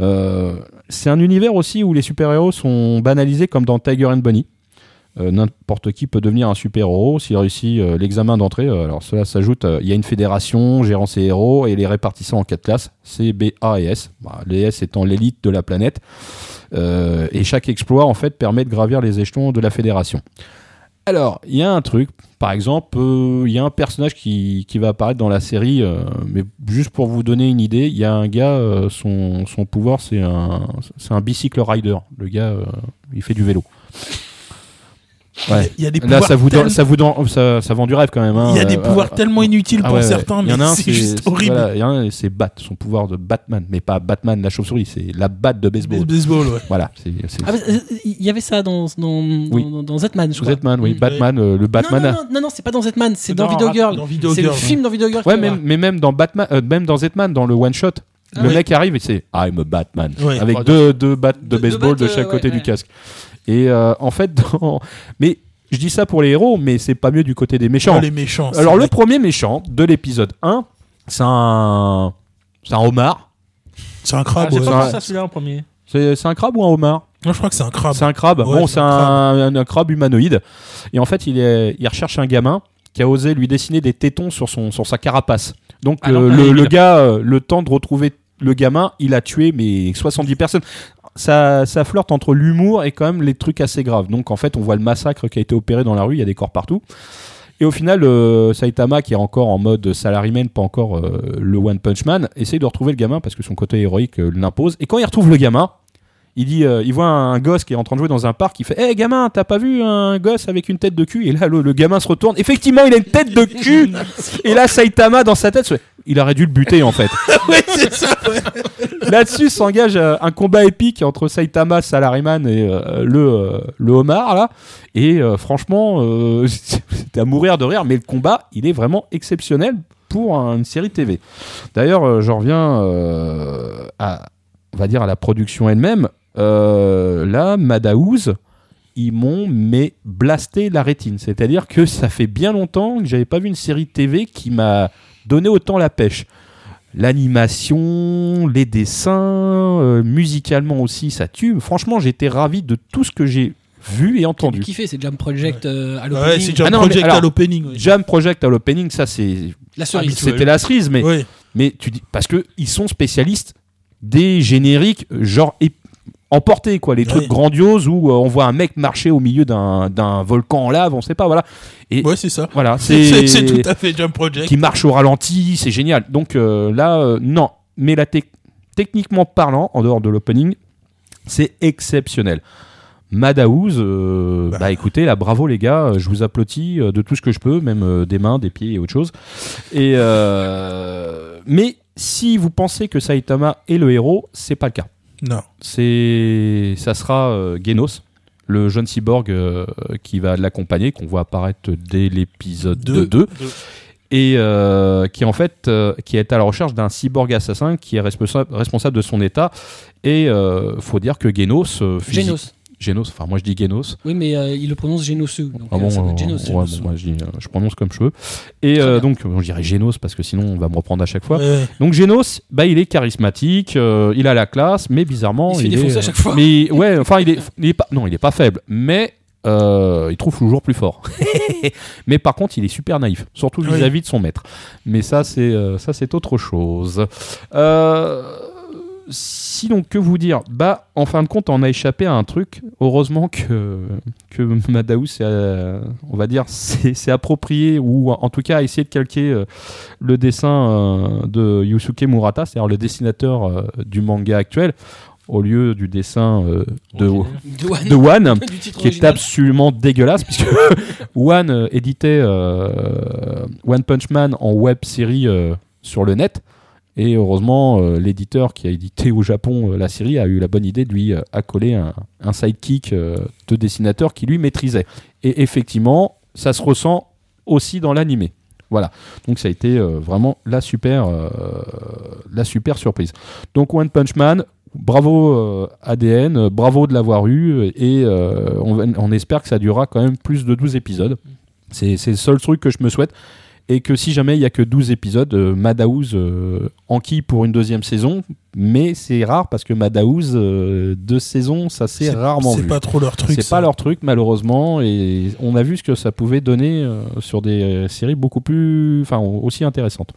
Speaker 4: Euh, c'est un univers aussi où les super-héros sont banalisés comme dans Tiger and Bunny. Euh, N'importe qui peut devenir un super-héros s'il réussit euh, l'examen d'entrée. Euh, alors cela s'ajoute, euh, il y a une fédération gérant ses héros et les répartissant en quatre classes, C, B, A et S. Bah, les S étant l'élite de la planète. Euh, et chaque exploit en fait permet de gravir les échelons de la fédération. Alors, il y a un truc, par exemple, euh, il y a un personnage qui, qui va apparaître dans la série, euh, mais juste pour vous donner une idée, il y a un gars, euh, son, son pouvoir, c'est un, c'est un bicycle rider. Le gars, euh, il fait du vélo. Ouais.
Speaker 5: Il y a des
Speaker 4: Là,
Speaker 5: pouvoirs
Speaker 4: ça vous,
Speaker 5: tellement-
Speaker 4: donne- ça, vous donne- ça, ça vend du rêve quand même. hein.
Speaker 5: Il y a des
Speaker 4: Euh,
Speaker 5: pouvoirs
Speaker 4: euh,
Speaker 5: tellement inutiles
Speaker 4: ah
Speaker 5: pour
Speaker 4: ouais, ouais.
Speaker 5: certains,
Speaker 4: Il y en a
Speaker 5: mais
Speaker 4: un,
Speaker 5: c'est juste horrible.
Speaker 4: voilà, il y en a un, c'est Bat, son pouvoir de Batman, mais pas Batman la chauve-souris, c'est la batte de
Speaker 5: Le
Speaker 4: baseball.
Speaker 5: baseball, ouais.
Speaker 4: Voilà, c'est c'est-
Speaker 1: Ah, mais, euh, Il y avait ça dans, dans,
Speaker 4: Oui.
Speaker 1: dans, dans- dans Zetman, je crois.
Speaker 4: Batman, oui,
Speaker 5: Mm.
Speaker 4: Batman, euh, le
Speaker 1: Non,
Speaker 4: Batman.
Speaker 1: Non, non, non, non, c'est pas dans Zetman, c'est dans
Speaker 5: Dans
Speaker 1: Video
Speaker 5: Rap-
Speaker 1: Girl.
Speaker 5: dans Video
Speaker 1: c'est le
Speaker 5: Girl.
Speaker 1: film dans Video Girl.
Speaker 4: Ouais,
Speaker 1: qui
Speaker 4: même,
Speaker 1: va.
Speaker 4: mais même dans Batman, euh, même dans Zetman, dans le one shot,
Speaker 1: Ah
Speaker 4: le
Speaker 1: oui.
Speaker 4: mec arrive et c'est I'm a Batman
Speaker 5: Ouais.
Speaker 4: avec
Speaker 9: Ouais,
Speaker 4: deux deux battes de
Speaker 1: Deux- deux
Speaker 4: baseball de
Speaker 1: battes,
Speaker 4: chaque
Speaker 1: euh,
Speaker 4: côté
Speaker 1: ouais,
Speaker 4: du
Speaker 1: ouais.
Speaker 4: casque. Et euh, en fait, dans... mais je dis ça pour les héros, mais c'est pas mieux du côté des méchants.
Speaker 5: Oh, les méchants.
Speaker 4: Alors
Speaker 5: c'est
Speaker 4: le premier méchant de l'épisode 1, c'est un c'est un homard.
Speaker 5: C'est un
Speaker 9: Ah,
Speaker 5: crabe.
Speaker 9: j'ai
Speaker 5: ouais.
Speaker 9: pas
Speaker 4: ça-
Speaker 9: pensé à celui-là en premier.
Speaker 4: C'est c'est un crabe ou un homard
Speaker 5: Non, je crois que c'est un crabe.
Speaker 4: C'est un crabe.
Speaker 5: Ouais,
Speaker 4: bon,
Speaker 5: c'est
Speaker 4: c'est un,
Speaker 5: un
Speaker 4: un- un crabe humanoïde. Et en fait, il, est, il recherche un gamin qui a osé lui dessiner des tétons sur, son, sur sa carapace. Donc,
Speaker 9: Ah
Speaker 4: euh,
Speaker 9: non,
Speaker 4: le,
Speaker 9: ah,
Speaker 4: le
Speaker 9: évidemment.
Speaker 4: gars, euh, le temps de retrouver le gamin, il a tué mais 70 personnes. Ça, ça flirte entre l'humour et quand même les trucs assez graves. Donc, en fait, on voit le massacre qui a été opéré dans la rue. Il y a des corps partout. Et au final, euh, Saitama, qui est encore en mode salaryman, pas encore euh, le One Punch Man, essaye de retrouver le gamin parce que son côté héroïque euh, l'impose. Et quand il retrouve le gamin, il dit, euh, il voit un, un gosse qui est en train de jouer dans un parc, il fait, hé gamin, t'as pas vu un gosse avec une tête de cul Et là, le, le gamin se retourne. Effectivement, il a une tête de cul. Et là, Saitama dans sa tête, se fait, il aurait dû le buter en fait. Là-dessus s'engage euh, un combat épique entre Saitama, Salaryman et euh, le euh, le homard là. Et euh, franchement, euh, c'était à mourir de rire, mais le combat, il est vraiment exceptionnel pour un- une série TV. D'ailleurs, euh, j'en reviens euh, à, on va dire à la production elle-même. Euh, là, Madaouz, ils m'ont mais blasté la rétine. C'est-à-dire que ça fait bien longtemps que j'avais pas vu une série TV qui m'a donné autant la pêche. L'animation, les dessins, euh, musicalement aussi, ça tue. Franchement, j'étais ravi de tout ce que j'ai vu et
Speaker 1: J'ai
Speaker 4: entendu.
Speaker 1: kiffé, c'est Jam Project euh, à
Speaker 5: Ouais,
Speaker 1: l'opening.
Speaker 5: c'est déjà
Speaker 4: Ah
Speaker 5: un
Speaker 4: non, mais
Speaker 5: project
Speaker 4: alors-
Speaker 5: à l'opening. oui.
Speaker 4: Jam Project à l'opening, ça c'est Ah,
Speaker 1: la cerise.
Speaker 5: habituel.
Speaker 4: c'était la cerise, mais
Speaker 5: Oui.
Speaker 4: mais tu dis parce que ils sont spécialistes des génériques euh, genre ép- emportés quoi, les trucs
Speaker 5: Oui.
Speaker 4: grandioses où euh, on voit un mec marcher au milieu d'un d'un volcan en lave, on sait pas voilà. Et
Speaker 5: Ouais, c'est ça.
Speaker 4: voilà,
Speaker 5: C'est
Speaker 4: c'est
Speaker 5: c'est tout à fait Jump Project.
Speaker 4: qui marche au ralenti, c'est génial. Donc euh, là euh, non, mais la tec- techniquement parlant en dehors de l'opening, c'est exceptionnel. Madhouse, euh, bah.
Speaker 5: Bah.
Speaker 4: écoutez, là bravo les gars, euh, je vous applaudis euh, de tout ce que je peux, même euh, des mains, des pieds et autre chose. Et euh, mais si vous pensez que Saitama est le héros, c'est pas le cas.
Speaker 5: Non.
Speaker 4: C'est ça sera euh, Genos, le jeune cyborg euh, qui va l'accompagner, qu'on voit apparaître dès l'épisode
Speaker 5: Deux.
Speaker 4: 2
Speaker 5: Deux.
Speaker 4: Mm. et euh, qui en fait euh, qui est à la recherche d'un cyborg assassin qui est responsable, responsable de son état et euh, faut dire que Genos euh, physi-
Speaker 1: Genos.
Speaker 4: Genos, enfin moi je dis Genos
Speaker 1: Oui, mais euh, il le prononce Genosu. Donc,
Speaker 4: Ah
Speaker 1: euh,
Speaker 4: bon,
Speaker 1: ça doit être
Speaker 4: euh,
Speaker 1: Genos.
Speaker 4: ouais,
Speaker 1: Genos.
Speaker 4: bon, moi, je, dis, euh, je prononce comme je veux et euh, donc bon, je dirais Genos parce que sinon on va me reprendre à chaque fois
Speaker 5: Ouais.
Speaker 4: donc Genos bah il est charismatique euh, il a la classe mais bizarrement
Speaker 1: Il se fait défoncer
Speaker 4: est, euh,
Speaker 1: à chaque fois.
Speaker 4: mais ouais enfin il est, il est pas non il est pas faible mais euh, il trouve toujours plus fort mais par contre il est super naïf surtout
Speaker 5: Oui.
Speaker 4: vis-à-vis de son maître mais ça c'est euh, ça c'est autre chose euh, Sinon, que vous dire Bah, en fin de compte, on a échappé à un truc. Heureusement que, que Madaou, s'est, euh, on va dire, s'est s'est approprié ou en tout cas a essayé de calquer euh, le dessin euh, de Yusuke Murata, c'est-à-dire le dessinateur euh, du manga actuel, au lieu du dessin euh, de,
Speaker 9: Original.
Speaker 1: Douane.
Speaker 4: de One
Speaker 1: Du titre
Speaker 4: qui est
Speaker 1: original.
Speaker 4: absolument dégueulasse puisque One euh, éditait euh, One Punch Man en web série euh, sur le net et heureusement euh, l'éditeur qui a édité au Japon euh, la série a eu la bonne idée de lui euh, accoler un, un sidekick euh, de dessinateur qui lui maîtrisait et effectivement ça se ressent aussi dans l'animé voilà donc ça a été euh, vraiment la super euh, la super surprise donc One Punch Man Bravo euh, ADN, euh, bravo de l'avoir eu et euh, on, va- on espère que ça durera quand même plus de 12 épisodes. C'est c'est le seul truc que je me souhaite. Et que si jamais il n'y a que 12 épisodes, euh, Madhouse euh, enquille pour une deuxième saison, mais c'est rare parce que Madhouse, euh, deux saisons, ça c'est rarement
Speaker 5: C'est
Speaker 4: vu.
Speaker 5: pas trop leur truc.
Speaker 4: C'est
Speaker 5: ça.
Speaker 4: pas leur truc malheureusement et on a vu ce que ça pouvait donner euh, sur des euh, séries beaucoup plus, enfin au- aussi intéressantes.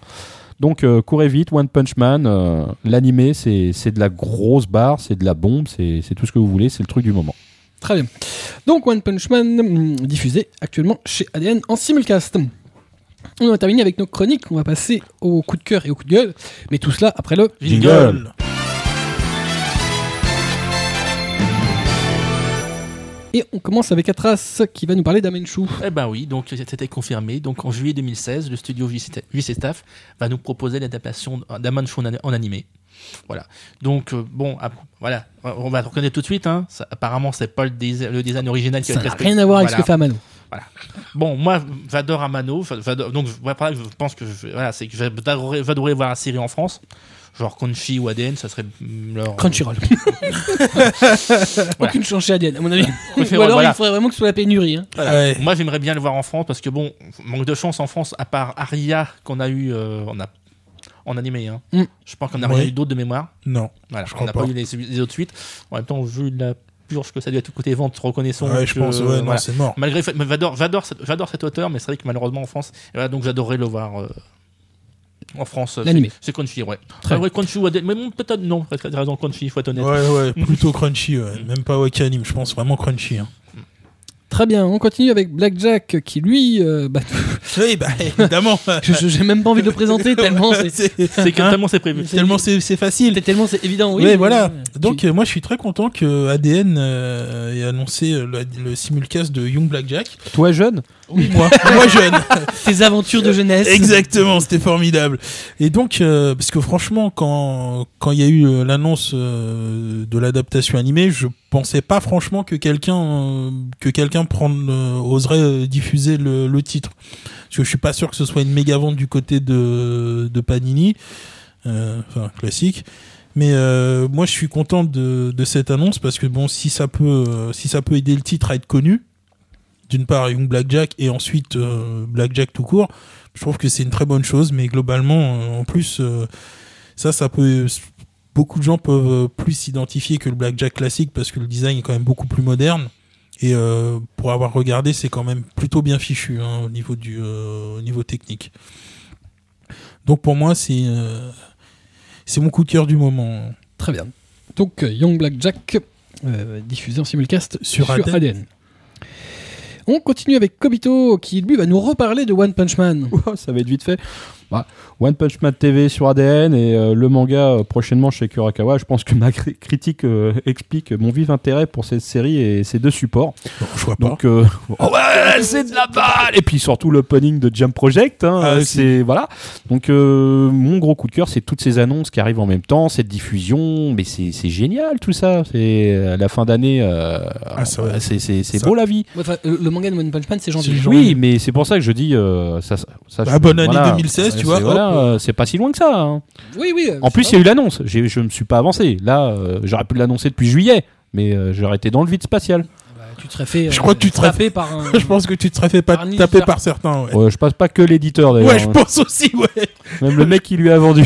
Speaker 4: Donc euh, courez vite, One Punch Man, euh, l'animé c'est c'est de la grosse barre, c'est de la bombe, c'est c'est tout ce que vous voulez, c'est le truc du moment.
Speaker 1: Très bien. Donc One Punch Man, hum, diffusé actuellement chez ADN en simulcast. On a terminé avec nos chroniques, on va passer au coup de cœur et au coup de gueule, mais tout cela après le...
Speaker 4: Jingle.
Speaker 1: Et on commence avec Atras qui va nous parler d'Amenchu.
Speaker 9: Eh ben oui, donc c'était confirmé. Donc en juillet 2016, le studio JC Staff va nous proposer l'adaptation d'Amanchu en, en animé. Voilà. Donc euh, bon, ah, voilà, on va le reconnaître tout de suite. Hein. Ça- apparemment, c'est pas le, dés- le design original qui a
Speaker 1: Ça
Speaker 9: été
Speaker 1: n'a
Speaker 9: respecté.
Speaker 1: rien à voir avec ce
Speaker 9: Voilà.
Speaker 1: que fait Amano.
Speaker 9: Bon, moi, j'adore Amano. v- j'adore- donc, voilà, par là, je pense que je- voilà, c'est que j'adorerais j'adorerais voir la série en France. Genre Crunchy ou ADN, ça serait mm, leur.
Speaker 1: Crunchyroll. Aucune chance chez ADN à mon avis. Ou
Speaker 9: Préférons,
Speaker 1: alors
Speaker 9: voilà.
Speaker 1: il faudrait vraiment que ce soit la pénurie. hein.
Speaker 5: Ouais.
Speaker 9: Moi, j'aimerais bien le voir en France parce que, bon, manque de chance en France, à part Aria qu'on a eu euh, on a, en animé. hein.
Speaker 1: Mm.
Speaker 9: Je pense qu'on n'a rien
Speaker 5: Ouais.
Speaker 9: eu d'autres de mémoire.
Speaker 5: Non.
Speaker 9: Voilà,
Speaker 5: Je
Speaker 9: on n'a
Speaker 5: crois
Speaker 9: pas
Speaker 5: pas.
Speaker 9: eu les, les autres suites. En même temps, vu la purge que ça doit être côté vente, reconnaissons.
Speaker 5: Ouais, je
Speaker 9: que,
Speaker 5: pense, ouais,
Speaker 9: euh,
Speaker 5: non,
Speaker 9: voilà.
Speaker 5: c'est mort.
Speaker 9: Malgré, fait- mais j'adore, j'adore, cet- j'adore cet auteur, mais c'est vrai que malheureusement en France, et voilà, donc j'adorerais le voir euh, en France. euh,
Speaker 1: L'animé.
Speaker 9: c'est- C'est Crunchy, ouais.
Speaker 1: Très
Speaker 9: Très vrai, Crunchy ou Adel- mais bon, peut-être non. T'as t'as raison, Crunchy, faut être
Speaker 5: Ouais,
Speaker 9: honnête.
Speaker 5: ouais, plutôt Crunchy, ouais. même pas Wakanim, je pense vraiment Crunchy. Hein.
Speaker 1: Très bien, on continue avec Blackjack qui lui... euh, bah,
Speaker 5: Oui, bah évidemment.
Speaker 1: je- je- J'ai même pas envie de le présenter tellement c'est...
Speaker 9: C'est que
Speaker 5: Hein
Speaker 9: tellement c'est prévu.
Speaker 5: tellement c'est c'est facile.
Speaker 1: Tellement c'est évident, oui.
Speaker 5: Oui, voilà.
Speaker 1: Tu-
Speaker 5: Donc euh, moi je suis très content que ADN euh, ait annoncé euh, le, le simulcast de Young Blackjack.
Speaker 4: Toi jeune,
Speaker 5: Oui, moi, moi jeune.
Speaker 1: tes aventures de jeunesse.
Speaker 5: Exactement, c'était formidable. Et donc, euh, parce que franchement, quand quand il y a eu euh, l'annonce euh, de l'adaptation animée, je pensais pas franchement que quelqu'un euh, que quelqu'un prenne, euh, oserait euh, diffuser le, le titre, parce que je suis pas sûr que ce soit une méga vente du côté de de Panini, Euh, enfin classique. Mais euh, moi, je suis content de, de cette annonce parce que bon, si ça peut euh, si ça peut aider le titre à être connu. D'une part, Young Blackjack et ensuite euh, Blackjack tout court je trouve que c'est une très bonne chose, mais globalement, euh, en plus, euh, ça, ça peut. Beaucoup de gens peuvent euh, plus s'identifier que le blackjack classique parce que le design est quand même beaucoup plus moderne. Et euh, pour avoir regardé, c'est quand même plutôt bien fichu hein, au niveau du euh, au niveau technique. Donc pour moi, c'est euh, c'est mon coup de cœur du moment.
Speaker 1: Très bien. Donc, euh, Young Black Jack, euh, diffusé en simulcast sur,
Speaker 5: Sur
Speaker 1: ADN.
Speaker 5: ADN.
Speaker 1: On continue avec Kobito qui lui va nous reparler de One Punch Man.
Speaker 4: Ouah, ça va être vite fait. Bah, One Punch Man TV sur ADN et euh, le manga euh, prochainement chez Kurakawa. Je pense que ma cri- critique euh, explique mon vif intérêt pour cette série et ses deux supports.
Speaker 5: Bon, je vois pas.
Speaker 4: Donc, euh, oh ouais, c'est de la balle Et puis surtout l'opening de Jump Project, hein,
Speaker 5: Ah,
Speaker 4: euh,
Speaker 5: si.
Speaker 4: c'est voilà. Donc euh, mon gros coup de cœur, c'est toutes ces annonces qui arrivent en même temps, cette diffusion, mais c'est c'est génial tout ça. C'est euh, la fin d'année, euh,
Speaker 5: Ah, ça va.
Speaker 4: c'est- c'est c'est
Speaker 5: Ça-
Speaker 4: beau la vie.
Speaker 1: Ouais, enfin, euh, le, le manga de One Punch Man, c'est
Speaker 5: C'est
Speaker 1: gentil. euh,
Speaker 5: gentil.
Speaker 4: Oui, mais c'est pour ça que je dis euh, ça. ça
Speaker 5: Bah,
Speaker 4: je-
Speaker 5: bonne année 2016, tu
Speaker 4: C'est-
Speaker 5: vois,
Speaker 4: voilà,
Speaker 5: hop.
Speaker 4: euh, c'est pas si loin que ça. hein.
Speaker 1: Oui, oui. euh,
Speaker 4: En
Speaker 1: c'est
Speaker 4: plus,
Speaker 1: pas-
Speaker 4: il y a eu l'annonce. J'ai- Je me suis pas avancé. Là, euh, j'aurais pu l'annoncer depuis juillet, mais euh, j'aurais été dans le vide spatial.
Speaker 1: bah, tu te refais.
Speaker 5: Je crois que tu te
Speaker 1: frappé par un.
Speaker 5: je pense que tu te serais fait pas
Speaker 1: Par Ninja.
Speaker 5: taper par certains. Ouais,
Speaker 4: Euh, je passe pas que l'éditeur d'ailleurs. hein.
Speaker 5: ouais je pense aussi. Ouais,
Speaker 4: Même le mec qui lui a vendu.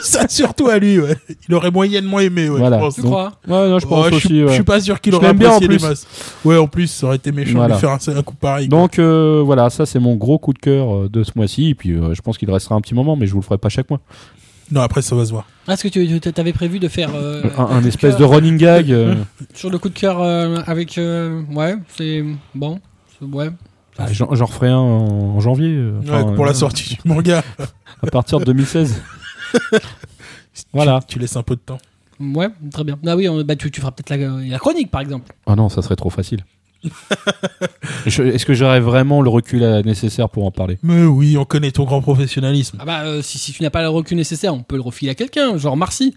Speaker 5: ça surtout à lui. Ouais, il aurait moyennement aimé. Ouais,
Speaker 4: Voilà.
Speaker 5: je pense.
Speaker 1: Tu
Speaker 4: Donc,
Speaker 1: crois
Speaker 4: Ouais, non, je pense
Speaker 5: Ouais,
Speaker 4: aussi.
Speaker 5: suis-
Speaker 4: ouais.
Speaker 5: suis pas sûr qu'il
Speaker 4: Je
Speaker 5: aurait
Speaker 4: l'aime bien, en
Speaker 5: apprécié les
Speaker 4: plus.
Speaker 5: masses. Ouais, en plus, ça aurait été méchant de
Speaker 4: Voilà.
Speaker 5: lui faire un, un coup pareil.
Speaker 4: Donc euh, voilà, ça c'est mon gros coup de cœur euh, de ce mois-ci. Et puis euh, je pense qu'il restera un petit moment, mais je vous le ferai pas chaque mois.
Speaker 5: Non, après, ça va se voir.
Speaker 1: Ah, Est-ce que tu tu- t'avais prévu de faire. euh,
Speaker 4: Un, un
Speaker 1: coup
Speaker 4: espèce de
Speaker 1: cœur-
Speaker 4: running gag. euh,
Speaker 1: Sur le coup de cœur euh, avec. euh, ouais, c'est. Bon. c'est- Ouais.
Speaker 4: bah, J'en j'en referai un en, en janvier. euh,
Speaker 5: Ouais,
Speaker 4: enfin,
Speaker 5: pour
Speaker 4: euh,
Speaker 5: la sortie du manga.
Speaker 4: À partir de 2016. voilà.
Speaker 5: Tu laisses un peu de temps.
Speaker 1: Ouais, très bien. Ah oui, on- bah, tu, tu feras peut-être la, la chronique par exemple.
Speaker 4: Ah non, ça serait trop facile. Je- Est-ce que j'aurais vraiment le recul euh, nécessaire pour en parler
Speaker 5: Mais oui, on connaît ton grand professionnalisme.
Speaker 1: Ah bah, euh, si, si tu n'as pas le recul nécessaire, on peut le refiler à quelqu'un, genre Marcy.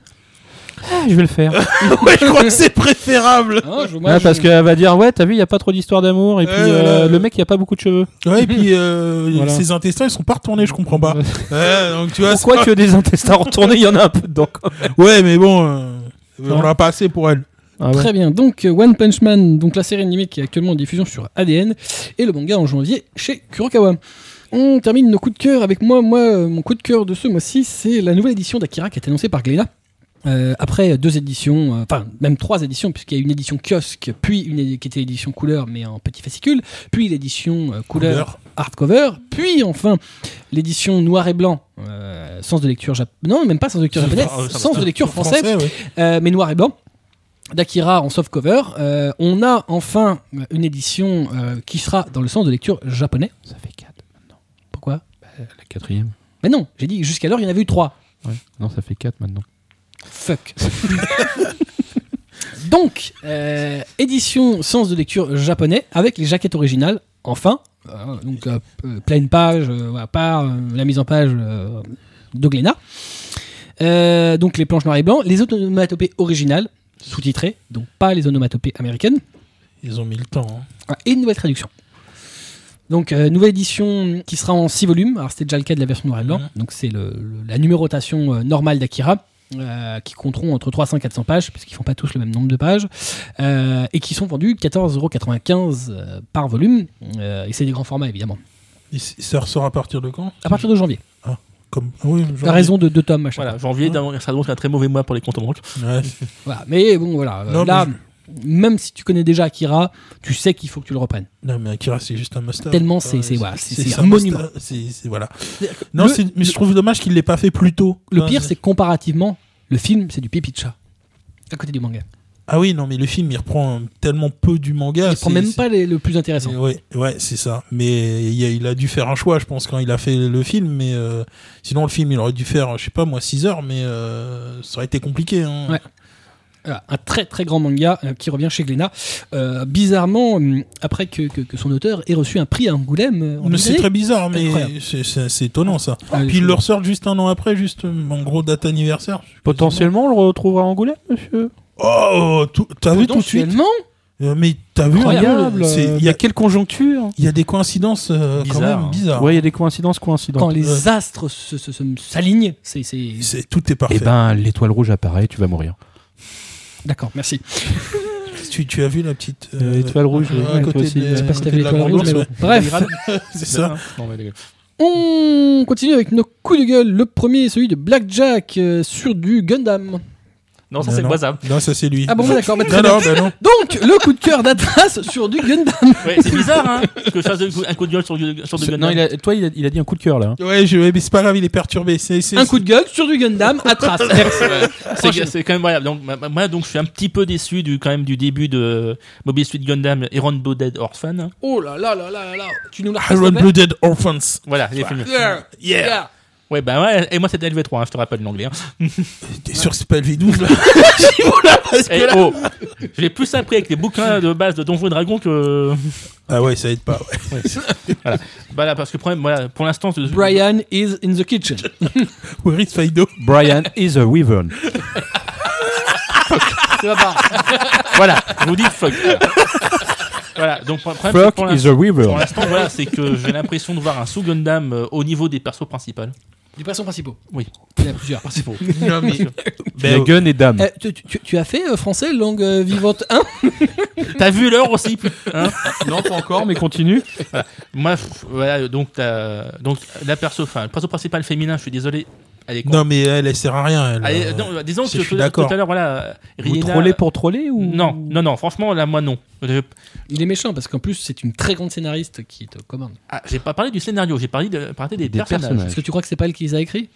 Speaker 4: Ah, Je vais le faire.
Speaker 5: ouais, je crois que c'est préférable.
Speaker 1: Hein, je- moi, je-
Speaker 4: Ah, parce qu'elle va dire Ouais, t'as vu, il n'y a pas trop d'histoire d'amour, et puis
Speaker 5: Euh,
Speaker 4: euh, le mec, il n'y a pas beaucoup de cheveux.
Speaker 5: Ouais, et puis euh,
Speaker 4: Voilà.
Speaker 5: ses intestins, ils sont pas retournés, je comprends pas. Ouais, donc tu vois, c'est
Speaker 4: Pourquoi
Speaker 5: pas-
Speaker 4: que des intestins retournés, il y en a un peu dedans quand même. Ah
Speaker 5: ouais mais bon. euh, On l'a pas assez pour elle.
Speaker 1: Très bien. Donc, euh, One Punch Man, donc la série animée qui est actuellement en diffusion sur ADN, et le manga en janvier chez Kurokawa. On termine nos coups de cœur avec moi. Moi, euh, mon coup de cœur de ce mois-ci, c'est la nouvelle édition d'Akira qui a été annoncée par Glénat. Euh, après deux éditions, euh, enfin même trois éditions, puisqu'il y a une édition kiosque, puis une édi- qui était l'édition couleur mais en petit fascicule, puis l'édition euh, couleur
Speaker 5: Couleur.
Speaker 1: hardcover, puis enfin l'édition noir et blanc, euh, sens de lecture japonaise, non même pas sens de lecture japonaise,
Speaker 5: Ah, ouais, ça
Speaker 1: sens
Speaker 5: va.
Speaker 1: de lecture français,
Speaker 5: ouais.
Speaker 1: euh, mais noir et blanc d'Akira en soft cover. Euh, on a enfin une édition euh, qui sera dans le sens de lecture japonais.
Speaker 4: Ça fait 4 maintenant.
Speaker 1: Pourquoi
Speaker 4: La quatrième
Speaker 1: Mais non, j'ai dit jusqu'alors il y en avait eu trois.
Speaker 4: Ouais. Non, ça fait 4 maintenant.
Speaker 1: Fuck. Donc, euh, édition sens de lecture japonais avec les jaquettes originales, enfin. Euh, donc, euh, euh, pleine page, euh, à part euh, la mise en page euh, d'Oglena. Euh, donc, les planches noires et blancs, les onomatopées originales, sous-titrées, donc pas les onomatopées américaines.
Speaker 5: Ils ont mis le temps. hein.
Speaker 1: Ah, et une nouvelle traduction. Donc, euh, nouvelle édition qui sera en 6 volumes. Alors, c'était déjà le cas de la version noir et blanc.
Speaker 5: Mhm.
Speaker 1: Donc, c'est le- le- la numérotation euh, normale d'Akira. euh, qui compteront entre 300 et 400 pages, puisqu'ils font pas tous le même nombre de pages, euh, et qui sont vendus 14,95€ euh, par volume, euh, et c'est des grands formats évidemment,
Speaker 5: Et c- ça ressort à partir de quand Ah,
Speaker 1: à partir de janvier.
Speaker 5: Comme... Oui,
Speaker 1: La raison de deux tomes à chaque
Speaker 9: Voilà, janvier, d'un- ça donc un très mauvais mois pour les comptes en banque.
Speaker 5: Ouais.
Speaker 1: fois. Voilà. Mais bon, voilà, euh,
Speaker 5: Non,
Speaker 1: là,
Speaker 5: mais
Speaker 1: même si tu connais déjà Akira, tu sais qu'il faut que tu le reprennes.
Speaker 5: Non, mais Akira, c'est juste un must-have.
Speaker 1: Tellement c'est-
Speaker 5: Ouais,
Speaker 1: c'est- voilà, c'est- c'est
Speaker 5: c'est
Speaker 1: un monument. euh,
Speaker 5: must-have. C'est- c'est- voilà. Non,
Speaker 1: Le-
Speaker 5: c'est- mais je trouve dommage qu'il l'ait pas fait plus tôt.
Speaker 1: Le
Speaker 5: Ouais,
Speaker 1: pire, c'est que comparativement, le film, c'est du pipi de chat, à côté du manga.
Speaker 5: Ah oui, non, mais le film, il reprend tellement peu du manga.
Speaker 1: Il prend
Speaker 5: c'est-
Speaker 1: même
Speaker 5: c'est-
Speaker 1: pas les- le plus intéressant.
Speaker 5: Ouais, ouais, c'est ça. Mais il a, il a dû faire un choix, je pense, quand il a fait le film. Mais euh, sinon, le film, il aurait dû faire, je sais pas moi, 6 heures, mais euh, ça aurait été compliqué. Hein.
Speaker 1: Ouais. Voilà, Ah, un très très grand manga euh, qui revient chez Glénat. Euh, bizarrement, hum, après que, que- que son auteur ait reçu un prix à Angoulême, euh, en
Speaker 5: Mais
Speaker 1: début
Speaker 5: c'est
Speaker 1: d'année.
Speaker 5: très bizarre,
Speaker 1: Incroyable.
Speaker 5: mais c'est- c'est c'est étonnant ça.
Speaker 1: Ah,
Speaker 5: Puis
Speaker 1: je-
Speaker 5: ils le ressortent juste un an après, juste euh, en gros date anniversaire.
Speaker 4: Potentiellement, on le retrouvera à Angoulême, monsieur
Speaker 5: Oh, tout- t'as vu tout de suite
Speaker 1: Potentiellement,
Speaker 5: Euh, Mais t'as vu
Speaker 4: Incroyable
Speaker 5: c'est-
Speaker 4: euh,
Speaker 5: Il y, a-
Speaker 4: quelle conjoncture
Speaker 5: il y a des coïncidences euh, quand
Speaker 9: Bizarre,
Speaker 5: même
Speaker 9: hein.
Speaker 5: bizarres.
Speaker 4: Ouais, il y a des coïncidences, coïncidences.
Speaker 1: quand les
Speaker 5: euh,
Speaker 1: astres se- se- se- s'alignent, c'est. c'est-
Speaker 5: C'est- Tout est parfait.
Speaker 4: Eh ben, l'étoile rouge apparaît, tu vas mourir.
Speaker 1: D'accord, merci.
Speaker 5: tu, tu as vu la petite
Speaker 4: Euh, étoile rouge,
Speaker 5: euh,
Speaker 4: ouais,
Speaker 5: à
Speaker 4: toi
Speaker 5: côté
Speaker 4: aussi.
Speaker 5: de-
Speaker 4: Je sais
Speaker 5: à
Speaker 4: pas
Speaker 1: Parce que
Speaker 5: côté
Speaker 1: t'avais
Speaker 5: de la
Speaker 1: l'étoile
Speaker 5: grande
Speaker 1: rouge, mais
Speaker 5: ours,
Speaker 1: bon. Bref,
Speaker 5: ouais. C'est ça.
Speaker 9: Non,
Speaker 4: bah,
Speaker 9: mais les gars.
Speaker 1: on continue avec nos coups de gueule. Le premier, celui de Blackjack euh, sur du Gundam.
Speaker 9: Non, ça
Speaker 5: Non,
Speaker 9: c'est
Speaker 5: non.
Speaker 9: WhatsApp.
Speaker 5: Non, ça c'est lui.
Speaker 1: Ah bon, bah, d'accord, bah, très
Speaker 5: Non, non,
Speaker 1: bien.
Speaker 5: bah non.
Speaker 1: Donc, le coup de cœur d'Atlas sur du Gundam.
Speaker 9: Ouais, c'est bizarre, hein Que je fasse un coup de gueule sur, sur de
Speaker 4: Non, il a- toi, il a, il a dit un coup de cœur
Speaker 9: hein.
Speaker 4: là.
Speaker 5: Ouais, je, mais c'est pas grave, il est perturbé. C'est, c'est,
Speaker 1: Un coup de gueule sur du Gundam, Atlas. Merci.
Speaker 9: C'est c'est quand même variable. Donc, ma- ma- moi, donc, je suis un petit peu déçu du, quand même, du début de Mobile Suit Gundam et Rainbow Dead Orphan.
Speaker 1: Oh là là là là là là. Tu nous l'as
Speaker 5: Iron Blooded Orphans.
Speaker 9: Voilà, les films.
Speaker 1: Yeah,
Speaker 5: Yeah.
Speaker 1: yeah.
Speaker 9: Ouais, bah ouais, et moi, c'était LV3, hein, je te rappelle l'anglais. hein.
Speaker 5: T'es sûr que c'est pas le V12 là Voilà, parce que
Speaker 9: Eh,
Speaker 5: là-
Speaker 9: oh J'ai plus appris avec les bouquins de base de Donjons et Dragons que.
Speaker 5: Ah ouais, ça aide pas. ouais.
Speaker 9: Voilà, Bah parce que problème, voilà, pour l'instant. je-
Speaker 1: Brian is in the kitchen.
Speaker 5: Where is Fido
Speaker 4: Brian is a wyvern.
Speaker 1: C'est ma part.
Speaker 9: Voilà, je vous dites fuck. Voilà. Voilà, donc pour- problème, c'est que
Speaker 4: Fuck
Speaker 9: pour
Speaker 4: is
Speaker 9: l'instant-
Speaker 4: a
Speaker 9: pour
Speaker 4: wyvern.
Speaker 9: l'instant, voilà, c'est que j'ai l'impression de voir un sous Gundam euh, au niveau des persos principaux.
Speaker 1: Des personnages principaux.
Speaker 9: Oui.
Speaker 1: Il
Speaker 9: Bah,
Speaker 1: y en a plusieurs.
Speaker 9: Principaux.
Speaker 5: Non, mais.
Speaker 9: Ben,
Speaker 4: Le gun et dame.
Speaker 1: Euh, tu, tu- tu as fait euh, français langue euh, vivante 1
Speaker 9: T'as vu l'heure aussi hein
Speaker 4: Non, pas encore, mais continue.
Speaker 9: Moi, je- voilà, donc, t'as- donc la perso, enfin, le perso principal féminin, je suis désolé, elle est con.
Speaker 5: Non, mais elle, elle sert à rien. Elle,
Speaker 9: Elle est-
Speaker 5: euh,
Speaker 9: Ah, non, disons que
Speaker 5: je suis
Speaker 9: tout,
Speaker 5: d'accord.
Speaker 9: tout à l'heure, voilà,
Speaker 4: Vous
Speaker 9: Rihanna-
Speaker 4: trollez pour troller ou
Speaker 9: Non, non, non, franchement, là, moi, non. Je-
Speaker 1: Il est méchant parce qu'en plus, c'est une très grande scénariste qui te commande.
Speaker 9: ah, J'ai pas parlé du scénario, j'ai parlé, de, parlé des,
Speaker 4: Des
Speaker 9: personnages.
Speaker 4: personnages.
Speaker 1: Est-ce que tu crois que c'est pas elle qui les a écrits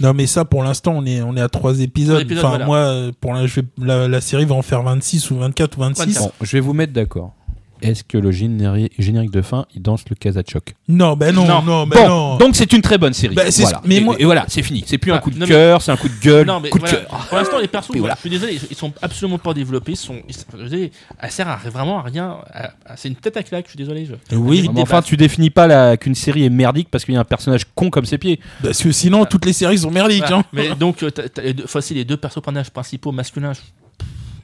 Speaker 5: Non, mais ça, pour l'instant, on est, on est à 3 épisodes.
Speaker 9: Trois épisodes,
Speaker 5: enfin,
Speaker 9: voilà.
Speaker 5: moi, euh, pour la, je vais- la, la série va en faire 26 ou 24 ou 26.
Speaker 9: 24.
Speaker 4: Bon, je vais vous mettre d'accord. Est-ce que le généri- générique de fin, il danse le Kazachok
Speaker 5: Non, ben non, non, ben
Speaker 4: Bon,
Speaker 5: non.
Speaker 4: donc c'est une très bonne série.
Speaker 5: Bah, c'est-
Speaker 4: Voilà.
Speaker 5: mais
Speaker 4: et,
Speaker 5: moi-
Speaker 4: et voilà, c'est fini. C'est plus
Speaker 9: Ah,
Speaker 4: un coup de
Speaker 9: non, mais-
Speaker 4: cœur, c'est un coup de gueule,
Speaker 9: Non, mais
Speaker 4: coup de
Speaker 9: voilà,
Speaker 4: cœur.
Speaker 9: pour l'instant, les persos,
Speaker 4: Et voilà.
Speaker 9: je suis désolé, ils sont absolument pas développés. Ils sont, ils, je veux dire, elles servent à- vraiment à rien. à- à- C'est une tête à claque, je suis désolé. je-
Speaker 5: Oui,
Speaker 9: Vite
Speaker 4: Euh, Mais enfin,
Speaker 9: débat.
Speaker 4: tu définis pas la- qu'une série est merdique parce qu'il y a un personnage con comme ses pieds.
Speaker 5: parce que sinon, toutes les séries sont merdiques.
Speaker 9: Voilà. euh,
Speaker 5: hein.
Speaker 9: Mais donc, euh, t'as- t'as les deux- voici les deux personnages principaux masculins. je-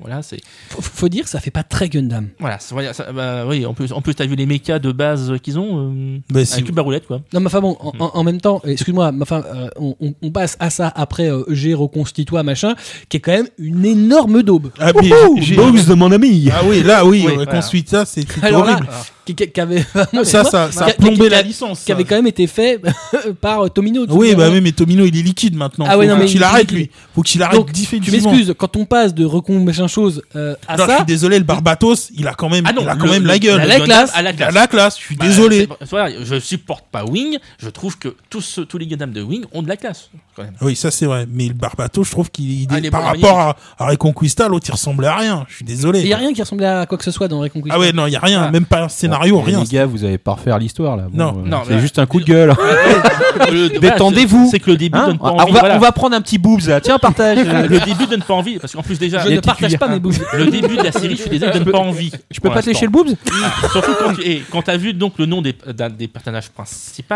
Speaker 9: Voilà, c'est
Speaker 1: Faut, faut dire, ça fait pas très Gundam.
Speaker 9: voilà, c'est- voilà, ça- bah, oui, en plus, en plus, t'as vu les mechas de base qu'ils ont, euh,
Speaker 5: Bah,
Speaker 9: un
Speaker 5: si-
Speaker 9: cube à roulette quoi.
Speaker 1: Non, mais enfin bon, en,
Speaker 9: Hmm.
Speaker 1: en- en même temps, excuse-moi, mais enfin, euh, on, on- on passe à ça après euh, EG, Reconstitua, machin, qui est quand même une énorme daube.
Speaker 5: Ah, mais j'ai-
Speaker 4: Box de mon ami
Speaker 5: Ah oui, là, oui,
Speaker 9: Oui,
Speaker 5: euh,
Speaker 9: voilà.
Speaker 5: Consuite, ça, c'est c'est
Speaker 1: Alors là,
Speaker 5: horrible.
Speaker 1: qui, qui- qui avait,
Speaker 5: ça, ça, ça a
Speaker 1: qui a-
Speaker 5: plombé
Speaker 1: qui a-
Speaker 5: la licence.
Speaker 1: qui
Speaker 5: ça.
Speaker 1: avait quand même été fait par euh, Tomino. tu
Speaker 5: Oui,
Speaker 1: vois.
Speaker 5: bah oui, mais Tomino, il est liquide maintenant.
Speaker 1: Ah ouais,
Speaker 5: faut
Speaker 1: non, mais il
Speaker 5: qu'il
Speaker 1: est
Speaker 5: arrête,
Speaker 1: liquide.
Speaker 5: lui. Faut qu'il arrête
Speaker 1: Donc, tu
Speaker 5: définitivement.
Speaker 1: m'excuses, quand on passe de Recon machin chose euh, à
Speaker 5: Non, je suis
Speaker 1: ça,
Speaker 5: désolé, le Barbatos, il a quand même,
Speaker 9: Ah non,
Speaker 5: il a quand
Speaker 9: le-
Speaker 5: même la
Speaker 9: le-
Speaker 5: gueule.
Speaker 1: la-
Speaker 9: le
Speaker 1: la
Speaker 9: Gundam
Speaker 1: classe.
Speaker 9: à la
Speaker 5: Il a
Speaker 9: classe.
Speaker 5: la classe, je suis
Speaker 9: Bah,
Speaker 5: désolé.
Speaker 9: c'est- Voilà, je supporte pas Wing. Je trouve que tous, ceux- tous les Gundam de Wing ont de la classe. quand même.
Speaker 5: Oui, ça c'est vrai. Mais le Barbatos, je trouve qu'il il
Speaker 9: Ah,
Speaker 5: est-
Speaker 9: il est
Speaker 5: par
Speaker 9: bon,
Speaker 5: rapport à, à Reconquista, l'autre il ressemble à rien. Je suis désolé.
Speaker 1: il n'y a rien qui ressemblait à quoi que ce soit dans Reconquista.
Speaker 5: Ah ouais, non, il y a rien.
Speaker 9: Ah.
Speaker 5: Même pas un scénario,
Speaker 4: Bon,
Speaker 5: rien.
Speaker 4: Les gars, vous avez pas refaire l'histoire là. Bon,
Speaker 5: Non, Ah,
Speaker 4: euh,
Speaker 9: non,
Speaker 4: c'est
Speaker 9: mais-
Speaker 4: juste un coup de gueule.
Speaker 9: Le- voilà,
Speaker 4: Détendez-vous.
Speaker 9: c'est- C'est que le début
Speaker 4: Hein
Speaker 9: donne pas
Speaker 4: Ah,
Speaker 9: envie.
Speaker 4: on, va,
Speaker 9: voilà.
Speaker 4: on va prendre un petit boobs là. Tiens, partage.
Speaker 9: Euh, le
Speaker 5: Ah,
Speaker 9: début donne pas envie parce qu'en plus déjà
Speaker 1: Je
Speaker 9: les
Speaker 1: ne
Speaker 9: petits
Speaker 1: partage
Speaker 9: cuillères-
Speaker 1: pas mes bouches.
Speaker 9: le début de la série je suis désolé donne pas envie Ah,
Speaker 4: Je peux pas te lécher le boobs
Speaker 9: surtout quand tu et quand t'as vu donc le nom des, d'un des personnages principaux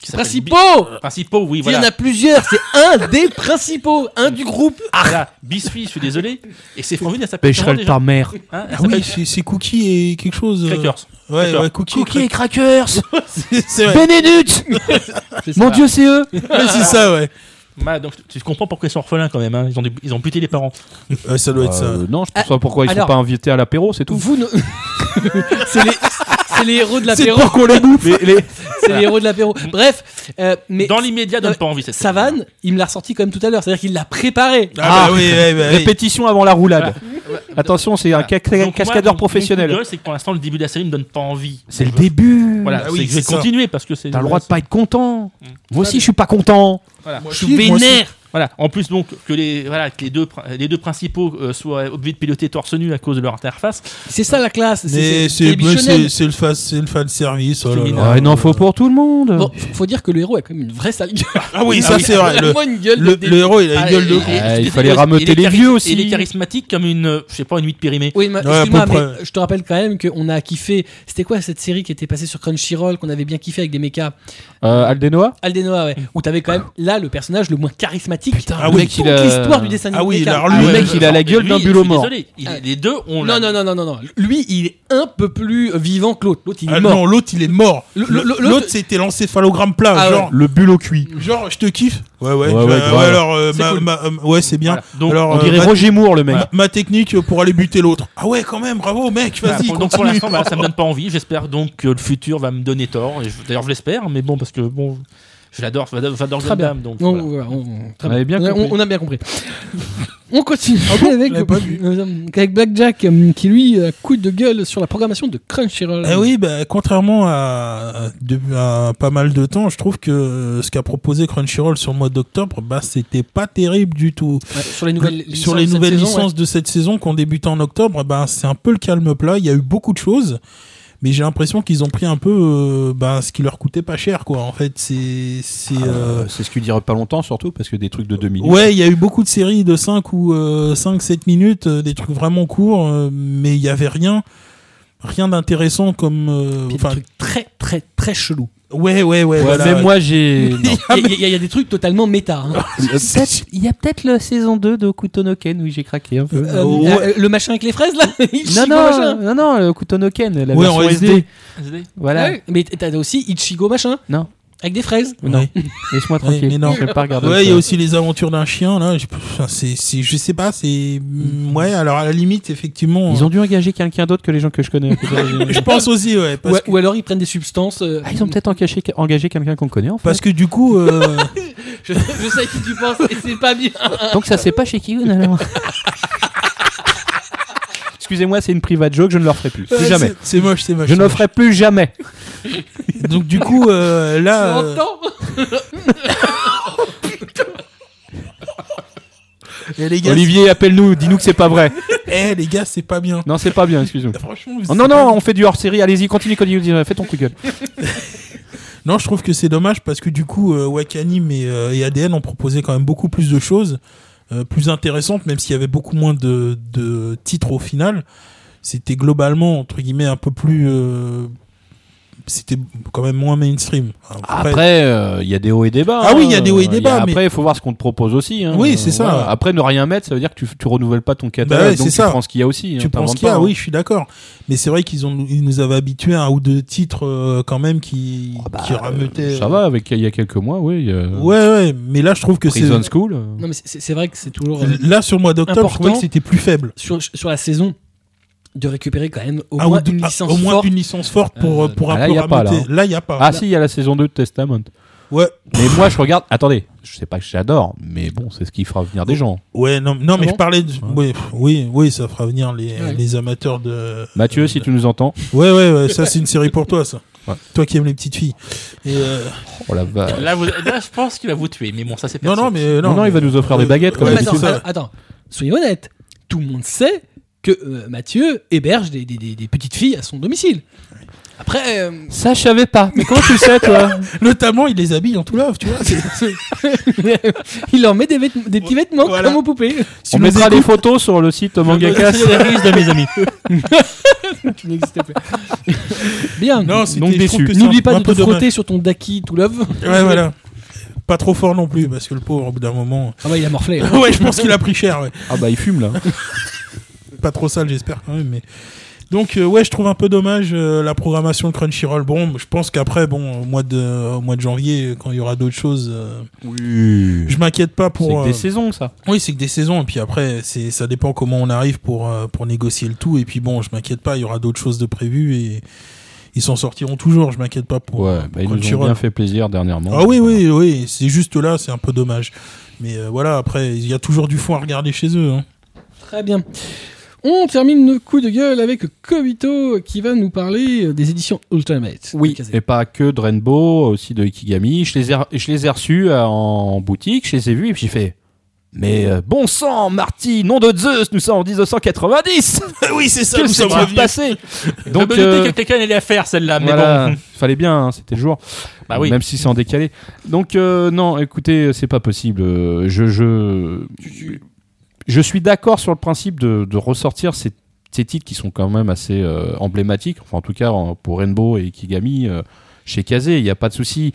Speaker 9: qui s'appelle Bi-
Speaker 1: Principaux
Speaker 9: principaux
Speaker 1: Il
Speaker 9: oui
Speaker 1: y en
Speaker 9: voilà
Speaker 1: a plusieurs, c'est un des principaux, un du groupe.
Speaker 9: voilà Biscuit je suis désolé et c'est formidable elle s'appelle
Speaker 10: Pêcherai le
Speaker 9: comment
Speaker 10: ta mère.
Speaker 9: déjà Hein, elle
Speaker 5: Ah
Speaker 9: s'appelle
Speaker 5: oui, c'est c'est Cookie et quelque chose. euh,
Speaker 9: Crackers
Speaker 5: Ouais,
Speaker 9: Cracker.
Speaker 5: ouais, Cookie. et
Speaker 10: Cookie et Crackers
Speaker 5: Crack- C'est vrai.
Speaker 10: Benedut Mon Dieu, c'est eux
Speaker 5: Ouais, c'est ça, ouais.
Speaker 9: Bah, donc tu comprends pourquoi ils sont orphelins quand même hein. ils ont des- ils ont buté les parents
Speaker 5: Ouais, Ça doit être ça.
Speaker 4: Euh, Non, je pense pas pourquoi ils
Speaker 1: Ah, alors-
Speaker 4: sont pas invités à l'apéro, c'est tout.
Speaker 1: Vous ne- c'est les c'est les héros de
Speaker 5: C'est
Speaker 1: l'apéro,
Speaker 5: pourquoi les bouffe.
Speaker 1: c'est les héros de l'apéro. Bref, euh, mais
Speaker 9: dans l'immédiat
Speaker 1: Non,
Speaker 9: donne
Speaker 1: mais
Speaker 9: pas envie cette
Speaker 1: Savane, il me l'a ressorti quand même tout à l'heure, c'est-à-dire qu'il l'a préparé.
Speaker 5: Ah,
Speaker 4: Ah.
Speaker 5: bah oui, ouais, bah oui.
Speaker 4: Répétition avant la roulade. Attention, c'est un ca-
Speaker 9: série. Donc, moi,
Speaker 4: cascadeur
Speaker 9: mon- mon coup
Speaker 4: professionnel.
Speaker 9: de gueule, c'est que pour l'instant le début de la série ne donne pas envie
Speaker 4: C'est
Speaker 9: Je-
Speaker 4: le début.
Speaker 9: voilà
Speaker 5: Ah oui,
Speaker 9: c'est que je vais
Speaker 5: c'est ça.
Speaker 9: continuer parce que c'est
Speaker 4: T'as le droit de pas être content.
Speaker 9: Mm.
Speaker 4: Moi aussi, je suis pas content.
Speaker 5: Moi
Speaker 1: Je
Speaker 5: aussi,
Speaker 1: suis
Speaker 5: moi aussi.
Speaker 1: vénère.
Speaker 9: Voilà. En plus, donc, que les, voilà, que les, deux, prin- les deux principaux euh, soient obligés de piloter torse nu à cause de leur interface.
Speaker 1: C'est ça la classe.
Speaker 5: Mais
Speaker 1: c'est
Speaker 5: c'est
Speaker 1: Baby
Speaker 5: mais
Speaker 1: Shonen.
Speaker 5: c'est- c'est le fan, c'est le fan service. oh là
Speaker 9: Féminin.
Speaker 5: là.
Speaker 4: Ouais, non, Ah, faut pour tout le monde.
Speaker 1: Bon, f- faut dire que le héros a quand même une vraie sale gueule.
Speaker 5: Ah oui, ça c'est vrai. Le,
Speaker 1: Vraiment une gueule
Speaker 5: le,
Speaker 1: de
Speaker 5: le héros, il a
Speaker 9: Ah,
Speaker 5: une gueule de
Speaker 9: et-
Speaker 5: con.
Speaker 9: et-
Speaker 4: Ah,
Speaker 9: et-
Speaker 4: il
Speaker 9: et-
Speaker 4: fallait
Speaker 9: et-
Speaker 4: rameuter
Speaker 9: et est
Speaker 4: les
Speaker 9: chari-
Speaker 4: vieux aussi.
Speaker 9: Et il est charismatique comme une, euh, je sais pas, une huit périmée.
Speaker 1: Oui, mais
Speaker 5: Ouais, à
Speaker 1: excuse-moi,
Speaker 5: peu près.
Speaker 1: mais je te rappelle quand même qu'on a kiffé. C'était quoi cette série qui était passée sur Crunchyroll qu'on avait bien kiffé avec des mechas
Speaker 4: Euh, Aldenoa
Speaker 1: Aldenoa, ouais. Où t'avais quand même là le personnage le moins charismatique
Speaker 5: ah
Speaker 1: de
Speaker 5: oui,
Speaker 1: toute
Speaker 4: il a-
Speaker 1: l'histoire du dessin animé.
Speaker 5: Ah oui,
Speaker 1: mecha.
Speaker 5: alors
Speaker 4: Le
Speaker 5: lui,
Speaker 4: mec,
Speaker 5: euh,
Speaker 4: il a la gueule
Speaker 9: Lui,
Speaker 4: d'un
Speaker 9: je suis
Speaker 4: bulot mort.
Speaker 9: Désolé, il- les deux ont
Speaker 1: Ah. Non,
Speaker 9: la-
Speaker 1: non, non, non, non, non. Lui, il est un peu plus vivant que l'autre. L'autre, il est
Speaker 5: ah
Speaker 1: mort.
Speaker 5: non, l'autre il est mort.
Speaker 1: Le- le- le-
Speaker 5: L'autre
Speaker 1: l'autre-
Speaker 5: c'était l'encéphalogramme plat,
Speaker 1: Ah
Speaker 5: genre.
Speaker 4: Le bulot cuit.
Speaker 5: Genre, je te kiffe. Ouais, ouais.
Speaker 4: Ouais,
Speaker 5: je-
Speaker 4: ouais, grave.
Speaker 5: alors, euh,
Speaker 9: C'est
Speaker 5: ma-
Speaker 9: cool.
Speaker 5: ma- euh, ouais, c'est bien.
Speaker 9: Voilà. Donc,
Speaker 5: alors,
Speaker 4: On
Speaker 5: euh,
Speaker 4: dirait
Speaker 5: ma,
Speaker 4: Roger Moore, le mec.
Speaker 5: ma- ma technique pour aller buter l'autre. Ah ouais, quand même. Bravo, mec.
Speaker 9: Voilà,
Speaker 5: Vas-y,
Speaker 9: pour- Ah, donc pour
Speaker 5: continue.
Speaker 9: l'instant, voilà, ça me donne pas envie. J'espère donc que le futur va me donner tort. Et je- D'ailleurs, je l'espère, mais bon, parce que bon, je l'adore, j'adore j'adore
Speaker 1: Très
Speaker 9: Gundam, donc
Speaker 1: On,
Speaker 9: voilà.
Speaker 1: voilà, on- très
Speaker 4: On avait bien
Speaker 1: a-
Speaker 4: compris.
Speaker 1: on a bien compris. Ah on continue avec, euh,
Speaker 5: l'avais pas vu.
Speaker 1: avec Blackjack hum, qui lui a coup de gueule sur la programmation de Crunchyroll.
Speaker 5: Eh oui, bah, contrairement à, depuis à pas mal de temps, je trouve que euh, ce qu'a proposé Crunchyroll sur le mois d'octobre, bah, c'était pas terrible du tout.
Speaker 1: Ouais, sur les nouvelles licences.
Speaker 5: sur les
Speaker 1: cette
Speaker 5: nouvelles
Speaker 1: saison,
Speaker 5: licences de cette saison qui ont débuté en octobre, ben, c'est un peu le calme plat. Il y a eu beaucoup de choses, mais j'ai l'impression qu'ils ont pris un peu euh, ben, ce qui leur coûtait pas cher. Quoi. En fait, c'est. c'est, euh,
Speaker 4: Euh, C'est ce qu'il dirait pas longtemps, surtout, parce que des trucs de 2 minutes.
Speaker 5: Ouais, il y a eu beaucoup de séries de 5 ou 5-7 minutes, euh, des trucs vraiment courts, euh, mais il y avait rien. Rien d'intéressant comme. euh,
Speaker 1: ouais. Puis il y a
Speaker 5: enfin,
Speaker 1: des trucs très très très chelous.
Speaker 5: ouais, ouais, ouais.
Speaker 4: Ouais,
Speaker 5: voilà,
Speaker 4: même
Speaker 5: ouais.
Speaker 4: moi, j'ai. non.
Speaker 1: Il y, a- il y a- il y a des trucs totalement méta. hein.
Speaker 10: Euh, Il y a peut-être la saison 2 de Okutonoken où j'ai craqué hein. un peu.
Speaker 1: Euh,
Speaker 4: Oh,
Speaker 1: euh, le machin avec les fraises là Ichigo
Speaker 10: Non,
Speaker 1: machin.
Speaker 10: non, non, non, le Okutonoken, la
Speaker 5: Ouais, en
Speaker 10: version
Speaker 5: SD.
Speaker 10: SD.
Speaker 9: SD.
Speaker 10: Voilà,
Speaker 1: Ouais, Mais t'as aussi Ichigo machin
Speaker 10: Non.
Speaker 1: Avec des fraises
Speaker 10: non.
Speaker 5: Ouais.
Speaker 10: laisse-moi
Speaker 5: Ouais, mais
Speaker 10: tranquille.
Speaker 5: non.
Speaker 10: Je vais pas regarder.
Speaker 5: Ouais, il y
Speaker 10: ça.
Speaker 5: a aussi les aventures d'un chien, là. Je, enfin, c'est, c'est- je sais pas, c'est. Ouais, alors à la limite, effectivement. hein.
Speaker 10: Ils ont dû engager quelqu'un d'autre que les gens que je connais.
Speaker 5: Je pense aussi, ouais. Parce,
Speaker 1: ou,
Speaker 5: que,
Speaker 1: ou alors ils prennent des substances. euh,
Speaker 10: Ah, ils ont peut-être engagé, engagé quelqu'un qu'on connaît en fait.
Speaker 5: parce que du coup, euh,
Speaker 1: je, je sais qui tu penses et c'est pas bien.
Speaker 10: Donc ça c'est pas chez Kiyun alors.
Speaker 4: Excusez-moi, c'est une private joke, je ne le referai plus. Plus
Speaker 5: ouais,
Speaker 4: jamais.
Speaker 5: C'est, c'est moche, c'est moche. c'est
Speaker 4: Je ne le
Speaker 5: moche.
Speaker 4: ferai plus jamais.
Speaker 5: Donc du coup, euh, là, euh,
Speaker 1: J'entends.
Speaker 5: Oh, eh, les gars,
Speaker 4: Olivier, appelle-nous, dis-nous que c'est pas vrai.
Speaker 5: c'est- eh, les gars, c'est pas bien.
Speaker 4: Non, c'est pas bien, excuse-nous.
Speaker 5: Franchement,
Speaker 4: Oh
Speaker 5: c'est
Speaker 4: non,
Speaker 5: pas
Speaker 4: non,
Speaker 5: bien.
Speaker 4: on fait du hors-série, allez-y, continue, continue, continue, fais ton coup de gueule.
Speaker 5: non, je trouve que c'est dommage parce que du coup, euh, Wakanim et, euh, et ADN ont proposé quand même beaucoup plus de choses, euh, plus intéressantes, même s'il y avait beaucoup moins de, de titres au final. C'était globalement entre guillemets un peu plus euh, c'était quand même moins mainstream. Alors, faut pas être-
Speaker 4: Après, euh, il y a des hauts et des bas.
Speaker 5: Ah oui, il y a
Speaker 4: hein.
Speaker 5: des hauts et des
Speaker 4: Il y a-
Speaker 5: bas, mais-
Speaker 4: Après, il faut voir ce qu'on te propose aussi. hein.
Speaker 5: Oui, c'est ça.
Speaker 4: Voilà. Après, ne rien mettre, ça veut dire que tu, tu renouvelles pas ton catalogue.
Speaker 5: Bah ouais,
Speaker 4: donc
Speaker 5: c'est
Speaker 4: tu
Speaker 5: ça.
Speaker 4: prends ce qu'il y a aussi. hein,
Speaker 5: tu penses
Speaker 4: t'inventes
Speaker 5: qu'il y a,
Speaker 4: pas, hein.
Speaker 5: oui, je suis d'accord. Mais c'est vrai qu'ils ont, ils nous avaient habitués à un ou deux titres euh, quand même qui,
Speaker 4: bah,
Speaker 5: qui rameutaient.
Speaker 4: Ça va, avec il y a quelques mois, oui. il y a-
Speaker 5: Ouais, ouais. Mais là, je trouve que c'est
Speaker 4: Prison School. euh,
Speaker 1: Non, mais c'est c'est vrai que c'est toujours. euh,
Speaker 5: là sur le mois d'octobre, je trouvais
Speaker 1: Important.
Speaker 5: que c'était plus faible.
Speaker 1: sur, sur la saison, de récupérer quand même au
Speaker 5: Ah,
Speaker 1: moins
Speaker 5: ou-
Speaker 1: une
Speaker 5: ah,
Speaker 1: licence
Speaker 5: au moins
Speaker 1: forte.
Speaker 5: une licence forte pour,
Speaker 1: Euh,
Speaker 5: pour
Speaker 4: bah,
Speaker 5: un
Speaker 4: là,
Speaker 5: peu
Speaker 4: y a pas, là,
Speaker 5: rameauter.
Speaker 4: hein.
Speaker 5: Là, il n'y a pas.
Speaker 4: Ah si, il y a la saison 2 de Testament.
Speaker 5: Ouais.
Speaker 4: Mais moi, je regarde. Attendez, je sais pas que j'adore, mais bon, c'est ce qui fera venir des gens.
Speaker 5: Ouais, non, non mais
Speaker 1: bon
Speaker 5: je parlais de... oui, pff, oui, oui, ça fera venir les,
Speaker 1: Ouais.
Speaker 5: les amateurs de...
Speaker 4: Mathieu, si tu nous entends.
Speaker 5: Ouais, ouais, ouais, ça c'est une série pour toi, ça.
Speaker 4: Ouais.
Speaker 5: Toi qui aimes les petites filles. Et, euh,
Speaker 4: Oh la vache.
Speaker 9: Là, vous- là, je pense qu'il va vous tuer, mais bon, ça c'est
Speaker 5: Non,
Speaker 9: perso.
Speaker 5: non, mais...
Speaker 4: Non,
Speaker 5: euh, Non,
Speaker 4: non, il va nous offrir des baguettes, comme
Speaker 1: Non,
Speaker 5: ouais,
Speaker 1: mais
Speaker 5: c'est
Speaker 1: attends,
Speaker 5: ça.
Speaker 1: alors, attends, soyons honnêtes. Tout le monde sait que euh, Mathieu héberge des, des- des- des petites filles à son domicile. Après, euh,
Speaker 4: Ça, je savais pas. Mais comment tu le sais, toi
Speaker 5: Notamment, il les habille en tout love, tu vois. c'est- c'est-
Speaker 1: il leur met des, vêtements- des petits vêtements
Speaker 5: Voilà.
Speaker 1: comme aux poupées.
Speaker 5: si
Speaker 4: On
Speaker 5: nous
Speaker 4: mettra des
Speaker 5: écoute-
Speaker 4: photos sur le site Ah Mangaka.
Speaker 9: C'est la risque de mes amis.
Speaker 1: qui n'existait plus. Bien.
Speaker 5: Non, c'était-
Speaker 4: Donc
Speaker 5: je trouve
Speaker 4: déçu.
Speaker 5: que c'est
Speaker 1: N'oublie
Speaker 5: un-
Speaker 1: pas
Speaker 5: un
Speaker 1: de
Speaker 5: peu
Speaker 1: te
Speaker 5: dommage.
Speaker 1: frotter sur ton Daki tout love.
Speaker 5: Ouais, voilà. Pas trop fort non plus, parce que le pauvre, au bout d'un moment...
Speaker 1: Ah bah il a morflé. hein.
Speaker 5: ouais, je pense qu'il a pris cher, ouais.
Speaker 4: Ah bah, il fume là.
Speaker 5: Pas trop sale, j'espère quand même, mais... Donc euh, ouais, je trouve un peu dommage euh, la programmation de Crunchyroll. Bon, je pense qu'après, bon, au mois de, au mois de janvier, quand il y aura d'autres choses, euh,
Speaker 4: Oui.
Speaker 5: je m'inquiète pas
Speaker 4: C'est
Speaker 5: pour.
Speaker 4: que des
Speaker 5: euh,
Speaker 4: saisons, ça.
Speaker 5: Oui, c'est que des saisons, et puis après, c'est ça dépend comment on arrive pour, euh, pour négocier le tout. Et puis bon, je m'inquiète pas, il y aura d'autres choses de prévues et ils s'en sortiront toujours. Je m'inquiète pas pour.
Speaker 4: Ouais, bah, ils nous ont
Speaker 5: Crunchyroll.
Speaker 4: bien fait hein. plaisir dernièrement.
Speaker 5: Ah oui, oui, oui, c'est juste là, c'est un peu dommage. Mais euh, voilà, après, il y a toujours du fond à regarder chez eux. hein.
Speaker 1: Très bien. On termine nos coups de gueule avec Kobito qui va nous parler des éditions Ultimate.
Speaker 4: Oui,
Speaker 1: Casé.
Speaker 4: et pas que de Rainbow, aussi de Ikigami. Je les ai, je les ai reçus euh, en boutique, je les ai vus et puis j'ai fait. Mais euh, bon sang, Marty, nom de Zeus, nous sommes en 1990
Speaker 5: oui, c'est ça,
Speaker 4: Que
Speaker 5: nous sommes
Speaker 4: s'est-il
Speaker 5: revenus.
Speaker 4: passé
Speaker 9: Donc,
Speaker 4: Donc,
Speaker 9: je me doutais
Speaker 4: euh,
Speaker 9: que quelqu'un allait la faire celle-là, mais
Speaker 4: voilà,
Speaker 9: bon.
Speaker 4: fallait bien, hein, c'était le jour.
Speaker 9: Bah oui.
Speaker 4: Même si c'est en décalé. Donc, euh, non, écoutez, c'est pas possible. Euh, Je, je, je suis d'accord sur le principe de, de ressortir ces, ces titres qui sont quand même assez euh, emblématiques. Enfin, en tout cas, en- pour Rainbow et Kigami, euh, chez Kazé, il n'y a pas de souci.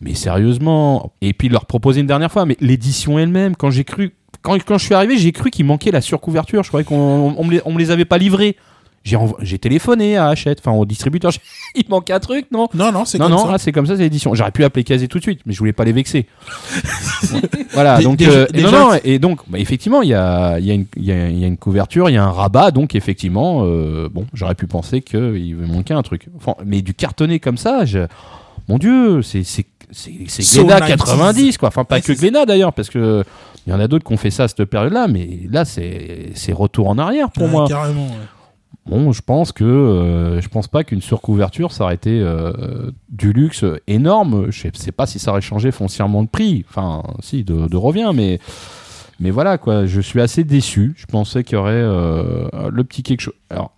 Speaker 4: Mais sérieusement, et puis leur proposer une dernière fois, mais l'édition elle-même, quand j'ai cru, quand, quand je suis arrivé, j'ai cru qu'il manquait la surcouverture. Je croyais qu'on on me, les- on me les avait pas livrés. J'ai envo- j'ai téléphoné à Hachette, enfin au distributeur, j'ai- il manque un truc, non
Speaker 5: Non, non, c'est
Speaker 4: non,
Speaker 5: comme
Speaker 4: non,
Speaker 5: ça.
Speaker 4: ah, c'est comme ça, c'est l'édition. J'aurais pu appeler Kazé tout de suite, mais je voulais pas les vexer. voilà,
Speaker 5: Dé-
Speaker 4: donc.
Speaker 5: déjà-
Speaker 4: euh, et
Speaker 5: déjà-
Speaker 4: non, non, et donc, bah, effectivement, il y a, il y, a une- il y a- il y a une couverture, il y a un rabat, donc effectivement, euh, bon, j'aurais pu penser qu'il me manquait un truc. Enfin, mais du cartonné comme ça, je- mon Dieu, c'est. c'est- C'est c'est
Speaker 5: So
Speaker 4: Glénat
Speaker 5: 90s.
Speaker 4: 90, quoi. Enfin, pas
Speaker 5: Ouais,
Speaker 4: que
Speaker 5: c'est ça.
Speaker 4: Glénat d'ailleurs, parce que il y en a d'autres qui ont fait ça à cette période-là, mais là, c'est c'est retour en arrière pour
Speaker 5: Ouais,
Speaker 4: moi.
Speaker 5: hein, Carrément. ouais.
Speaker 4: Bon, je pense que euh, je pense pas qu'une surcouverture ça aurait été euh, du luxe énorme. Je sais- sais pas si ça aurait changé foncièrement le prix. Enfin, si de, de revient, mais mais voilà quoi. Je suis assez déçu. Je pensais qu'il y aurait euh, le petit quelque chose. Alors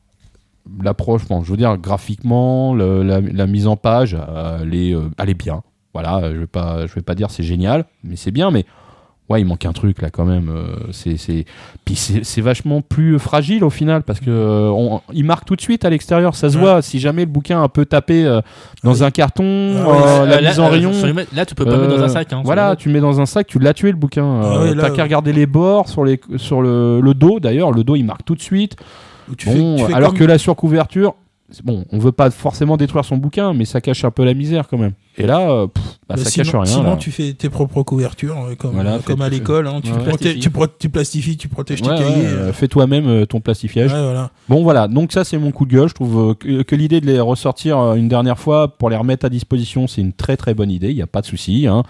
Speaker 4: l'approche, bon, je veux dire graphiquement, le- la, la mise en page, euh, elle est euh, elle est bien. Voilà, euh, je vais pas je vais pas dire c'est génial, mais c'est bien. Mais ouais, il manque un truc là quand même. Euh, c'est c'est- puis c'est c'est vachement plus fragile au final parce que euh, on- il marque tout de suite à l'extérieur, ça se
Speaker 5: Ouais.
Speaker 4: voit. Si jamais le bouquin est un peu tapé euh, dans
Speaker 5: oui.
Speaker 4: un carton,
Speaker 5: Ah
Speaker 4: euh,
Speaker 5: oui,
Speaker 9: Euh,
Speaker 4: la
Speaker 9: là,
Speaker 4: mise en
Speaker 9: euh,
Speaker 4: rayon.
Speaker 9: sur les mètres, Là, tu peux pas
Speaker 4: euh,
Speaker 9: mettre dans un sac. hein,
Speaker 4: voilà, tu le mets dans un sac, tu l'as tué le bouquin.
Speaker 5: Ah
Speaker 4: Euh,
Speaker 5: oui, là,
Speaker 4: T'as qu'à
Speaker 5: euh.
Speaker 4: regarder les bords sur, les, sur le, le dos. D'ailleurs, le dos il marque tout de suite.
Speaker 5: Tu fais-
Speaker 4: Bon,
Speaker 5: tu fais
Speaker 4: alors
Speaker 5: comme-
Speaker 4: que la surcouverture, c'est bon, on veut pas forcément détruire son bouquin, mais ça cache un peu la misère quand même. Et là, euh, pff,
Speaker 5: Bah,
Speaker 4: bah, ça
Speaker 5: sinon,
Speaker 4: cache rien.
Speaker 5: sinon
Speaker 4: là.
Speaker 5: tu fais tes propres couvertures, euh, comme,
Speaker 4: Voilà,
Speaker 5: euh,
Speaker 4: fais-
Speaker 5: comme à
Speaker 4: fais-
Speaker 5: l'école. hein, tu,
Speaker 4: Ouais.
Speaker 5: proté-
Speaker 9: Plastifie.
Speaker 5: tu pro- tu plastifies, tu protèges
Speaker 4: Ouais,
Speaker 5: tes
Speaker 4: ouais,
Speaker 5: cahiers.
Speaker 4: euh,
Speaker 5: euh,
Speaker 4: Fais toi-même euh, ton
Speaker 5: ouais,
Speaker 4: plastifiage.
Speaker 5: voilà.
Speaker 4: Bon voilà, donc ça c'est mon coup de gueule. Je trouve euh, que, que l'idée de les ressortir euh, une dernière fois pour les remettre à disposition, c'est une très très bonne idée. Il n'y a pas de souci. hein.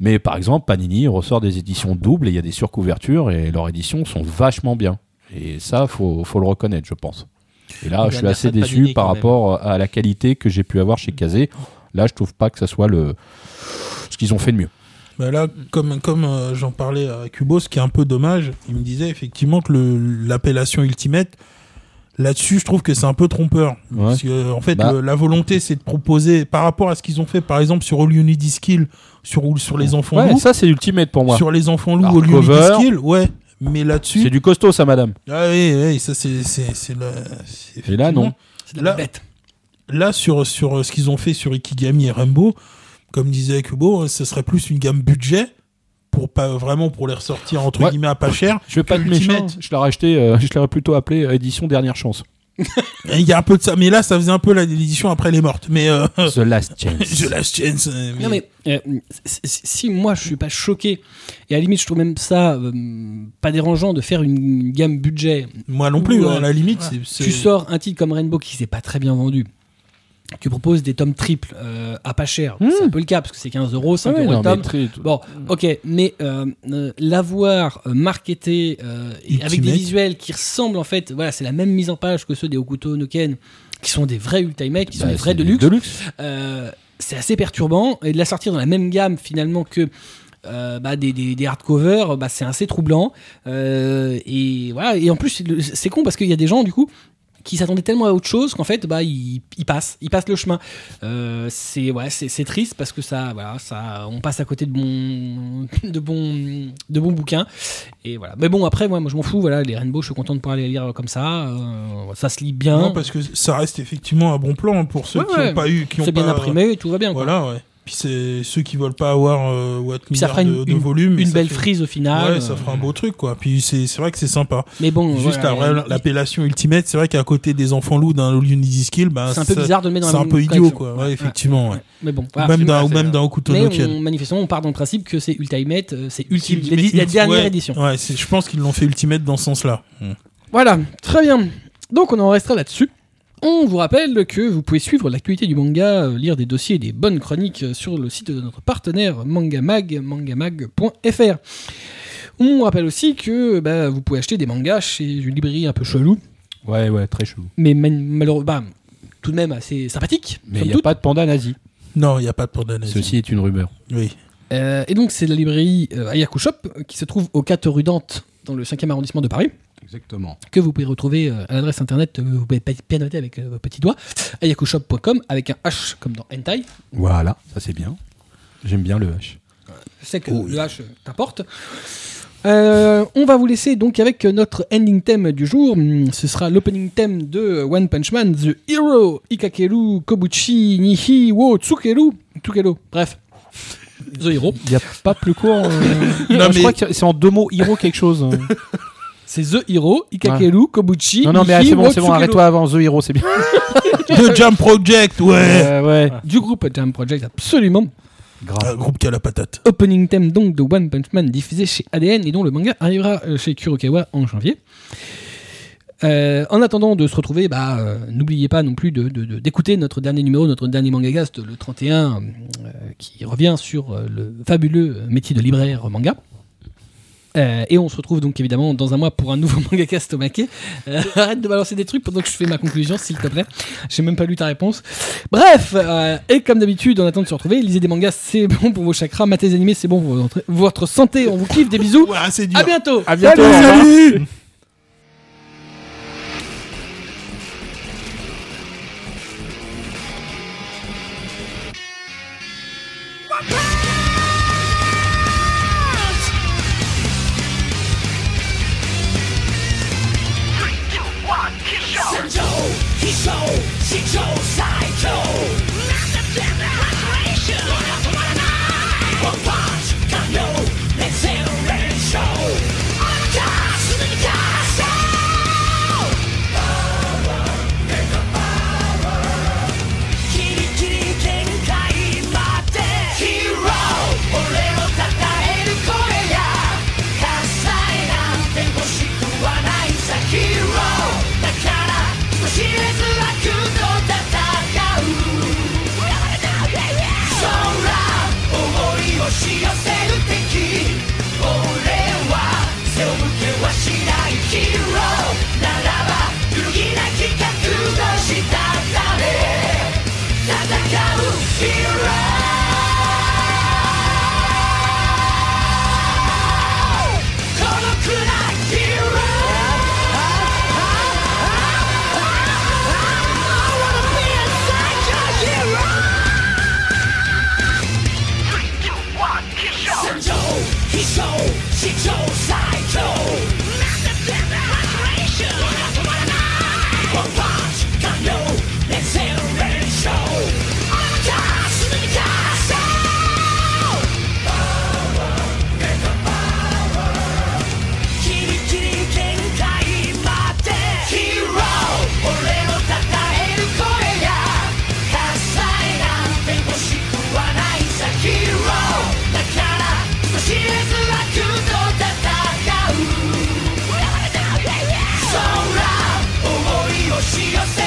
Speaker 4: Mais par exemple, Panini ressort des éditions doubles et il y a des surcouvertures et leurs éditions sont vachement bien. Et ça, faut faut le reconnaître, je pense. Et
Speaker 9: On
Speaker 4: là, je suis
Speaker 9: admire
Speaker 4: assez
Speaker 9: ça de
Speaker 4: déçu
Speaker 9: Panini,
Speaker 4: par
Speaker 9: quand même.
Speaker 4: rapport euh, à la qualité que j'ai pu avoir chez Kazé. Là, je trouve pas que ça soit le ce qu'ils ont fait de mieux.
Speaker 5: Bah là, comme, comme euh, j'en parlais à Kubo, ce qui est un peu dommage, il me disait effectivement que le- l'appellation Ultimate, là-dessus, je trouve que c'est un peu trompeur.
Speaker 4: Ouais.
Speaker 5: Parce que, euh, en fait,
Speaker 4: Bah.
Speaker 5: le- la volonté, c'est de proposer, par rapport à ce qu'ils ont fait, par exemple, sur All You Need Is Skill, sur, ou- sur les enfants
Speaker 4: Ouais,
Speaker 5: loups,
Speaker 4: ça c'est ultimate pour moi.
Speaker 5: sur les enfants loups,
Speaker 4: Alors,
Speaker 5: All You Need Is
Speaker 4: cover.
Speaker 5: Skill, ouais, mais
Speaker 4: C'est
Speaker 5: là-dessus,
Speaker 4: du costaud, ça, madame.
Speaker 5: ah oui, oui, ça c'est c'est c'est la- c'est
Speaker 4: Et là, non.
Speaker 5: effectivement-
Speaker 1: C'est de la
Speaker 5: Là-
Speaker 1: bête.
Speaker 5: là, sur, sur euh, ce qu'ils ont fait sur Ikigami et Rambo, comme disait Kubo, euh, ce serait plus une gamme budget pour pas vraiment pour les ressortir entre
Speaker 4: Ouais.
Speaker 5: guillemets à pas cher.
Speaker 4: Je vais pas
Speaker 5: que
Speaker 4: être méchant,
Speaker 5: Ultimate.
Speaker 4: je l'aurais acheté, euh, je l'aurais plutôt appelé euh, édition dernière chance.
Speaker 5: Et Il y a un peu de ça, mais là, ça faisait un peu la- l'édition après les mortes. Mais euh,
Speaker 4: The Last Chance.
Speaker 5: The Last Chance. euh, mais-
Speaker 1: Non mais euh, si- si si moi je suis pas choqué et à la limite je trouve même ça euh, pas dérangeant de faire une gamme budget. euh,
Speaker 5: Moi non plus, hein,
Speaker 1: Ouais.
Speaker 5: à la limite, c'est- c'est.
Speaker 1: Tu sors un titre comme Rainbow qui s'est pas très bien vendu. Tu proposes des tomes triples euh, à pas cher,
Speaker 4: Hmm. Ah
Speaker 1: c'est un peu le cas parce que c'est 15 euros, 5
Speaker 4: Ouais,
Speaker 1: euros
Speaker 4: non,
Speaker 1: le tome.
Speaker 4: mais très-
Speaker 1: Bon, ok, mais euh, euh, l'avoir euh, marketé euh, et
Speaker 5: Ultimate.
Speaker 1: avec des visuels qui ressemblent en fait, voilà, c'est la même mise en page que ceux des Hokuto no Ken, qui sont des vrais Ultimate, qui sont
Speaker 4: bah,
Speaker 1: des vrais
Speaker 4: c'est
Speaker 1: Deluxe.
Speaker 4: Deluxe.
Speaker 1: Euh, c'est assez perturbant et de la sortir dans la même gamme finalement que euh, bah, des, des, des hardcovers, bah, c'est assez troublant. Euh, et voilà, et en plus c'est le- c'est con parce qu'il y a des gens du coup qui s'attendaient tellement à autre chose qu'en fait bah ils, ils passent, ils passent le chemin. Euh, c'est ouais, c'est c'est triste parce que ça voilà, ça on passe à côté de bons de bons de bons bouquins et voilà. Mais bon après moi, moi je m'en fous voilà, les Rainbow, je suis content de pouvoir les lire comme ça, Euh, ça se lit bien.
Speaker 5: Non, parce que ça reste effectivement un bon plan pour ceux
Speaker 1: Ouais,
Speaker 5: qui n'ont
Speaker 1: ouais.
Speaker 5: pas eu. qui ont
Speaker 1: c'est bien
Speaker 5: pas-
Speaker 1: imprimé, tout va bien. quoi.
Speaker 5: Voilà, ouais. Puis c'est ceux qui veulent pas avoir euh, what
Speaker 1: ça
Speaker 5: milliard
Speaker 1: fera une-
Speaker 5: de, de volume.
Speaker 1: une
Speaker 5: ça
Speaker 1: belle
Speaker 5: fait-
Speaker 1: frise au final.
Speaker 5: Ouais, ça fera un beau truc, quoi. Puis c'est c'est vrai que c'est sympa.
Speaker 1: Mais bon,
Speaker 5: Juste
Speaker 1: voilà,
Speaker 5: après,
Speaker 1: il-
Speaker 5: l'appellation Ultimate, c'est vrai qu'à côté des enfants loups d'un Unity Skill, bah,
Speaker 1: c'est un peu
Speaker 5: ça-
Speaker 1: bizarre de le mettre dans
Speaker 5: C'est
Speaker 1: la
Speaker 5: un
Speaker 1: même
Speaker 5: peu idiot,
Speaker 1: collection.
Speaker 5: quoi.
Speaker 1: Ouais,
Speaker 5: Ouais, effectivement, ouais.
Speaker 1: ouais. Mais bon, Ah,
Speaker 5: Ou
Speaker 1: voilà.
Speaker 5: même d'un-
Speaker 2: c'est
Speaker 5: Ou même
Speaker 2: vrai.
Speaker 5: d'un Okuto
Speaker 1: hein. Mais
Speaker 5: no
Speaker 1: on-
Speaker 5: Ken.
Speaker 1: manifestement, on part dans le principe que c'est Ultimate, euh, c'est ultime,
Speaker 5: Ultimate
Speaker 1: la, la
Speaker 5: Ultimate,
Speaker 1: dernière
Speaker 5: ouais.
Speaker 1: édition.
Speaker 5: Ouais, c'est- je pense qu'ils l'ont fait Ultimate dans ce sens-là. Mm.
Speaker 1: Voilà, très bien. Donc on en restera là-dessus. On vous rappelle que vous pouvez suivre l'actualité du manga, euh, lire des dossiers et des bonnes chroniques euh, sur le site de notre partenaire Mangamag, mangamag.fr. On rappelle aussi que euh, bah, vous pouvez acheter des mangas chez une librairie un peu chelou,
Speaker 4: Ouais, ouais, très chelou.
Speaker 1: mais malheureusement, tout de même assez sympathique.
Speaker 4: Mais
Speaker 1: somme
Speaker 4: il n'y a
Speaker 1: toute.
Speaker 4: pas de panda nazi.
Speaker 5: Non, il n'y Oh, a pas de problème.
Speaker 4: Ceci est une rumeur.
Speaker 5: Oui.
Speaker 1: Euh, et donc, c'est la librairie euh, Ayaku Shop euh, qui se trouve au 4 rue Dante dans le 5e arrondissement de Paris,
Speaker 4: Exactement.
Speaker 1: que vous pouvez retrouver euh, à l'adresse internet, euh, vous pouvez pa- pianoter avec euh, vos petits doigts, ayakushop.com avec un H comme dans Hentai.
Speaker 4: Voilà, ça c'est bien. J'aime bien le H.
Speaker 1: Je sais
Speaker 4: Oh,
Speaker 1: que le H euh, t'importe. Euh, on va vous laisser donc avec euh, notre ending theme du jour. Hmm, Ce sera l'opening theme de euh, One Punch Man, The Hero, Ikakeru, Kobuchi, Nihi, Wo, Tsukeru, Tsukelo, bref. The Hero.
Speaker 4: Il n'y a pas plus court. euh,
Speaker 5: Non,
Speaker 4: Je
Speaker 5: mais-
Speaker 4: crois que c'est en deux mots hiro quelque chose. hein.
Speaker 1: C'est The Hero, Ikakeru, Kobuchi,
Speaker 4: non, non, mais ah,
Speaker 1: Nihi,
Speaker 4: c'est bon,
Speaker 1: Wo,
Speaker 4: c'est bon,
Speaker 1: Tsukelo.
Speaker 4: arrête-toi avant The Hero, c'est bien.
Speaker 5: The Jam Project, ouais.
Speaker 4: Euh, ouais.
Speaker 1: du groupe Jam Project, absolument.
Speaker 4: Grave.
Speaker 5: Un groupe qui a la patate.
Speaker 1: Opening theme donc de One Punch Man diffusé chez ADN et dont le manga arrivera euh, chez Kurokawa en janvier. Euh, en attendant de se retrouver, bah, euh, n'oubliez pas non plus d'écouter de, de- d'écouter notre dernier numéro, notre dernier mangagast, le 31, euh, qui revient sur euh, le fabuleux métier de libraire manga. Euh, et on se retrouve donc évidemment dans un mois pour un nouveau mangakast au maquet. Euh, arrête de balancer des trucs pendant que je fais ma conclusion, s'il te plaît. J'ai même pas lu ta réponse. Bref, euh, et comme d'habitude, en attendant de se retrouver, lisez des mangas, c'est bon pour vos chakras, matez des animés, c'est bon pour votre, votre santé. On vous kiffe, des bisous.
Speaker 5: Ouais, c'est dur.
Speaker 1: À bientôt.
Speaker 4: À bientôt. au revoir.
Speaker 5: Salut
Speaker 11: Got no exhilaration. I'm just しよし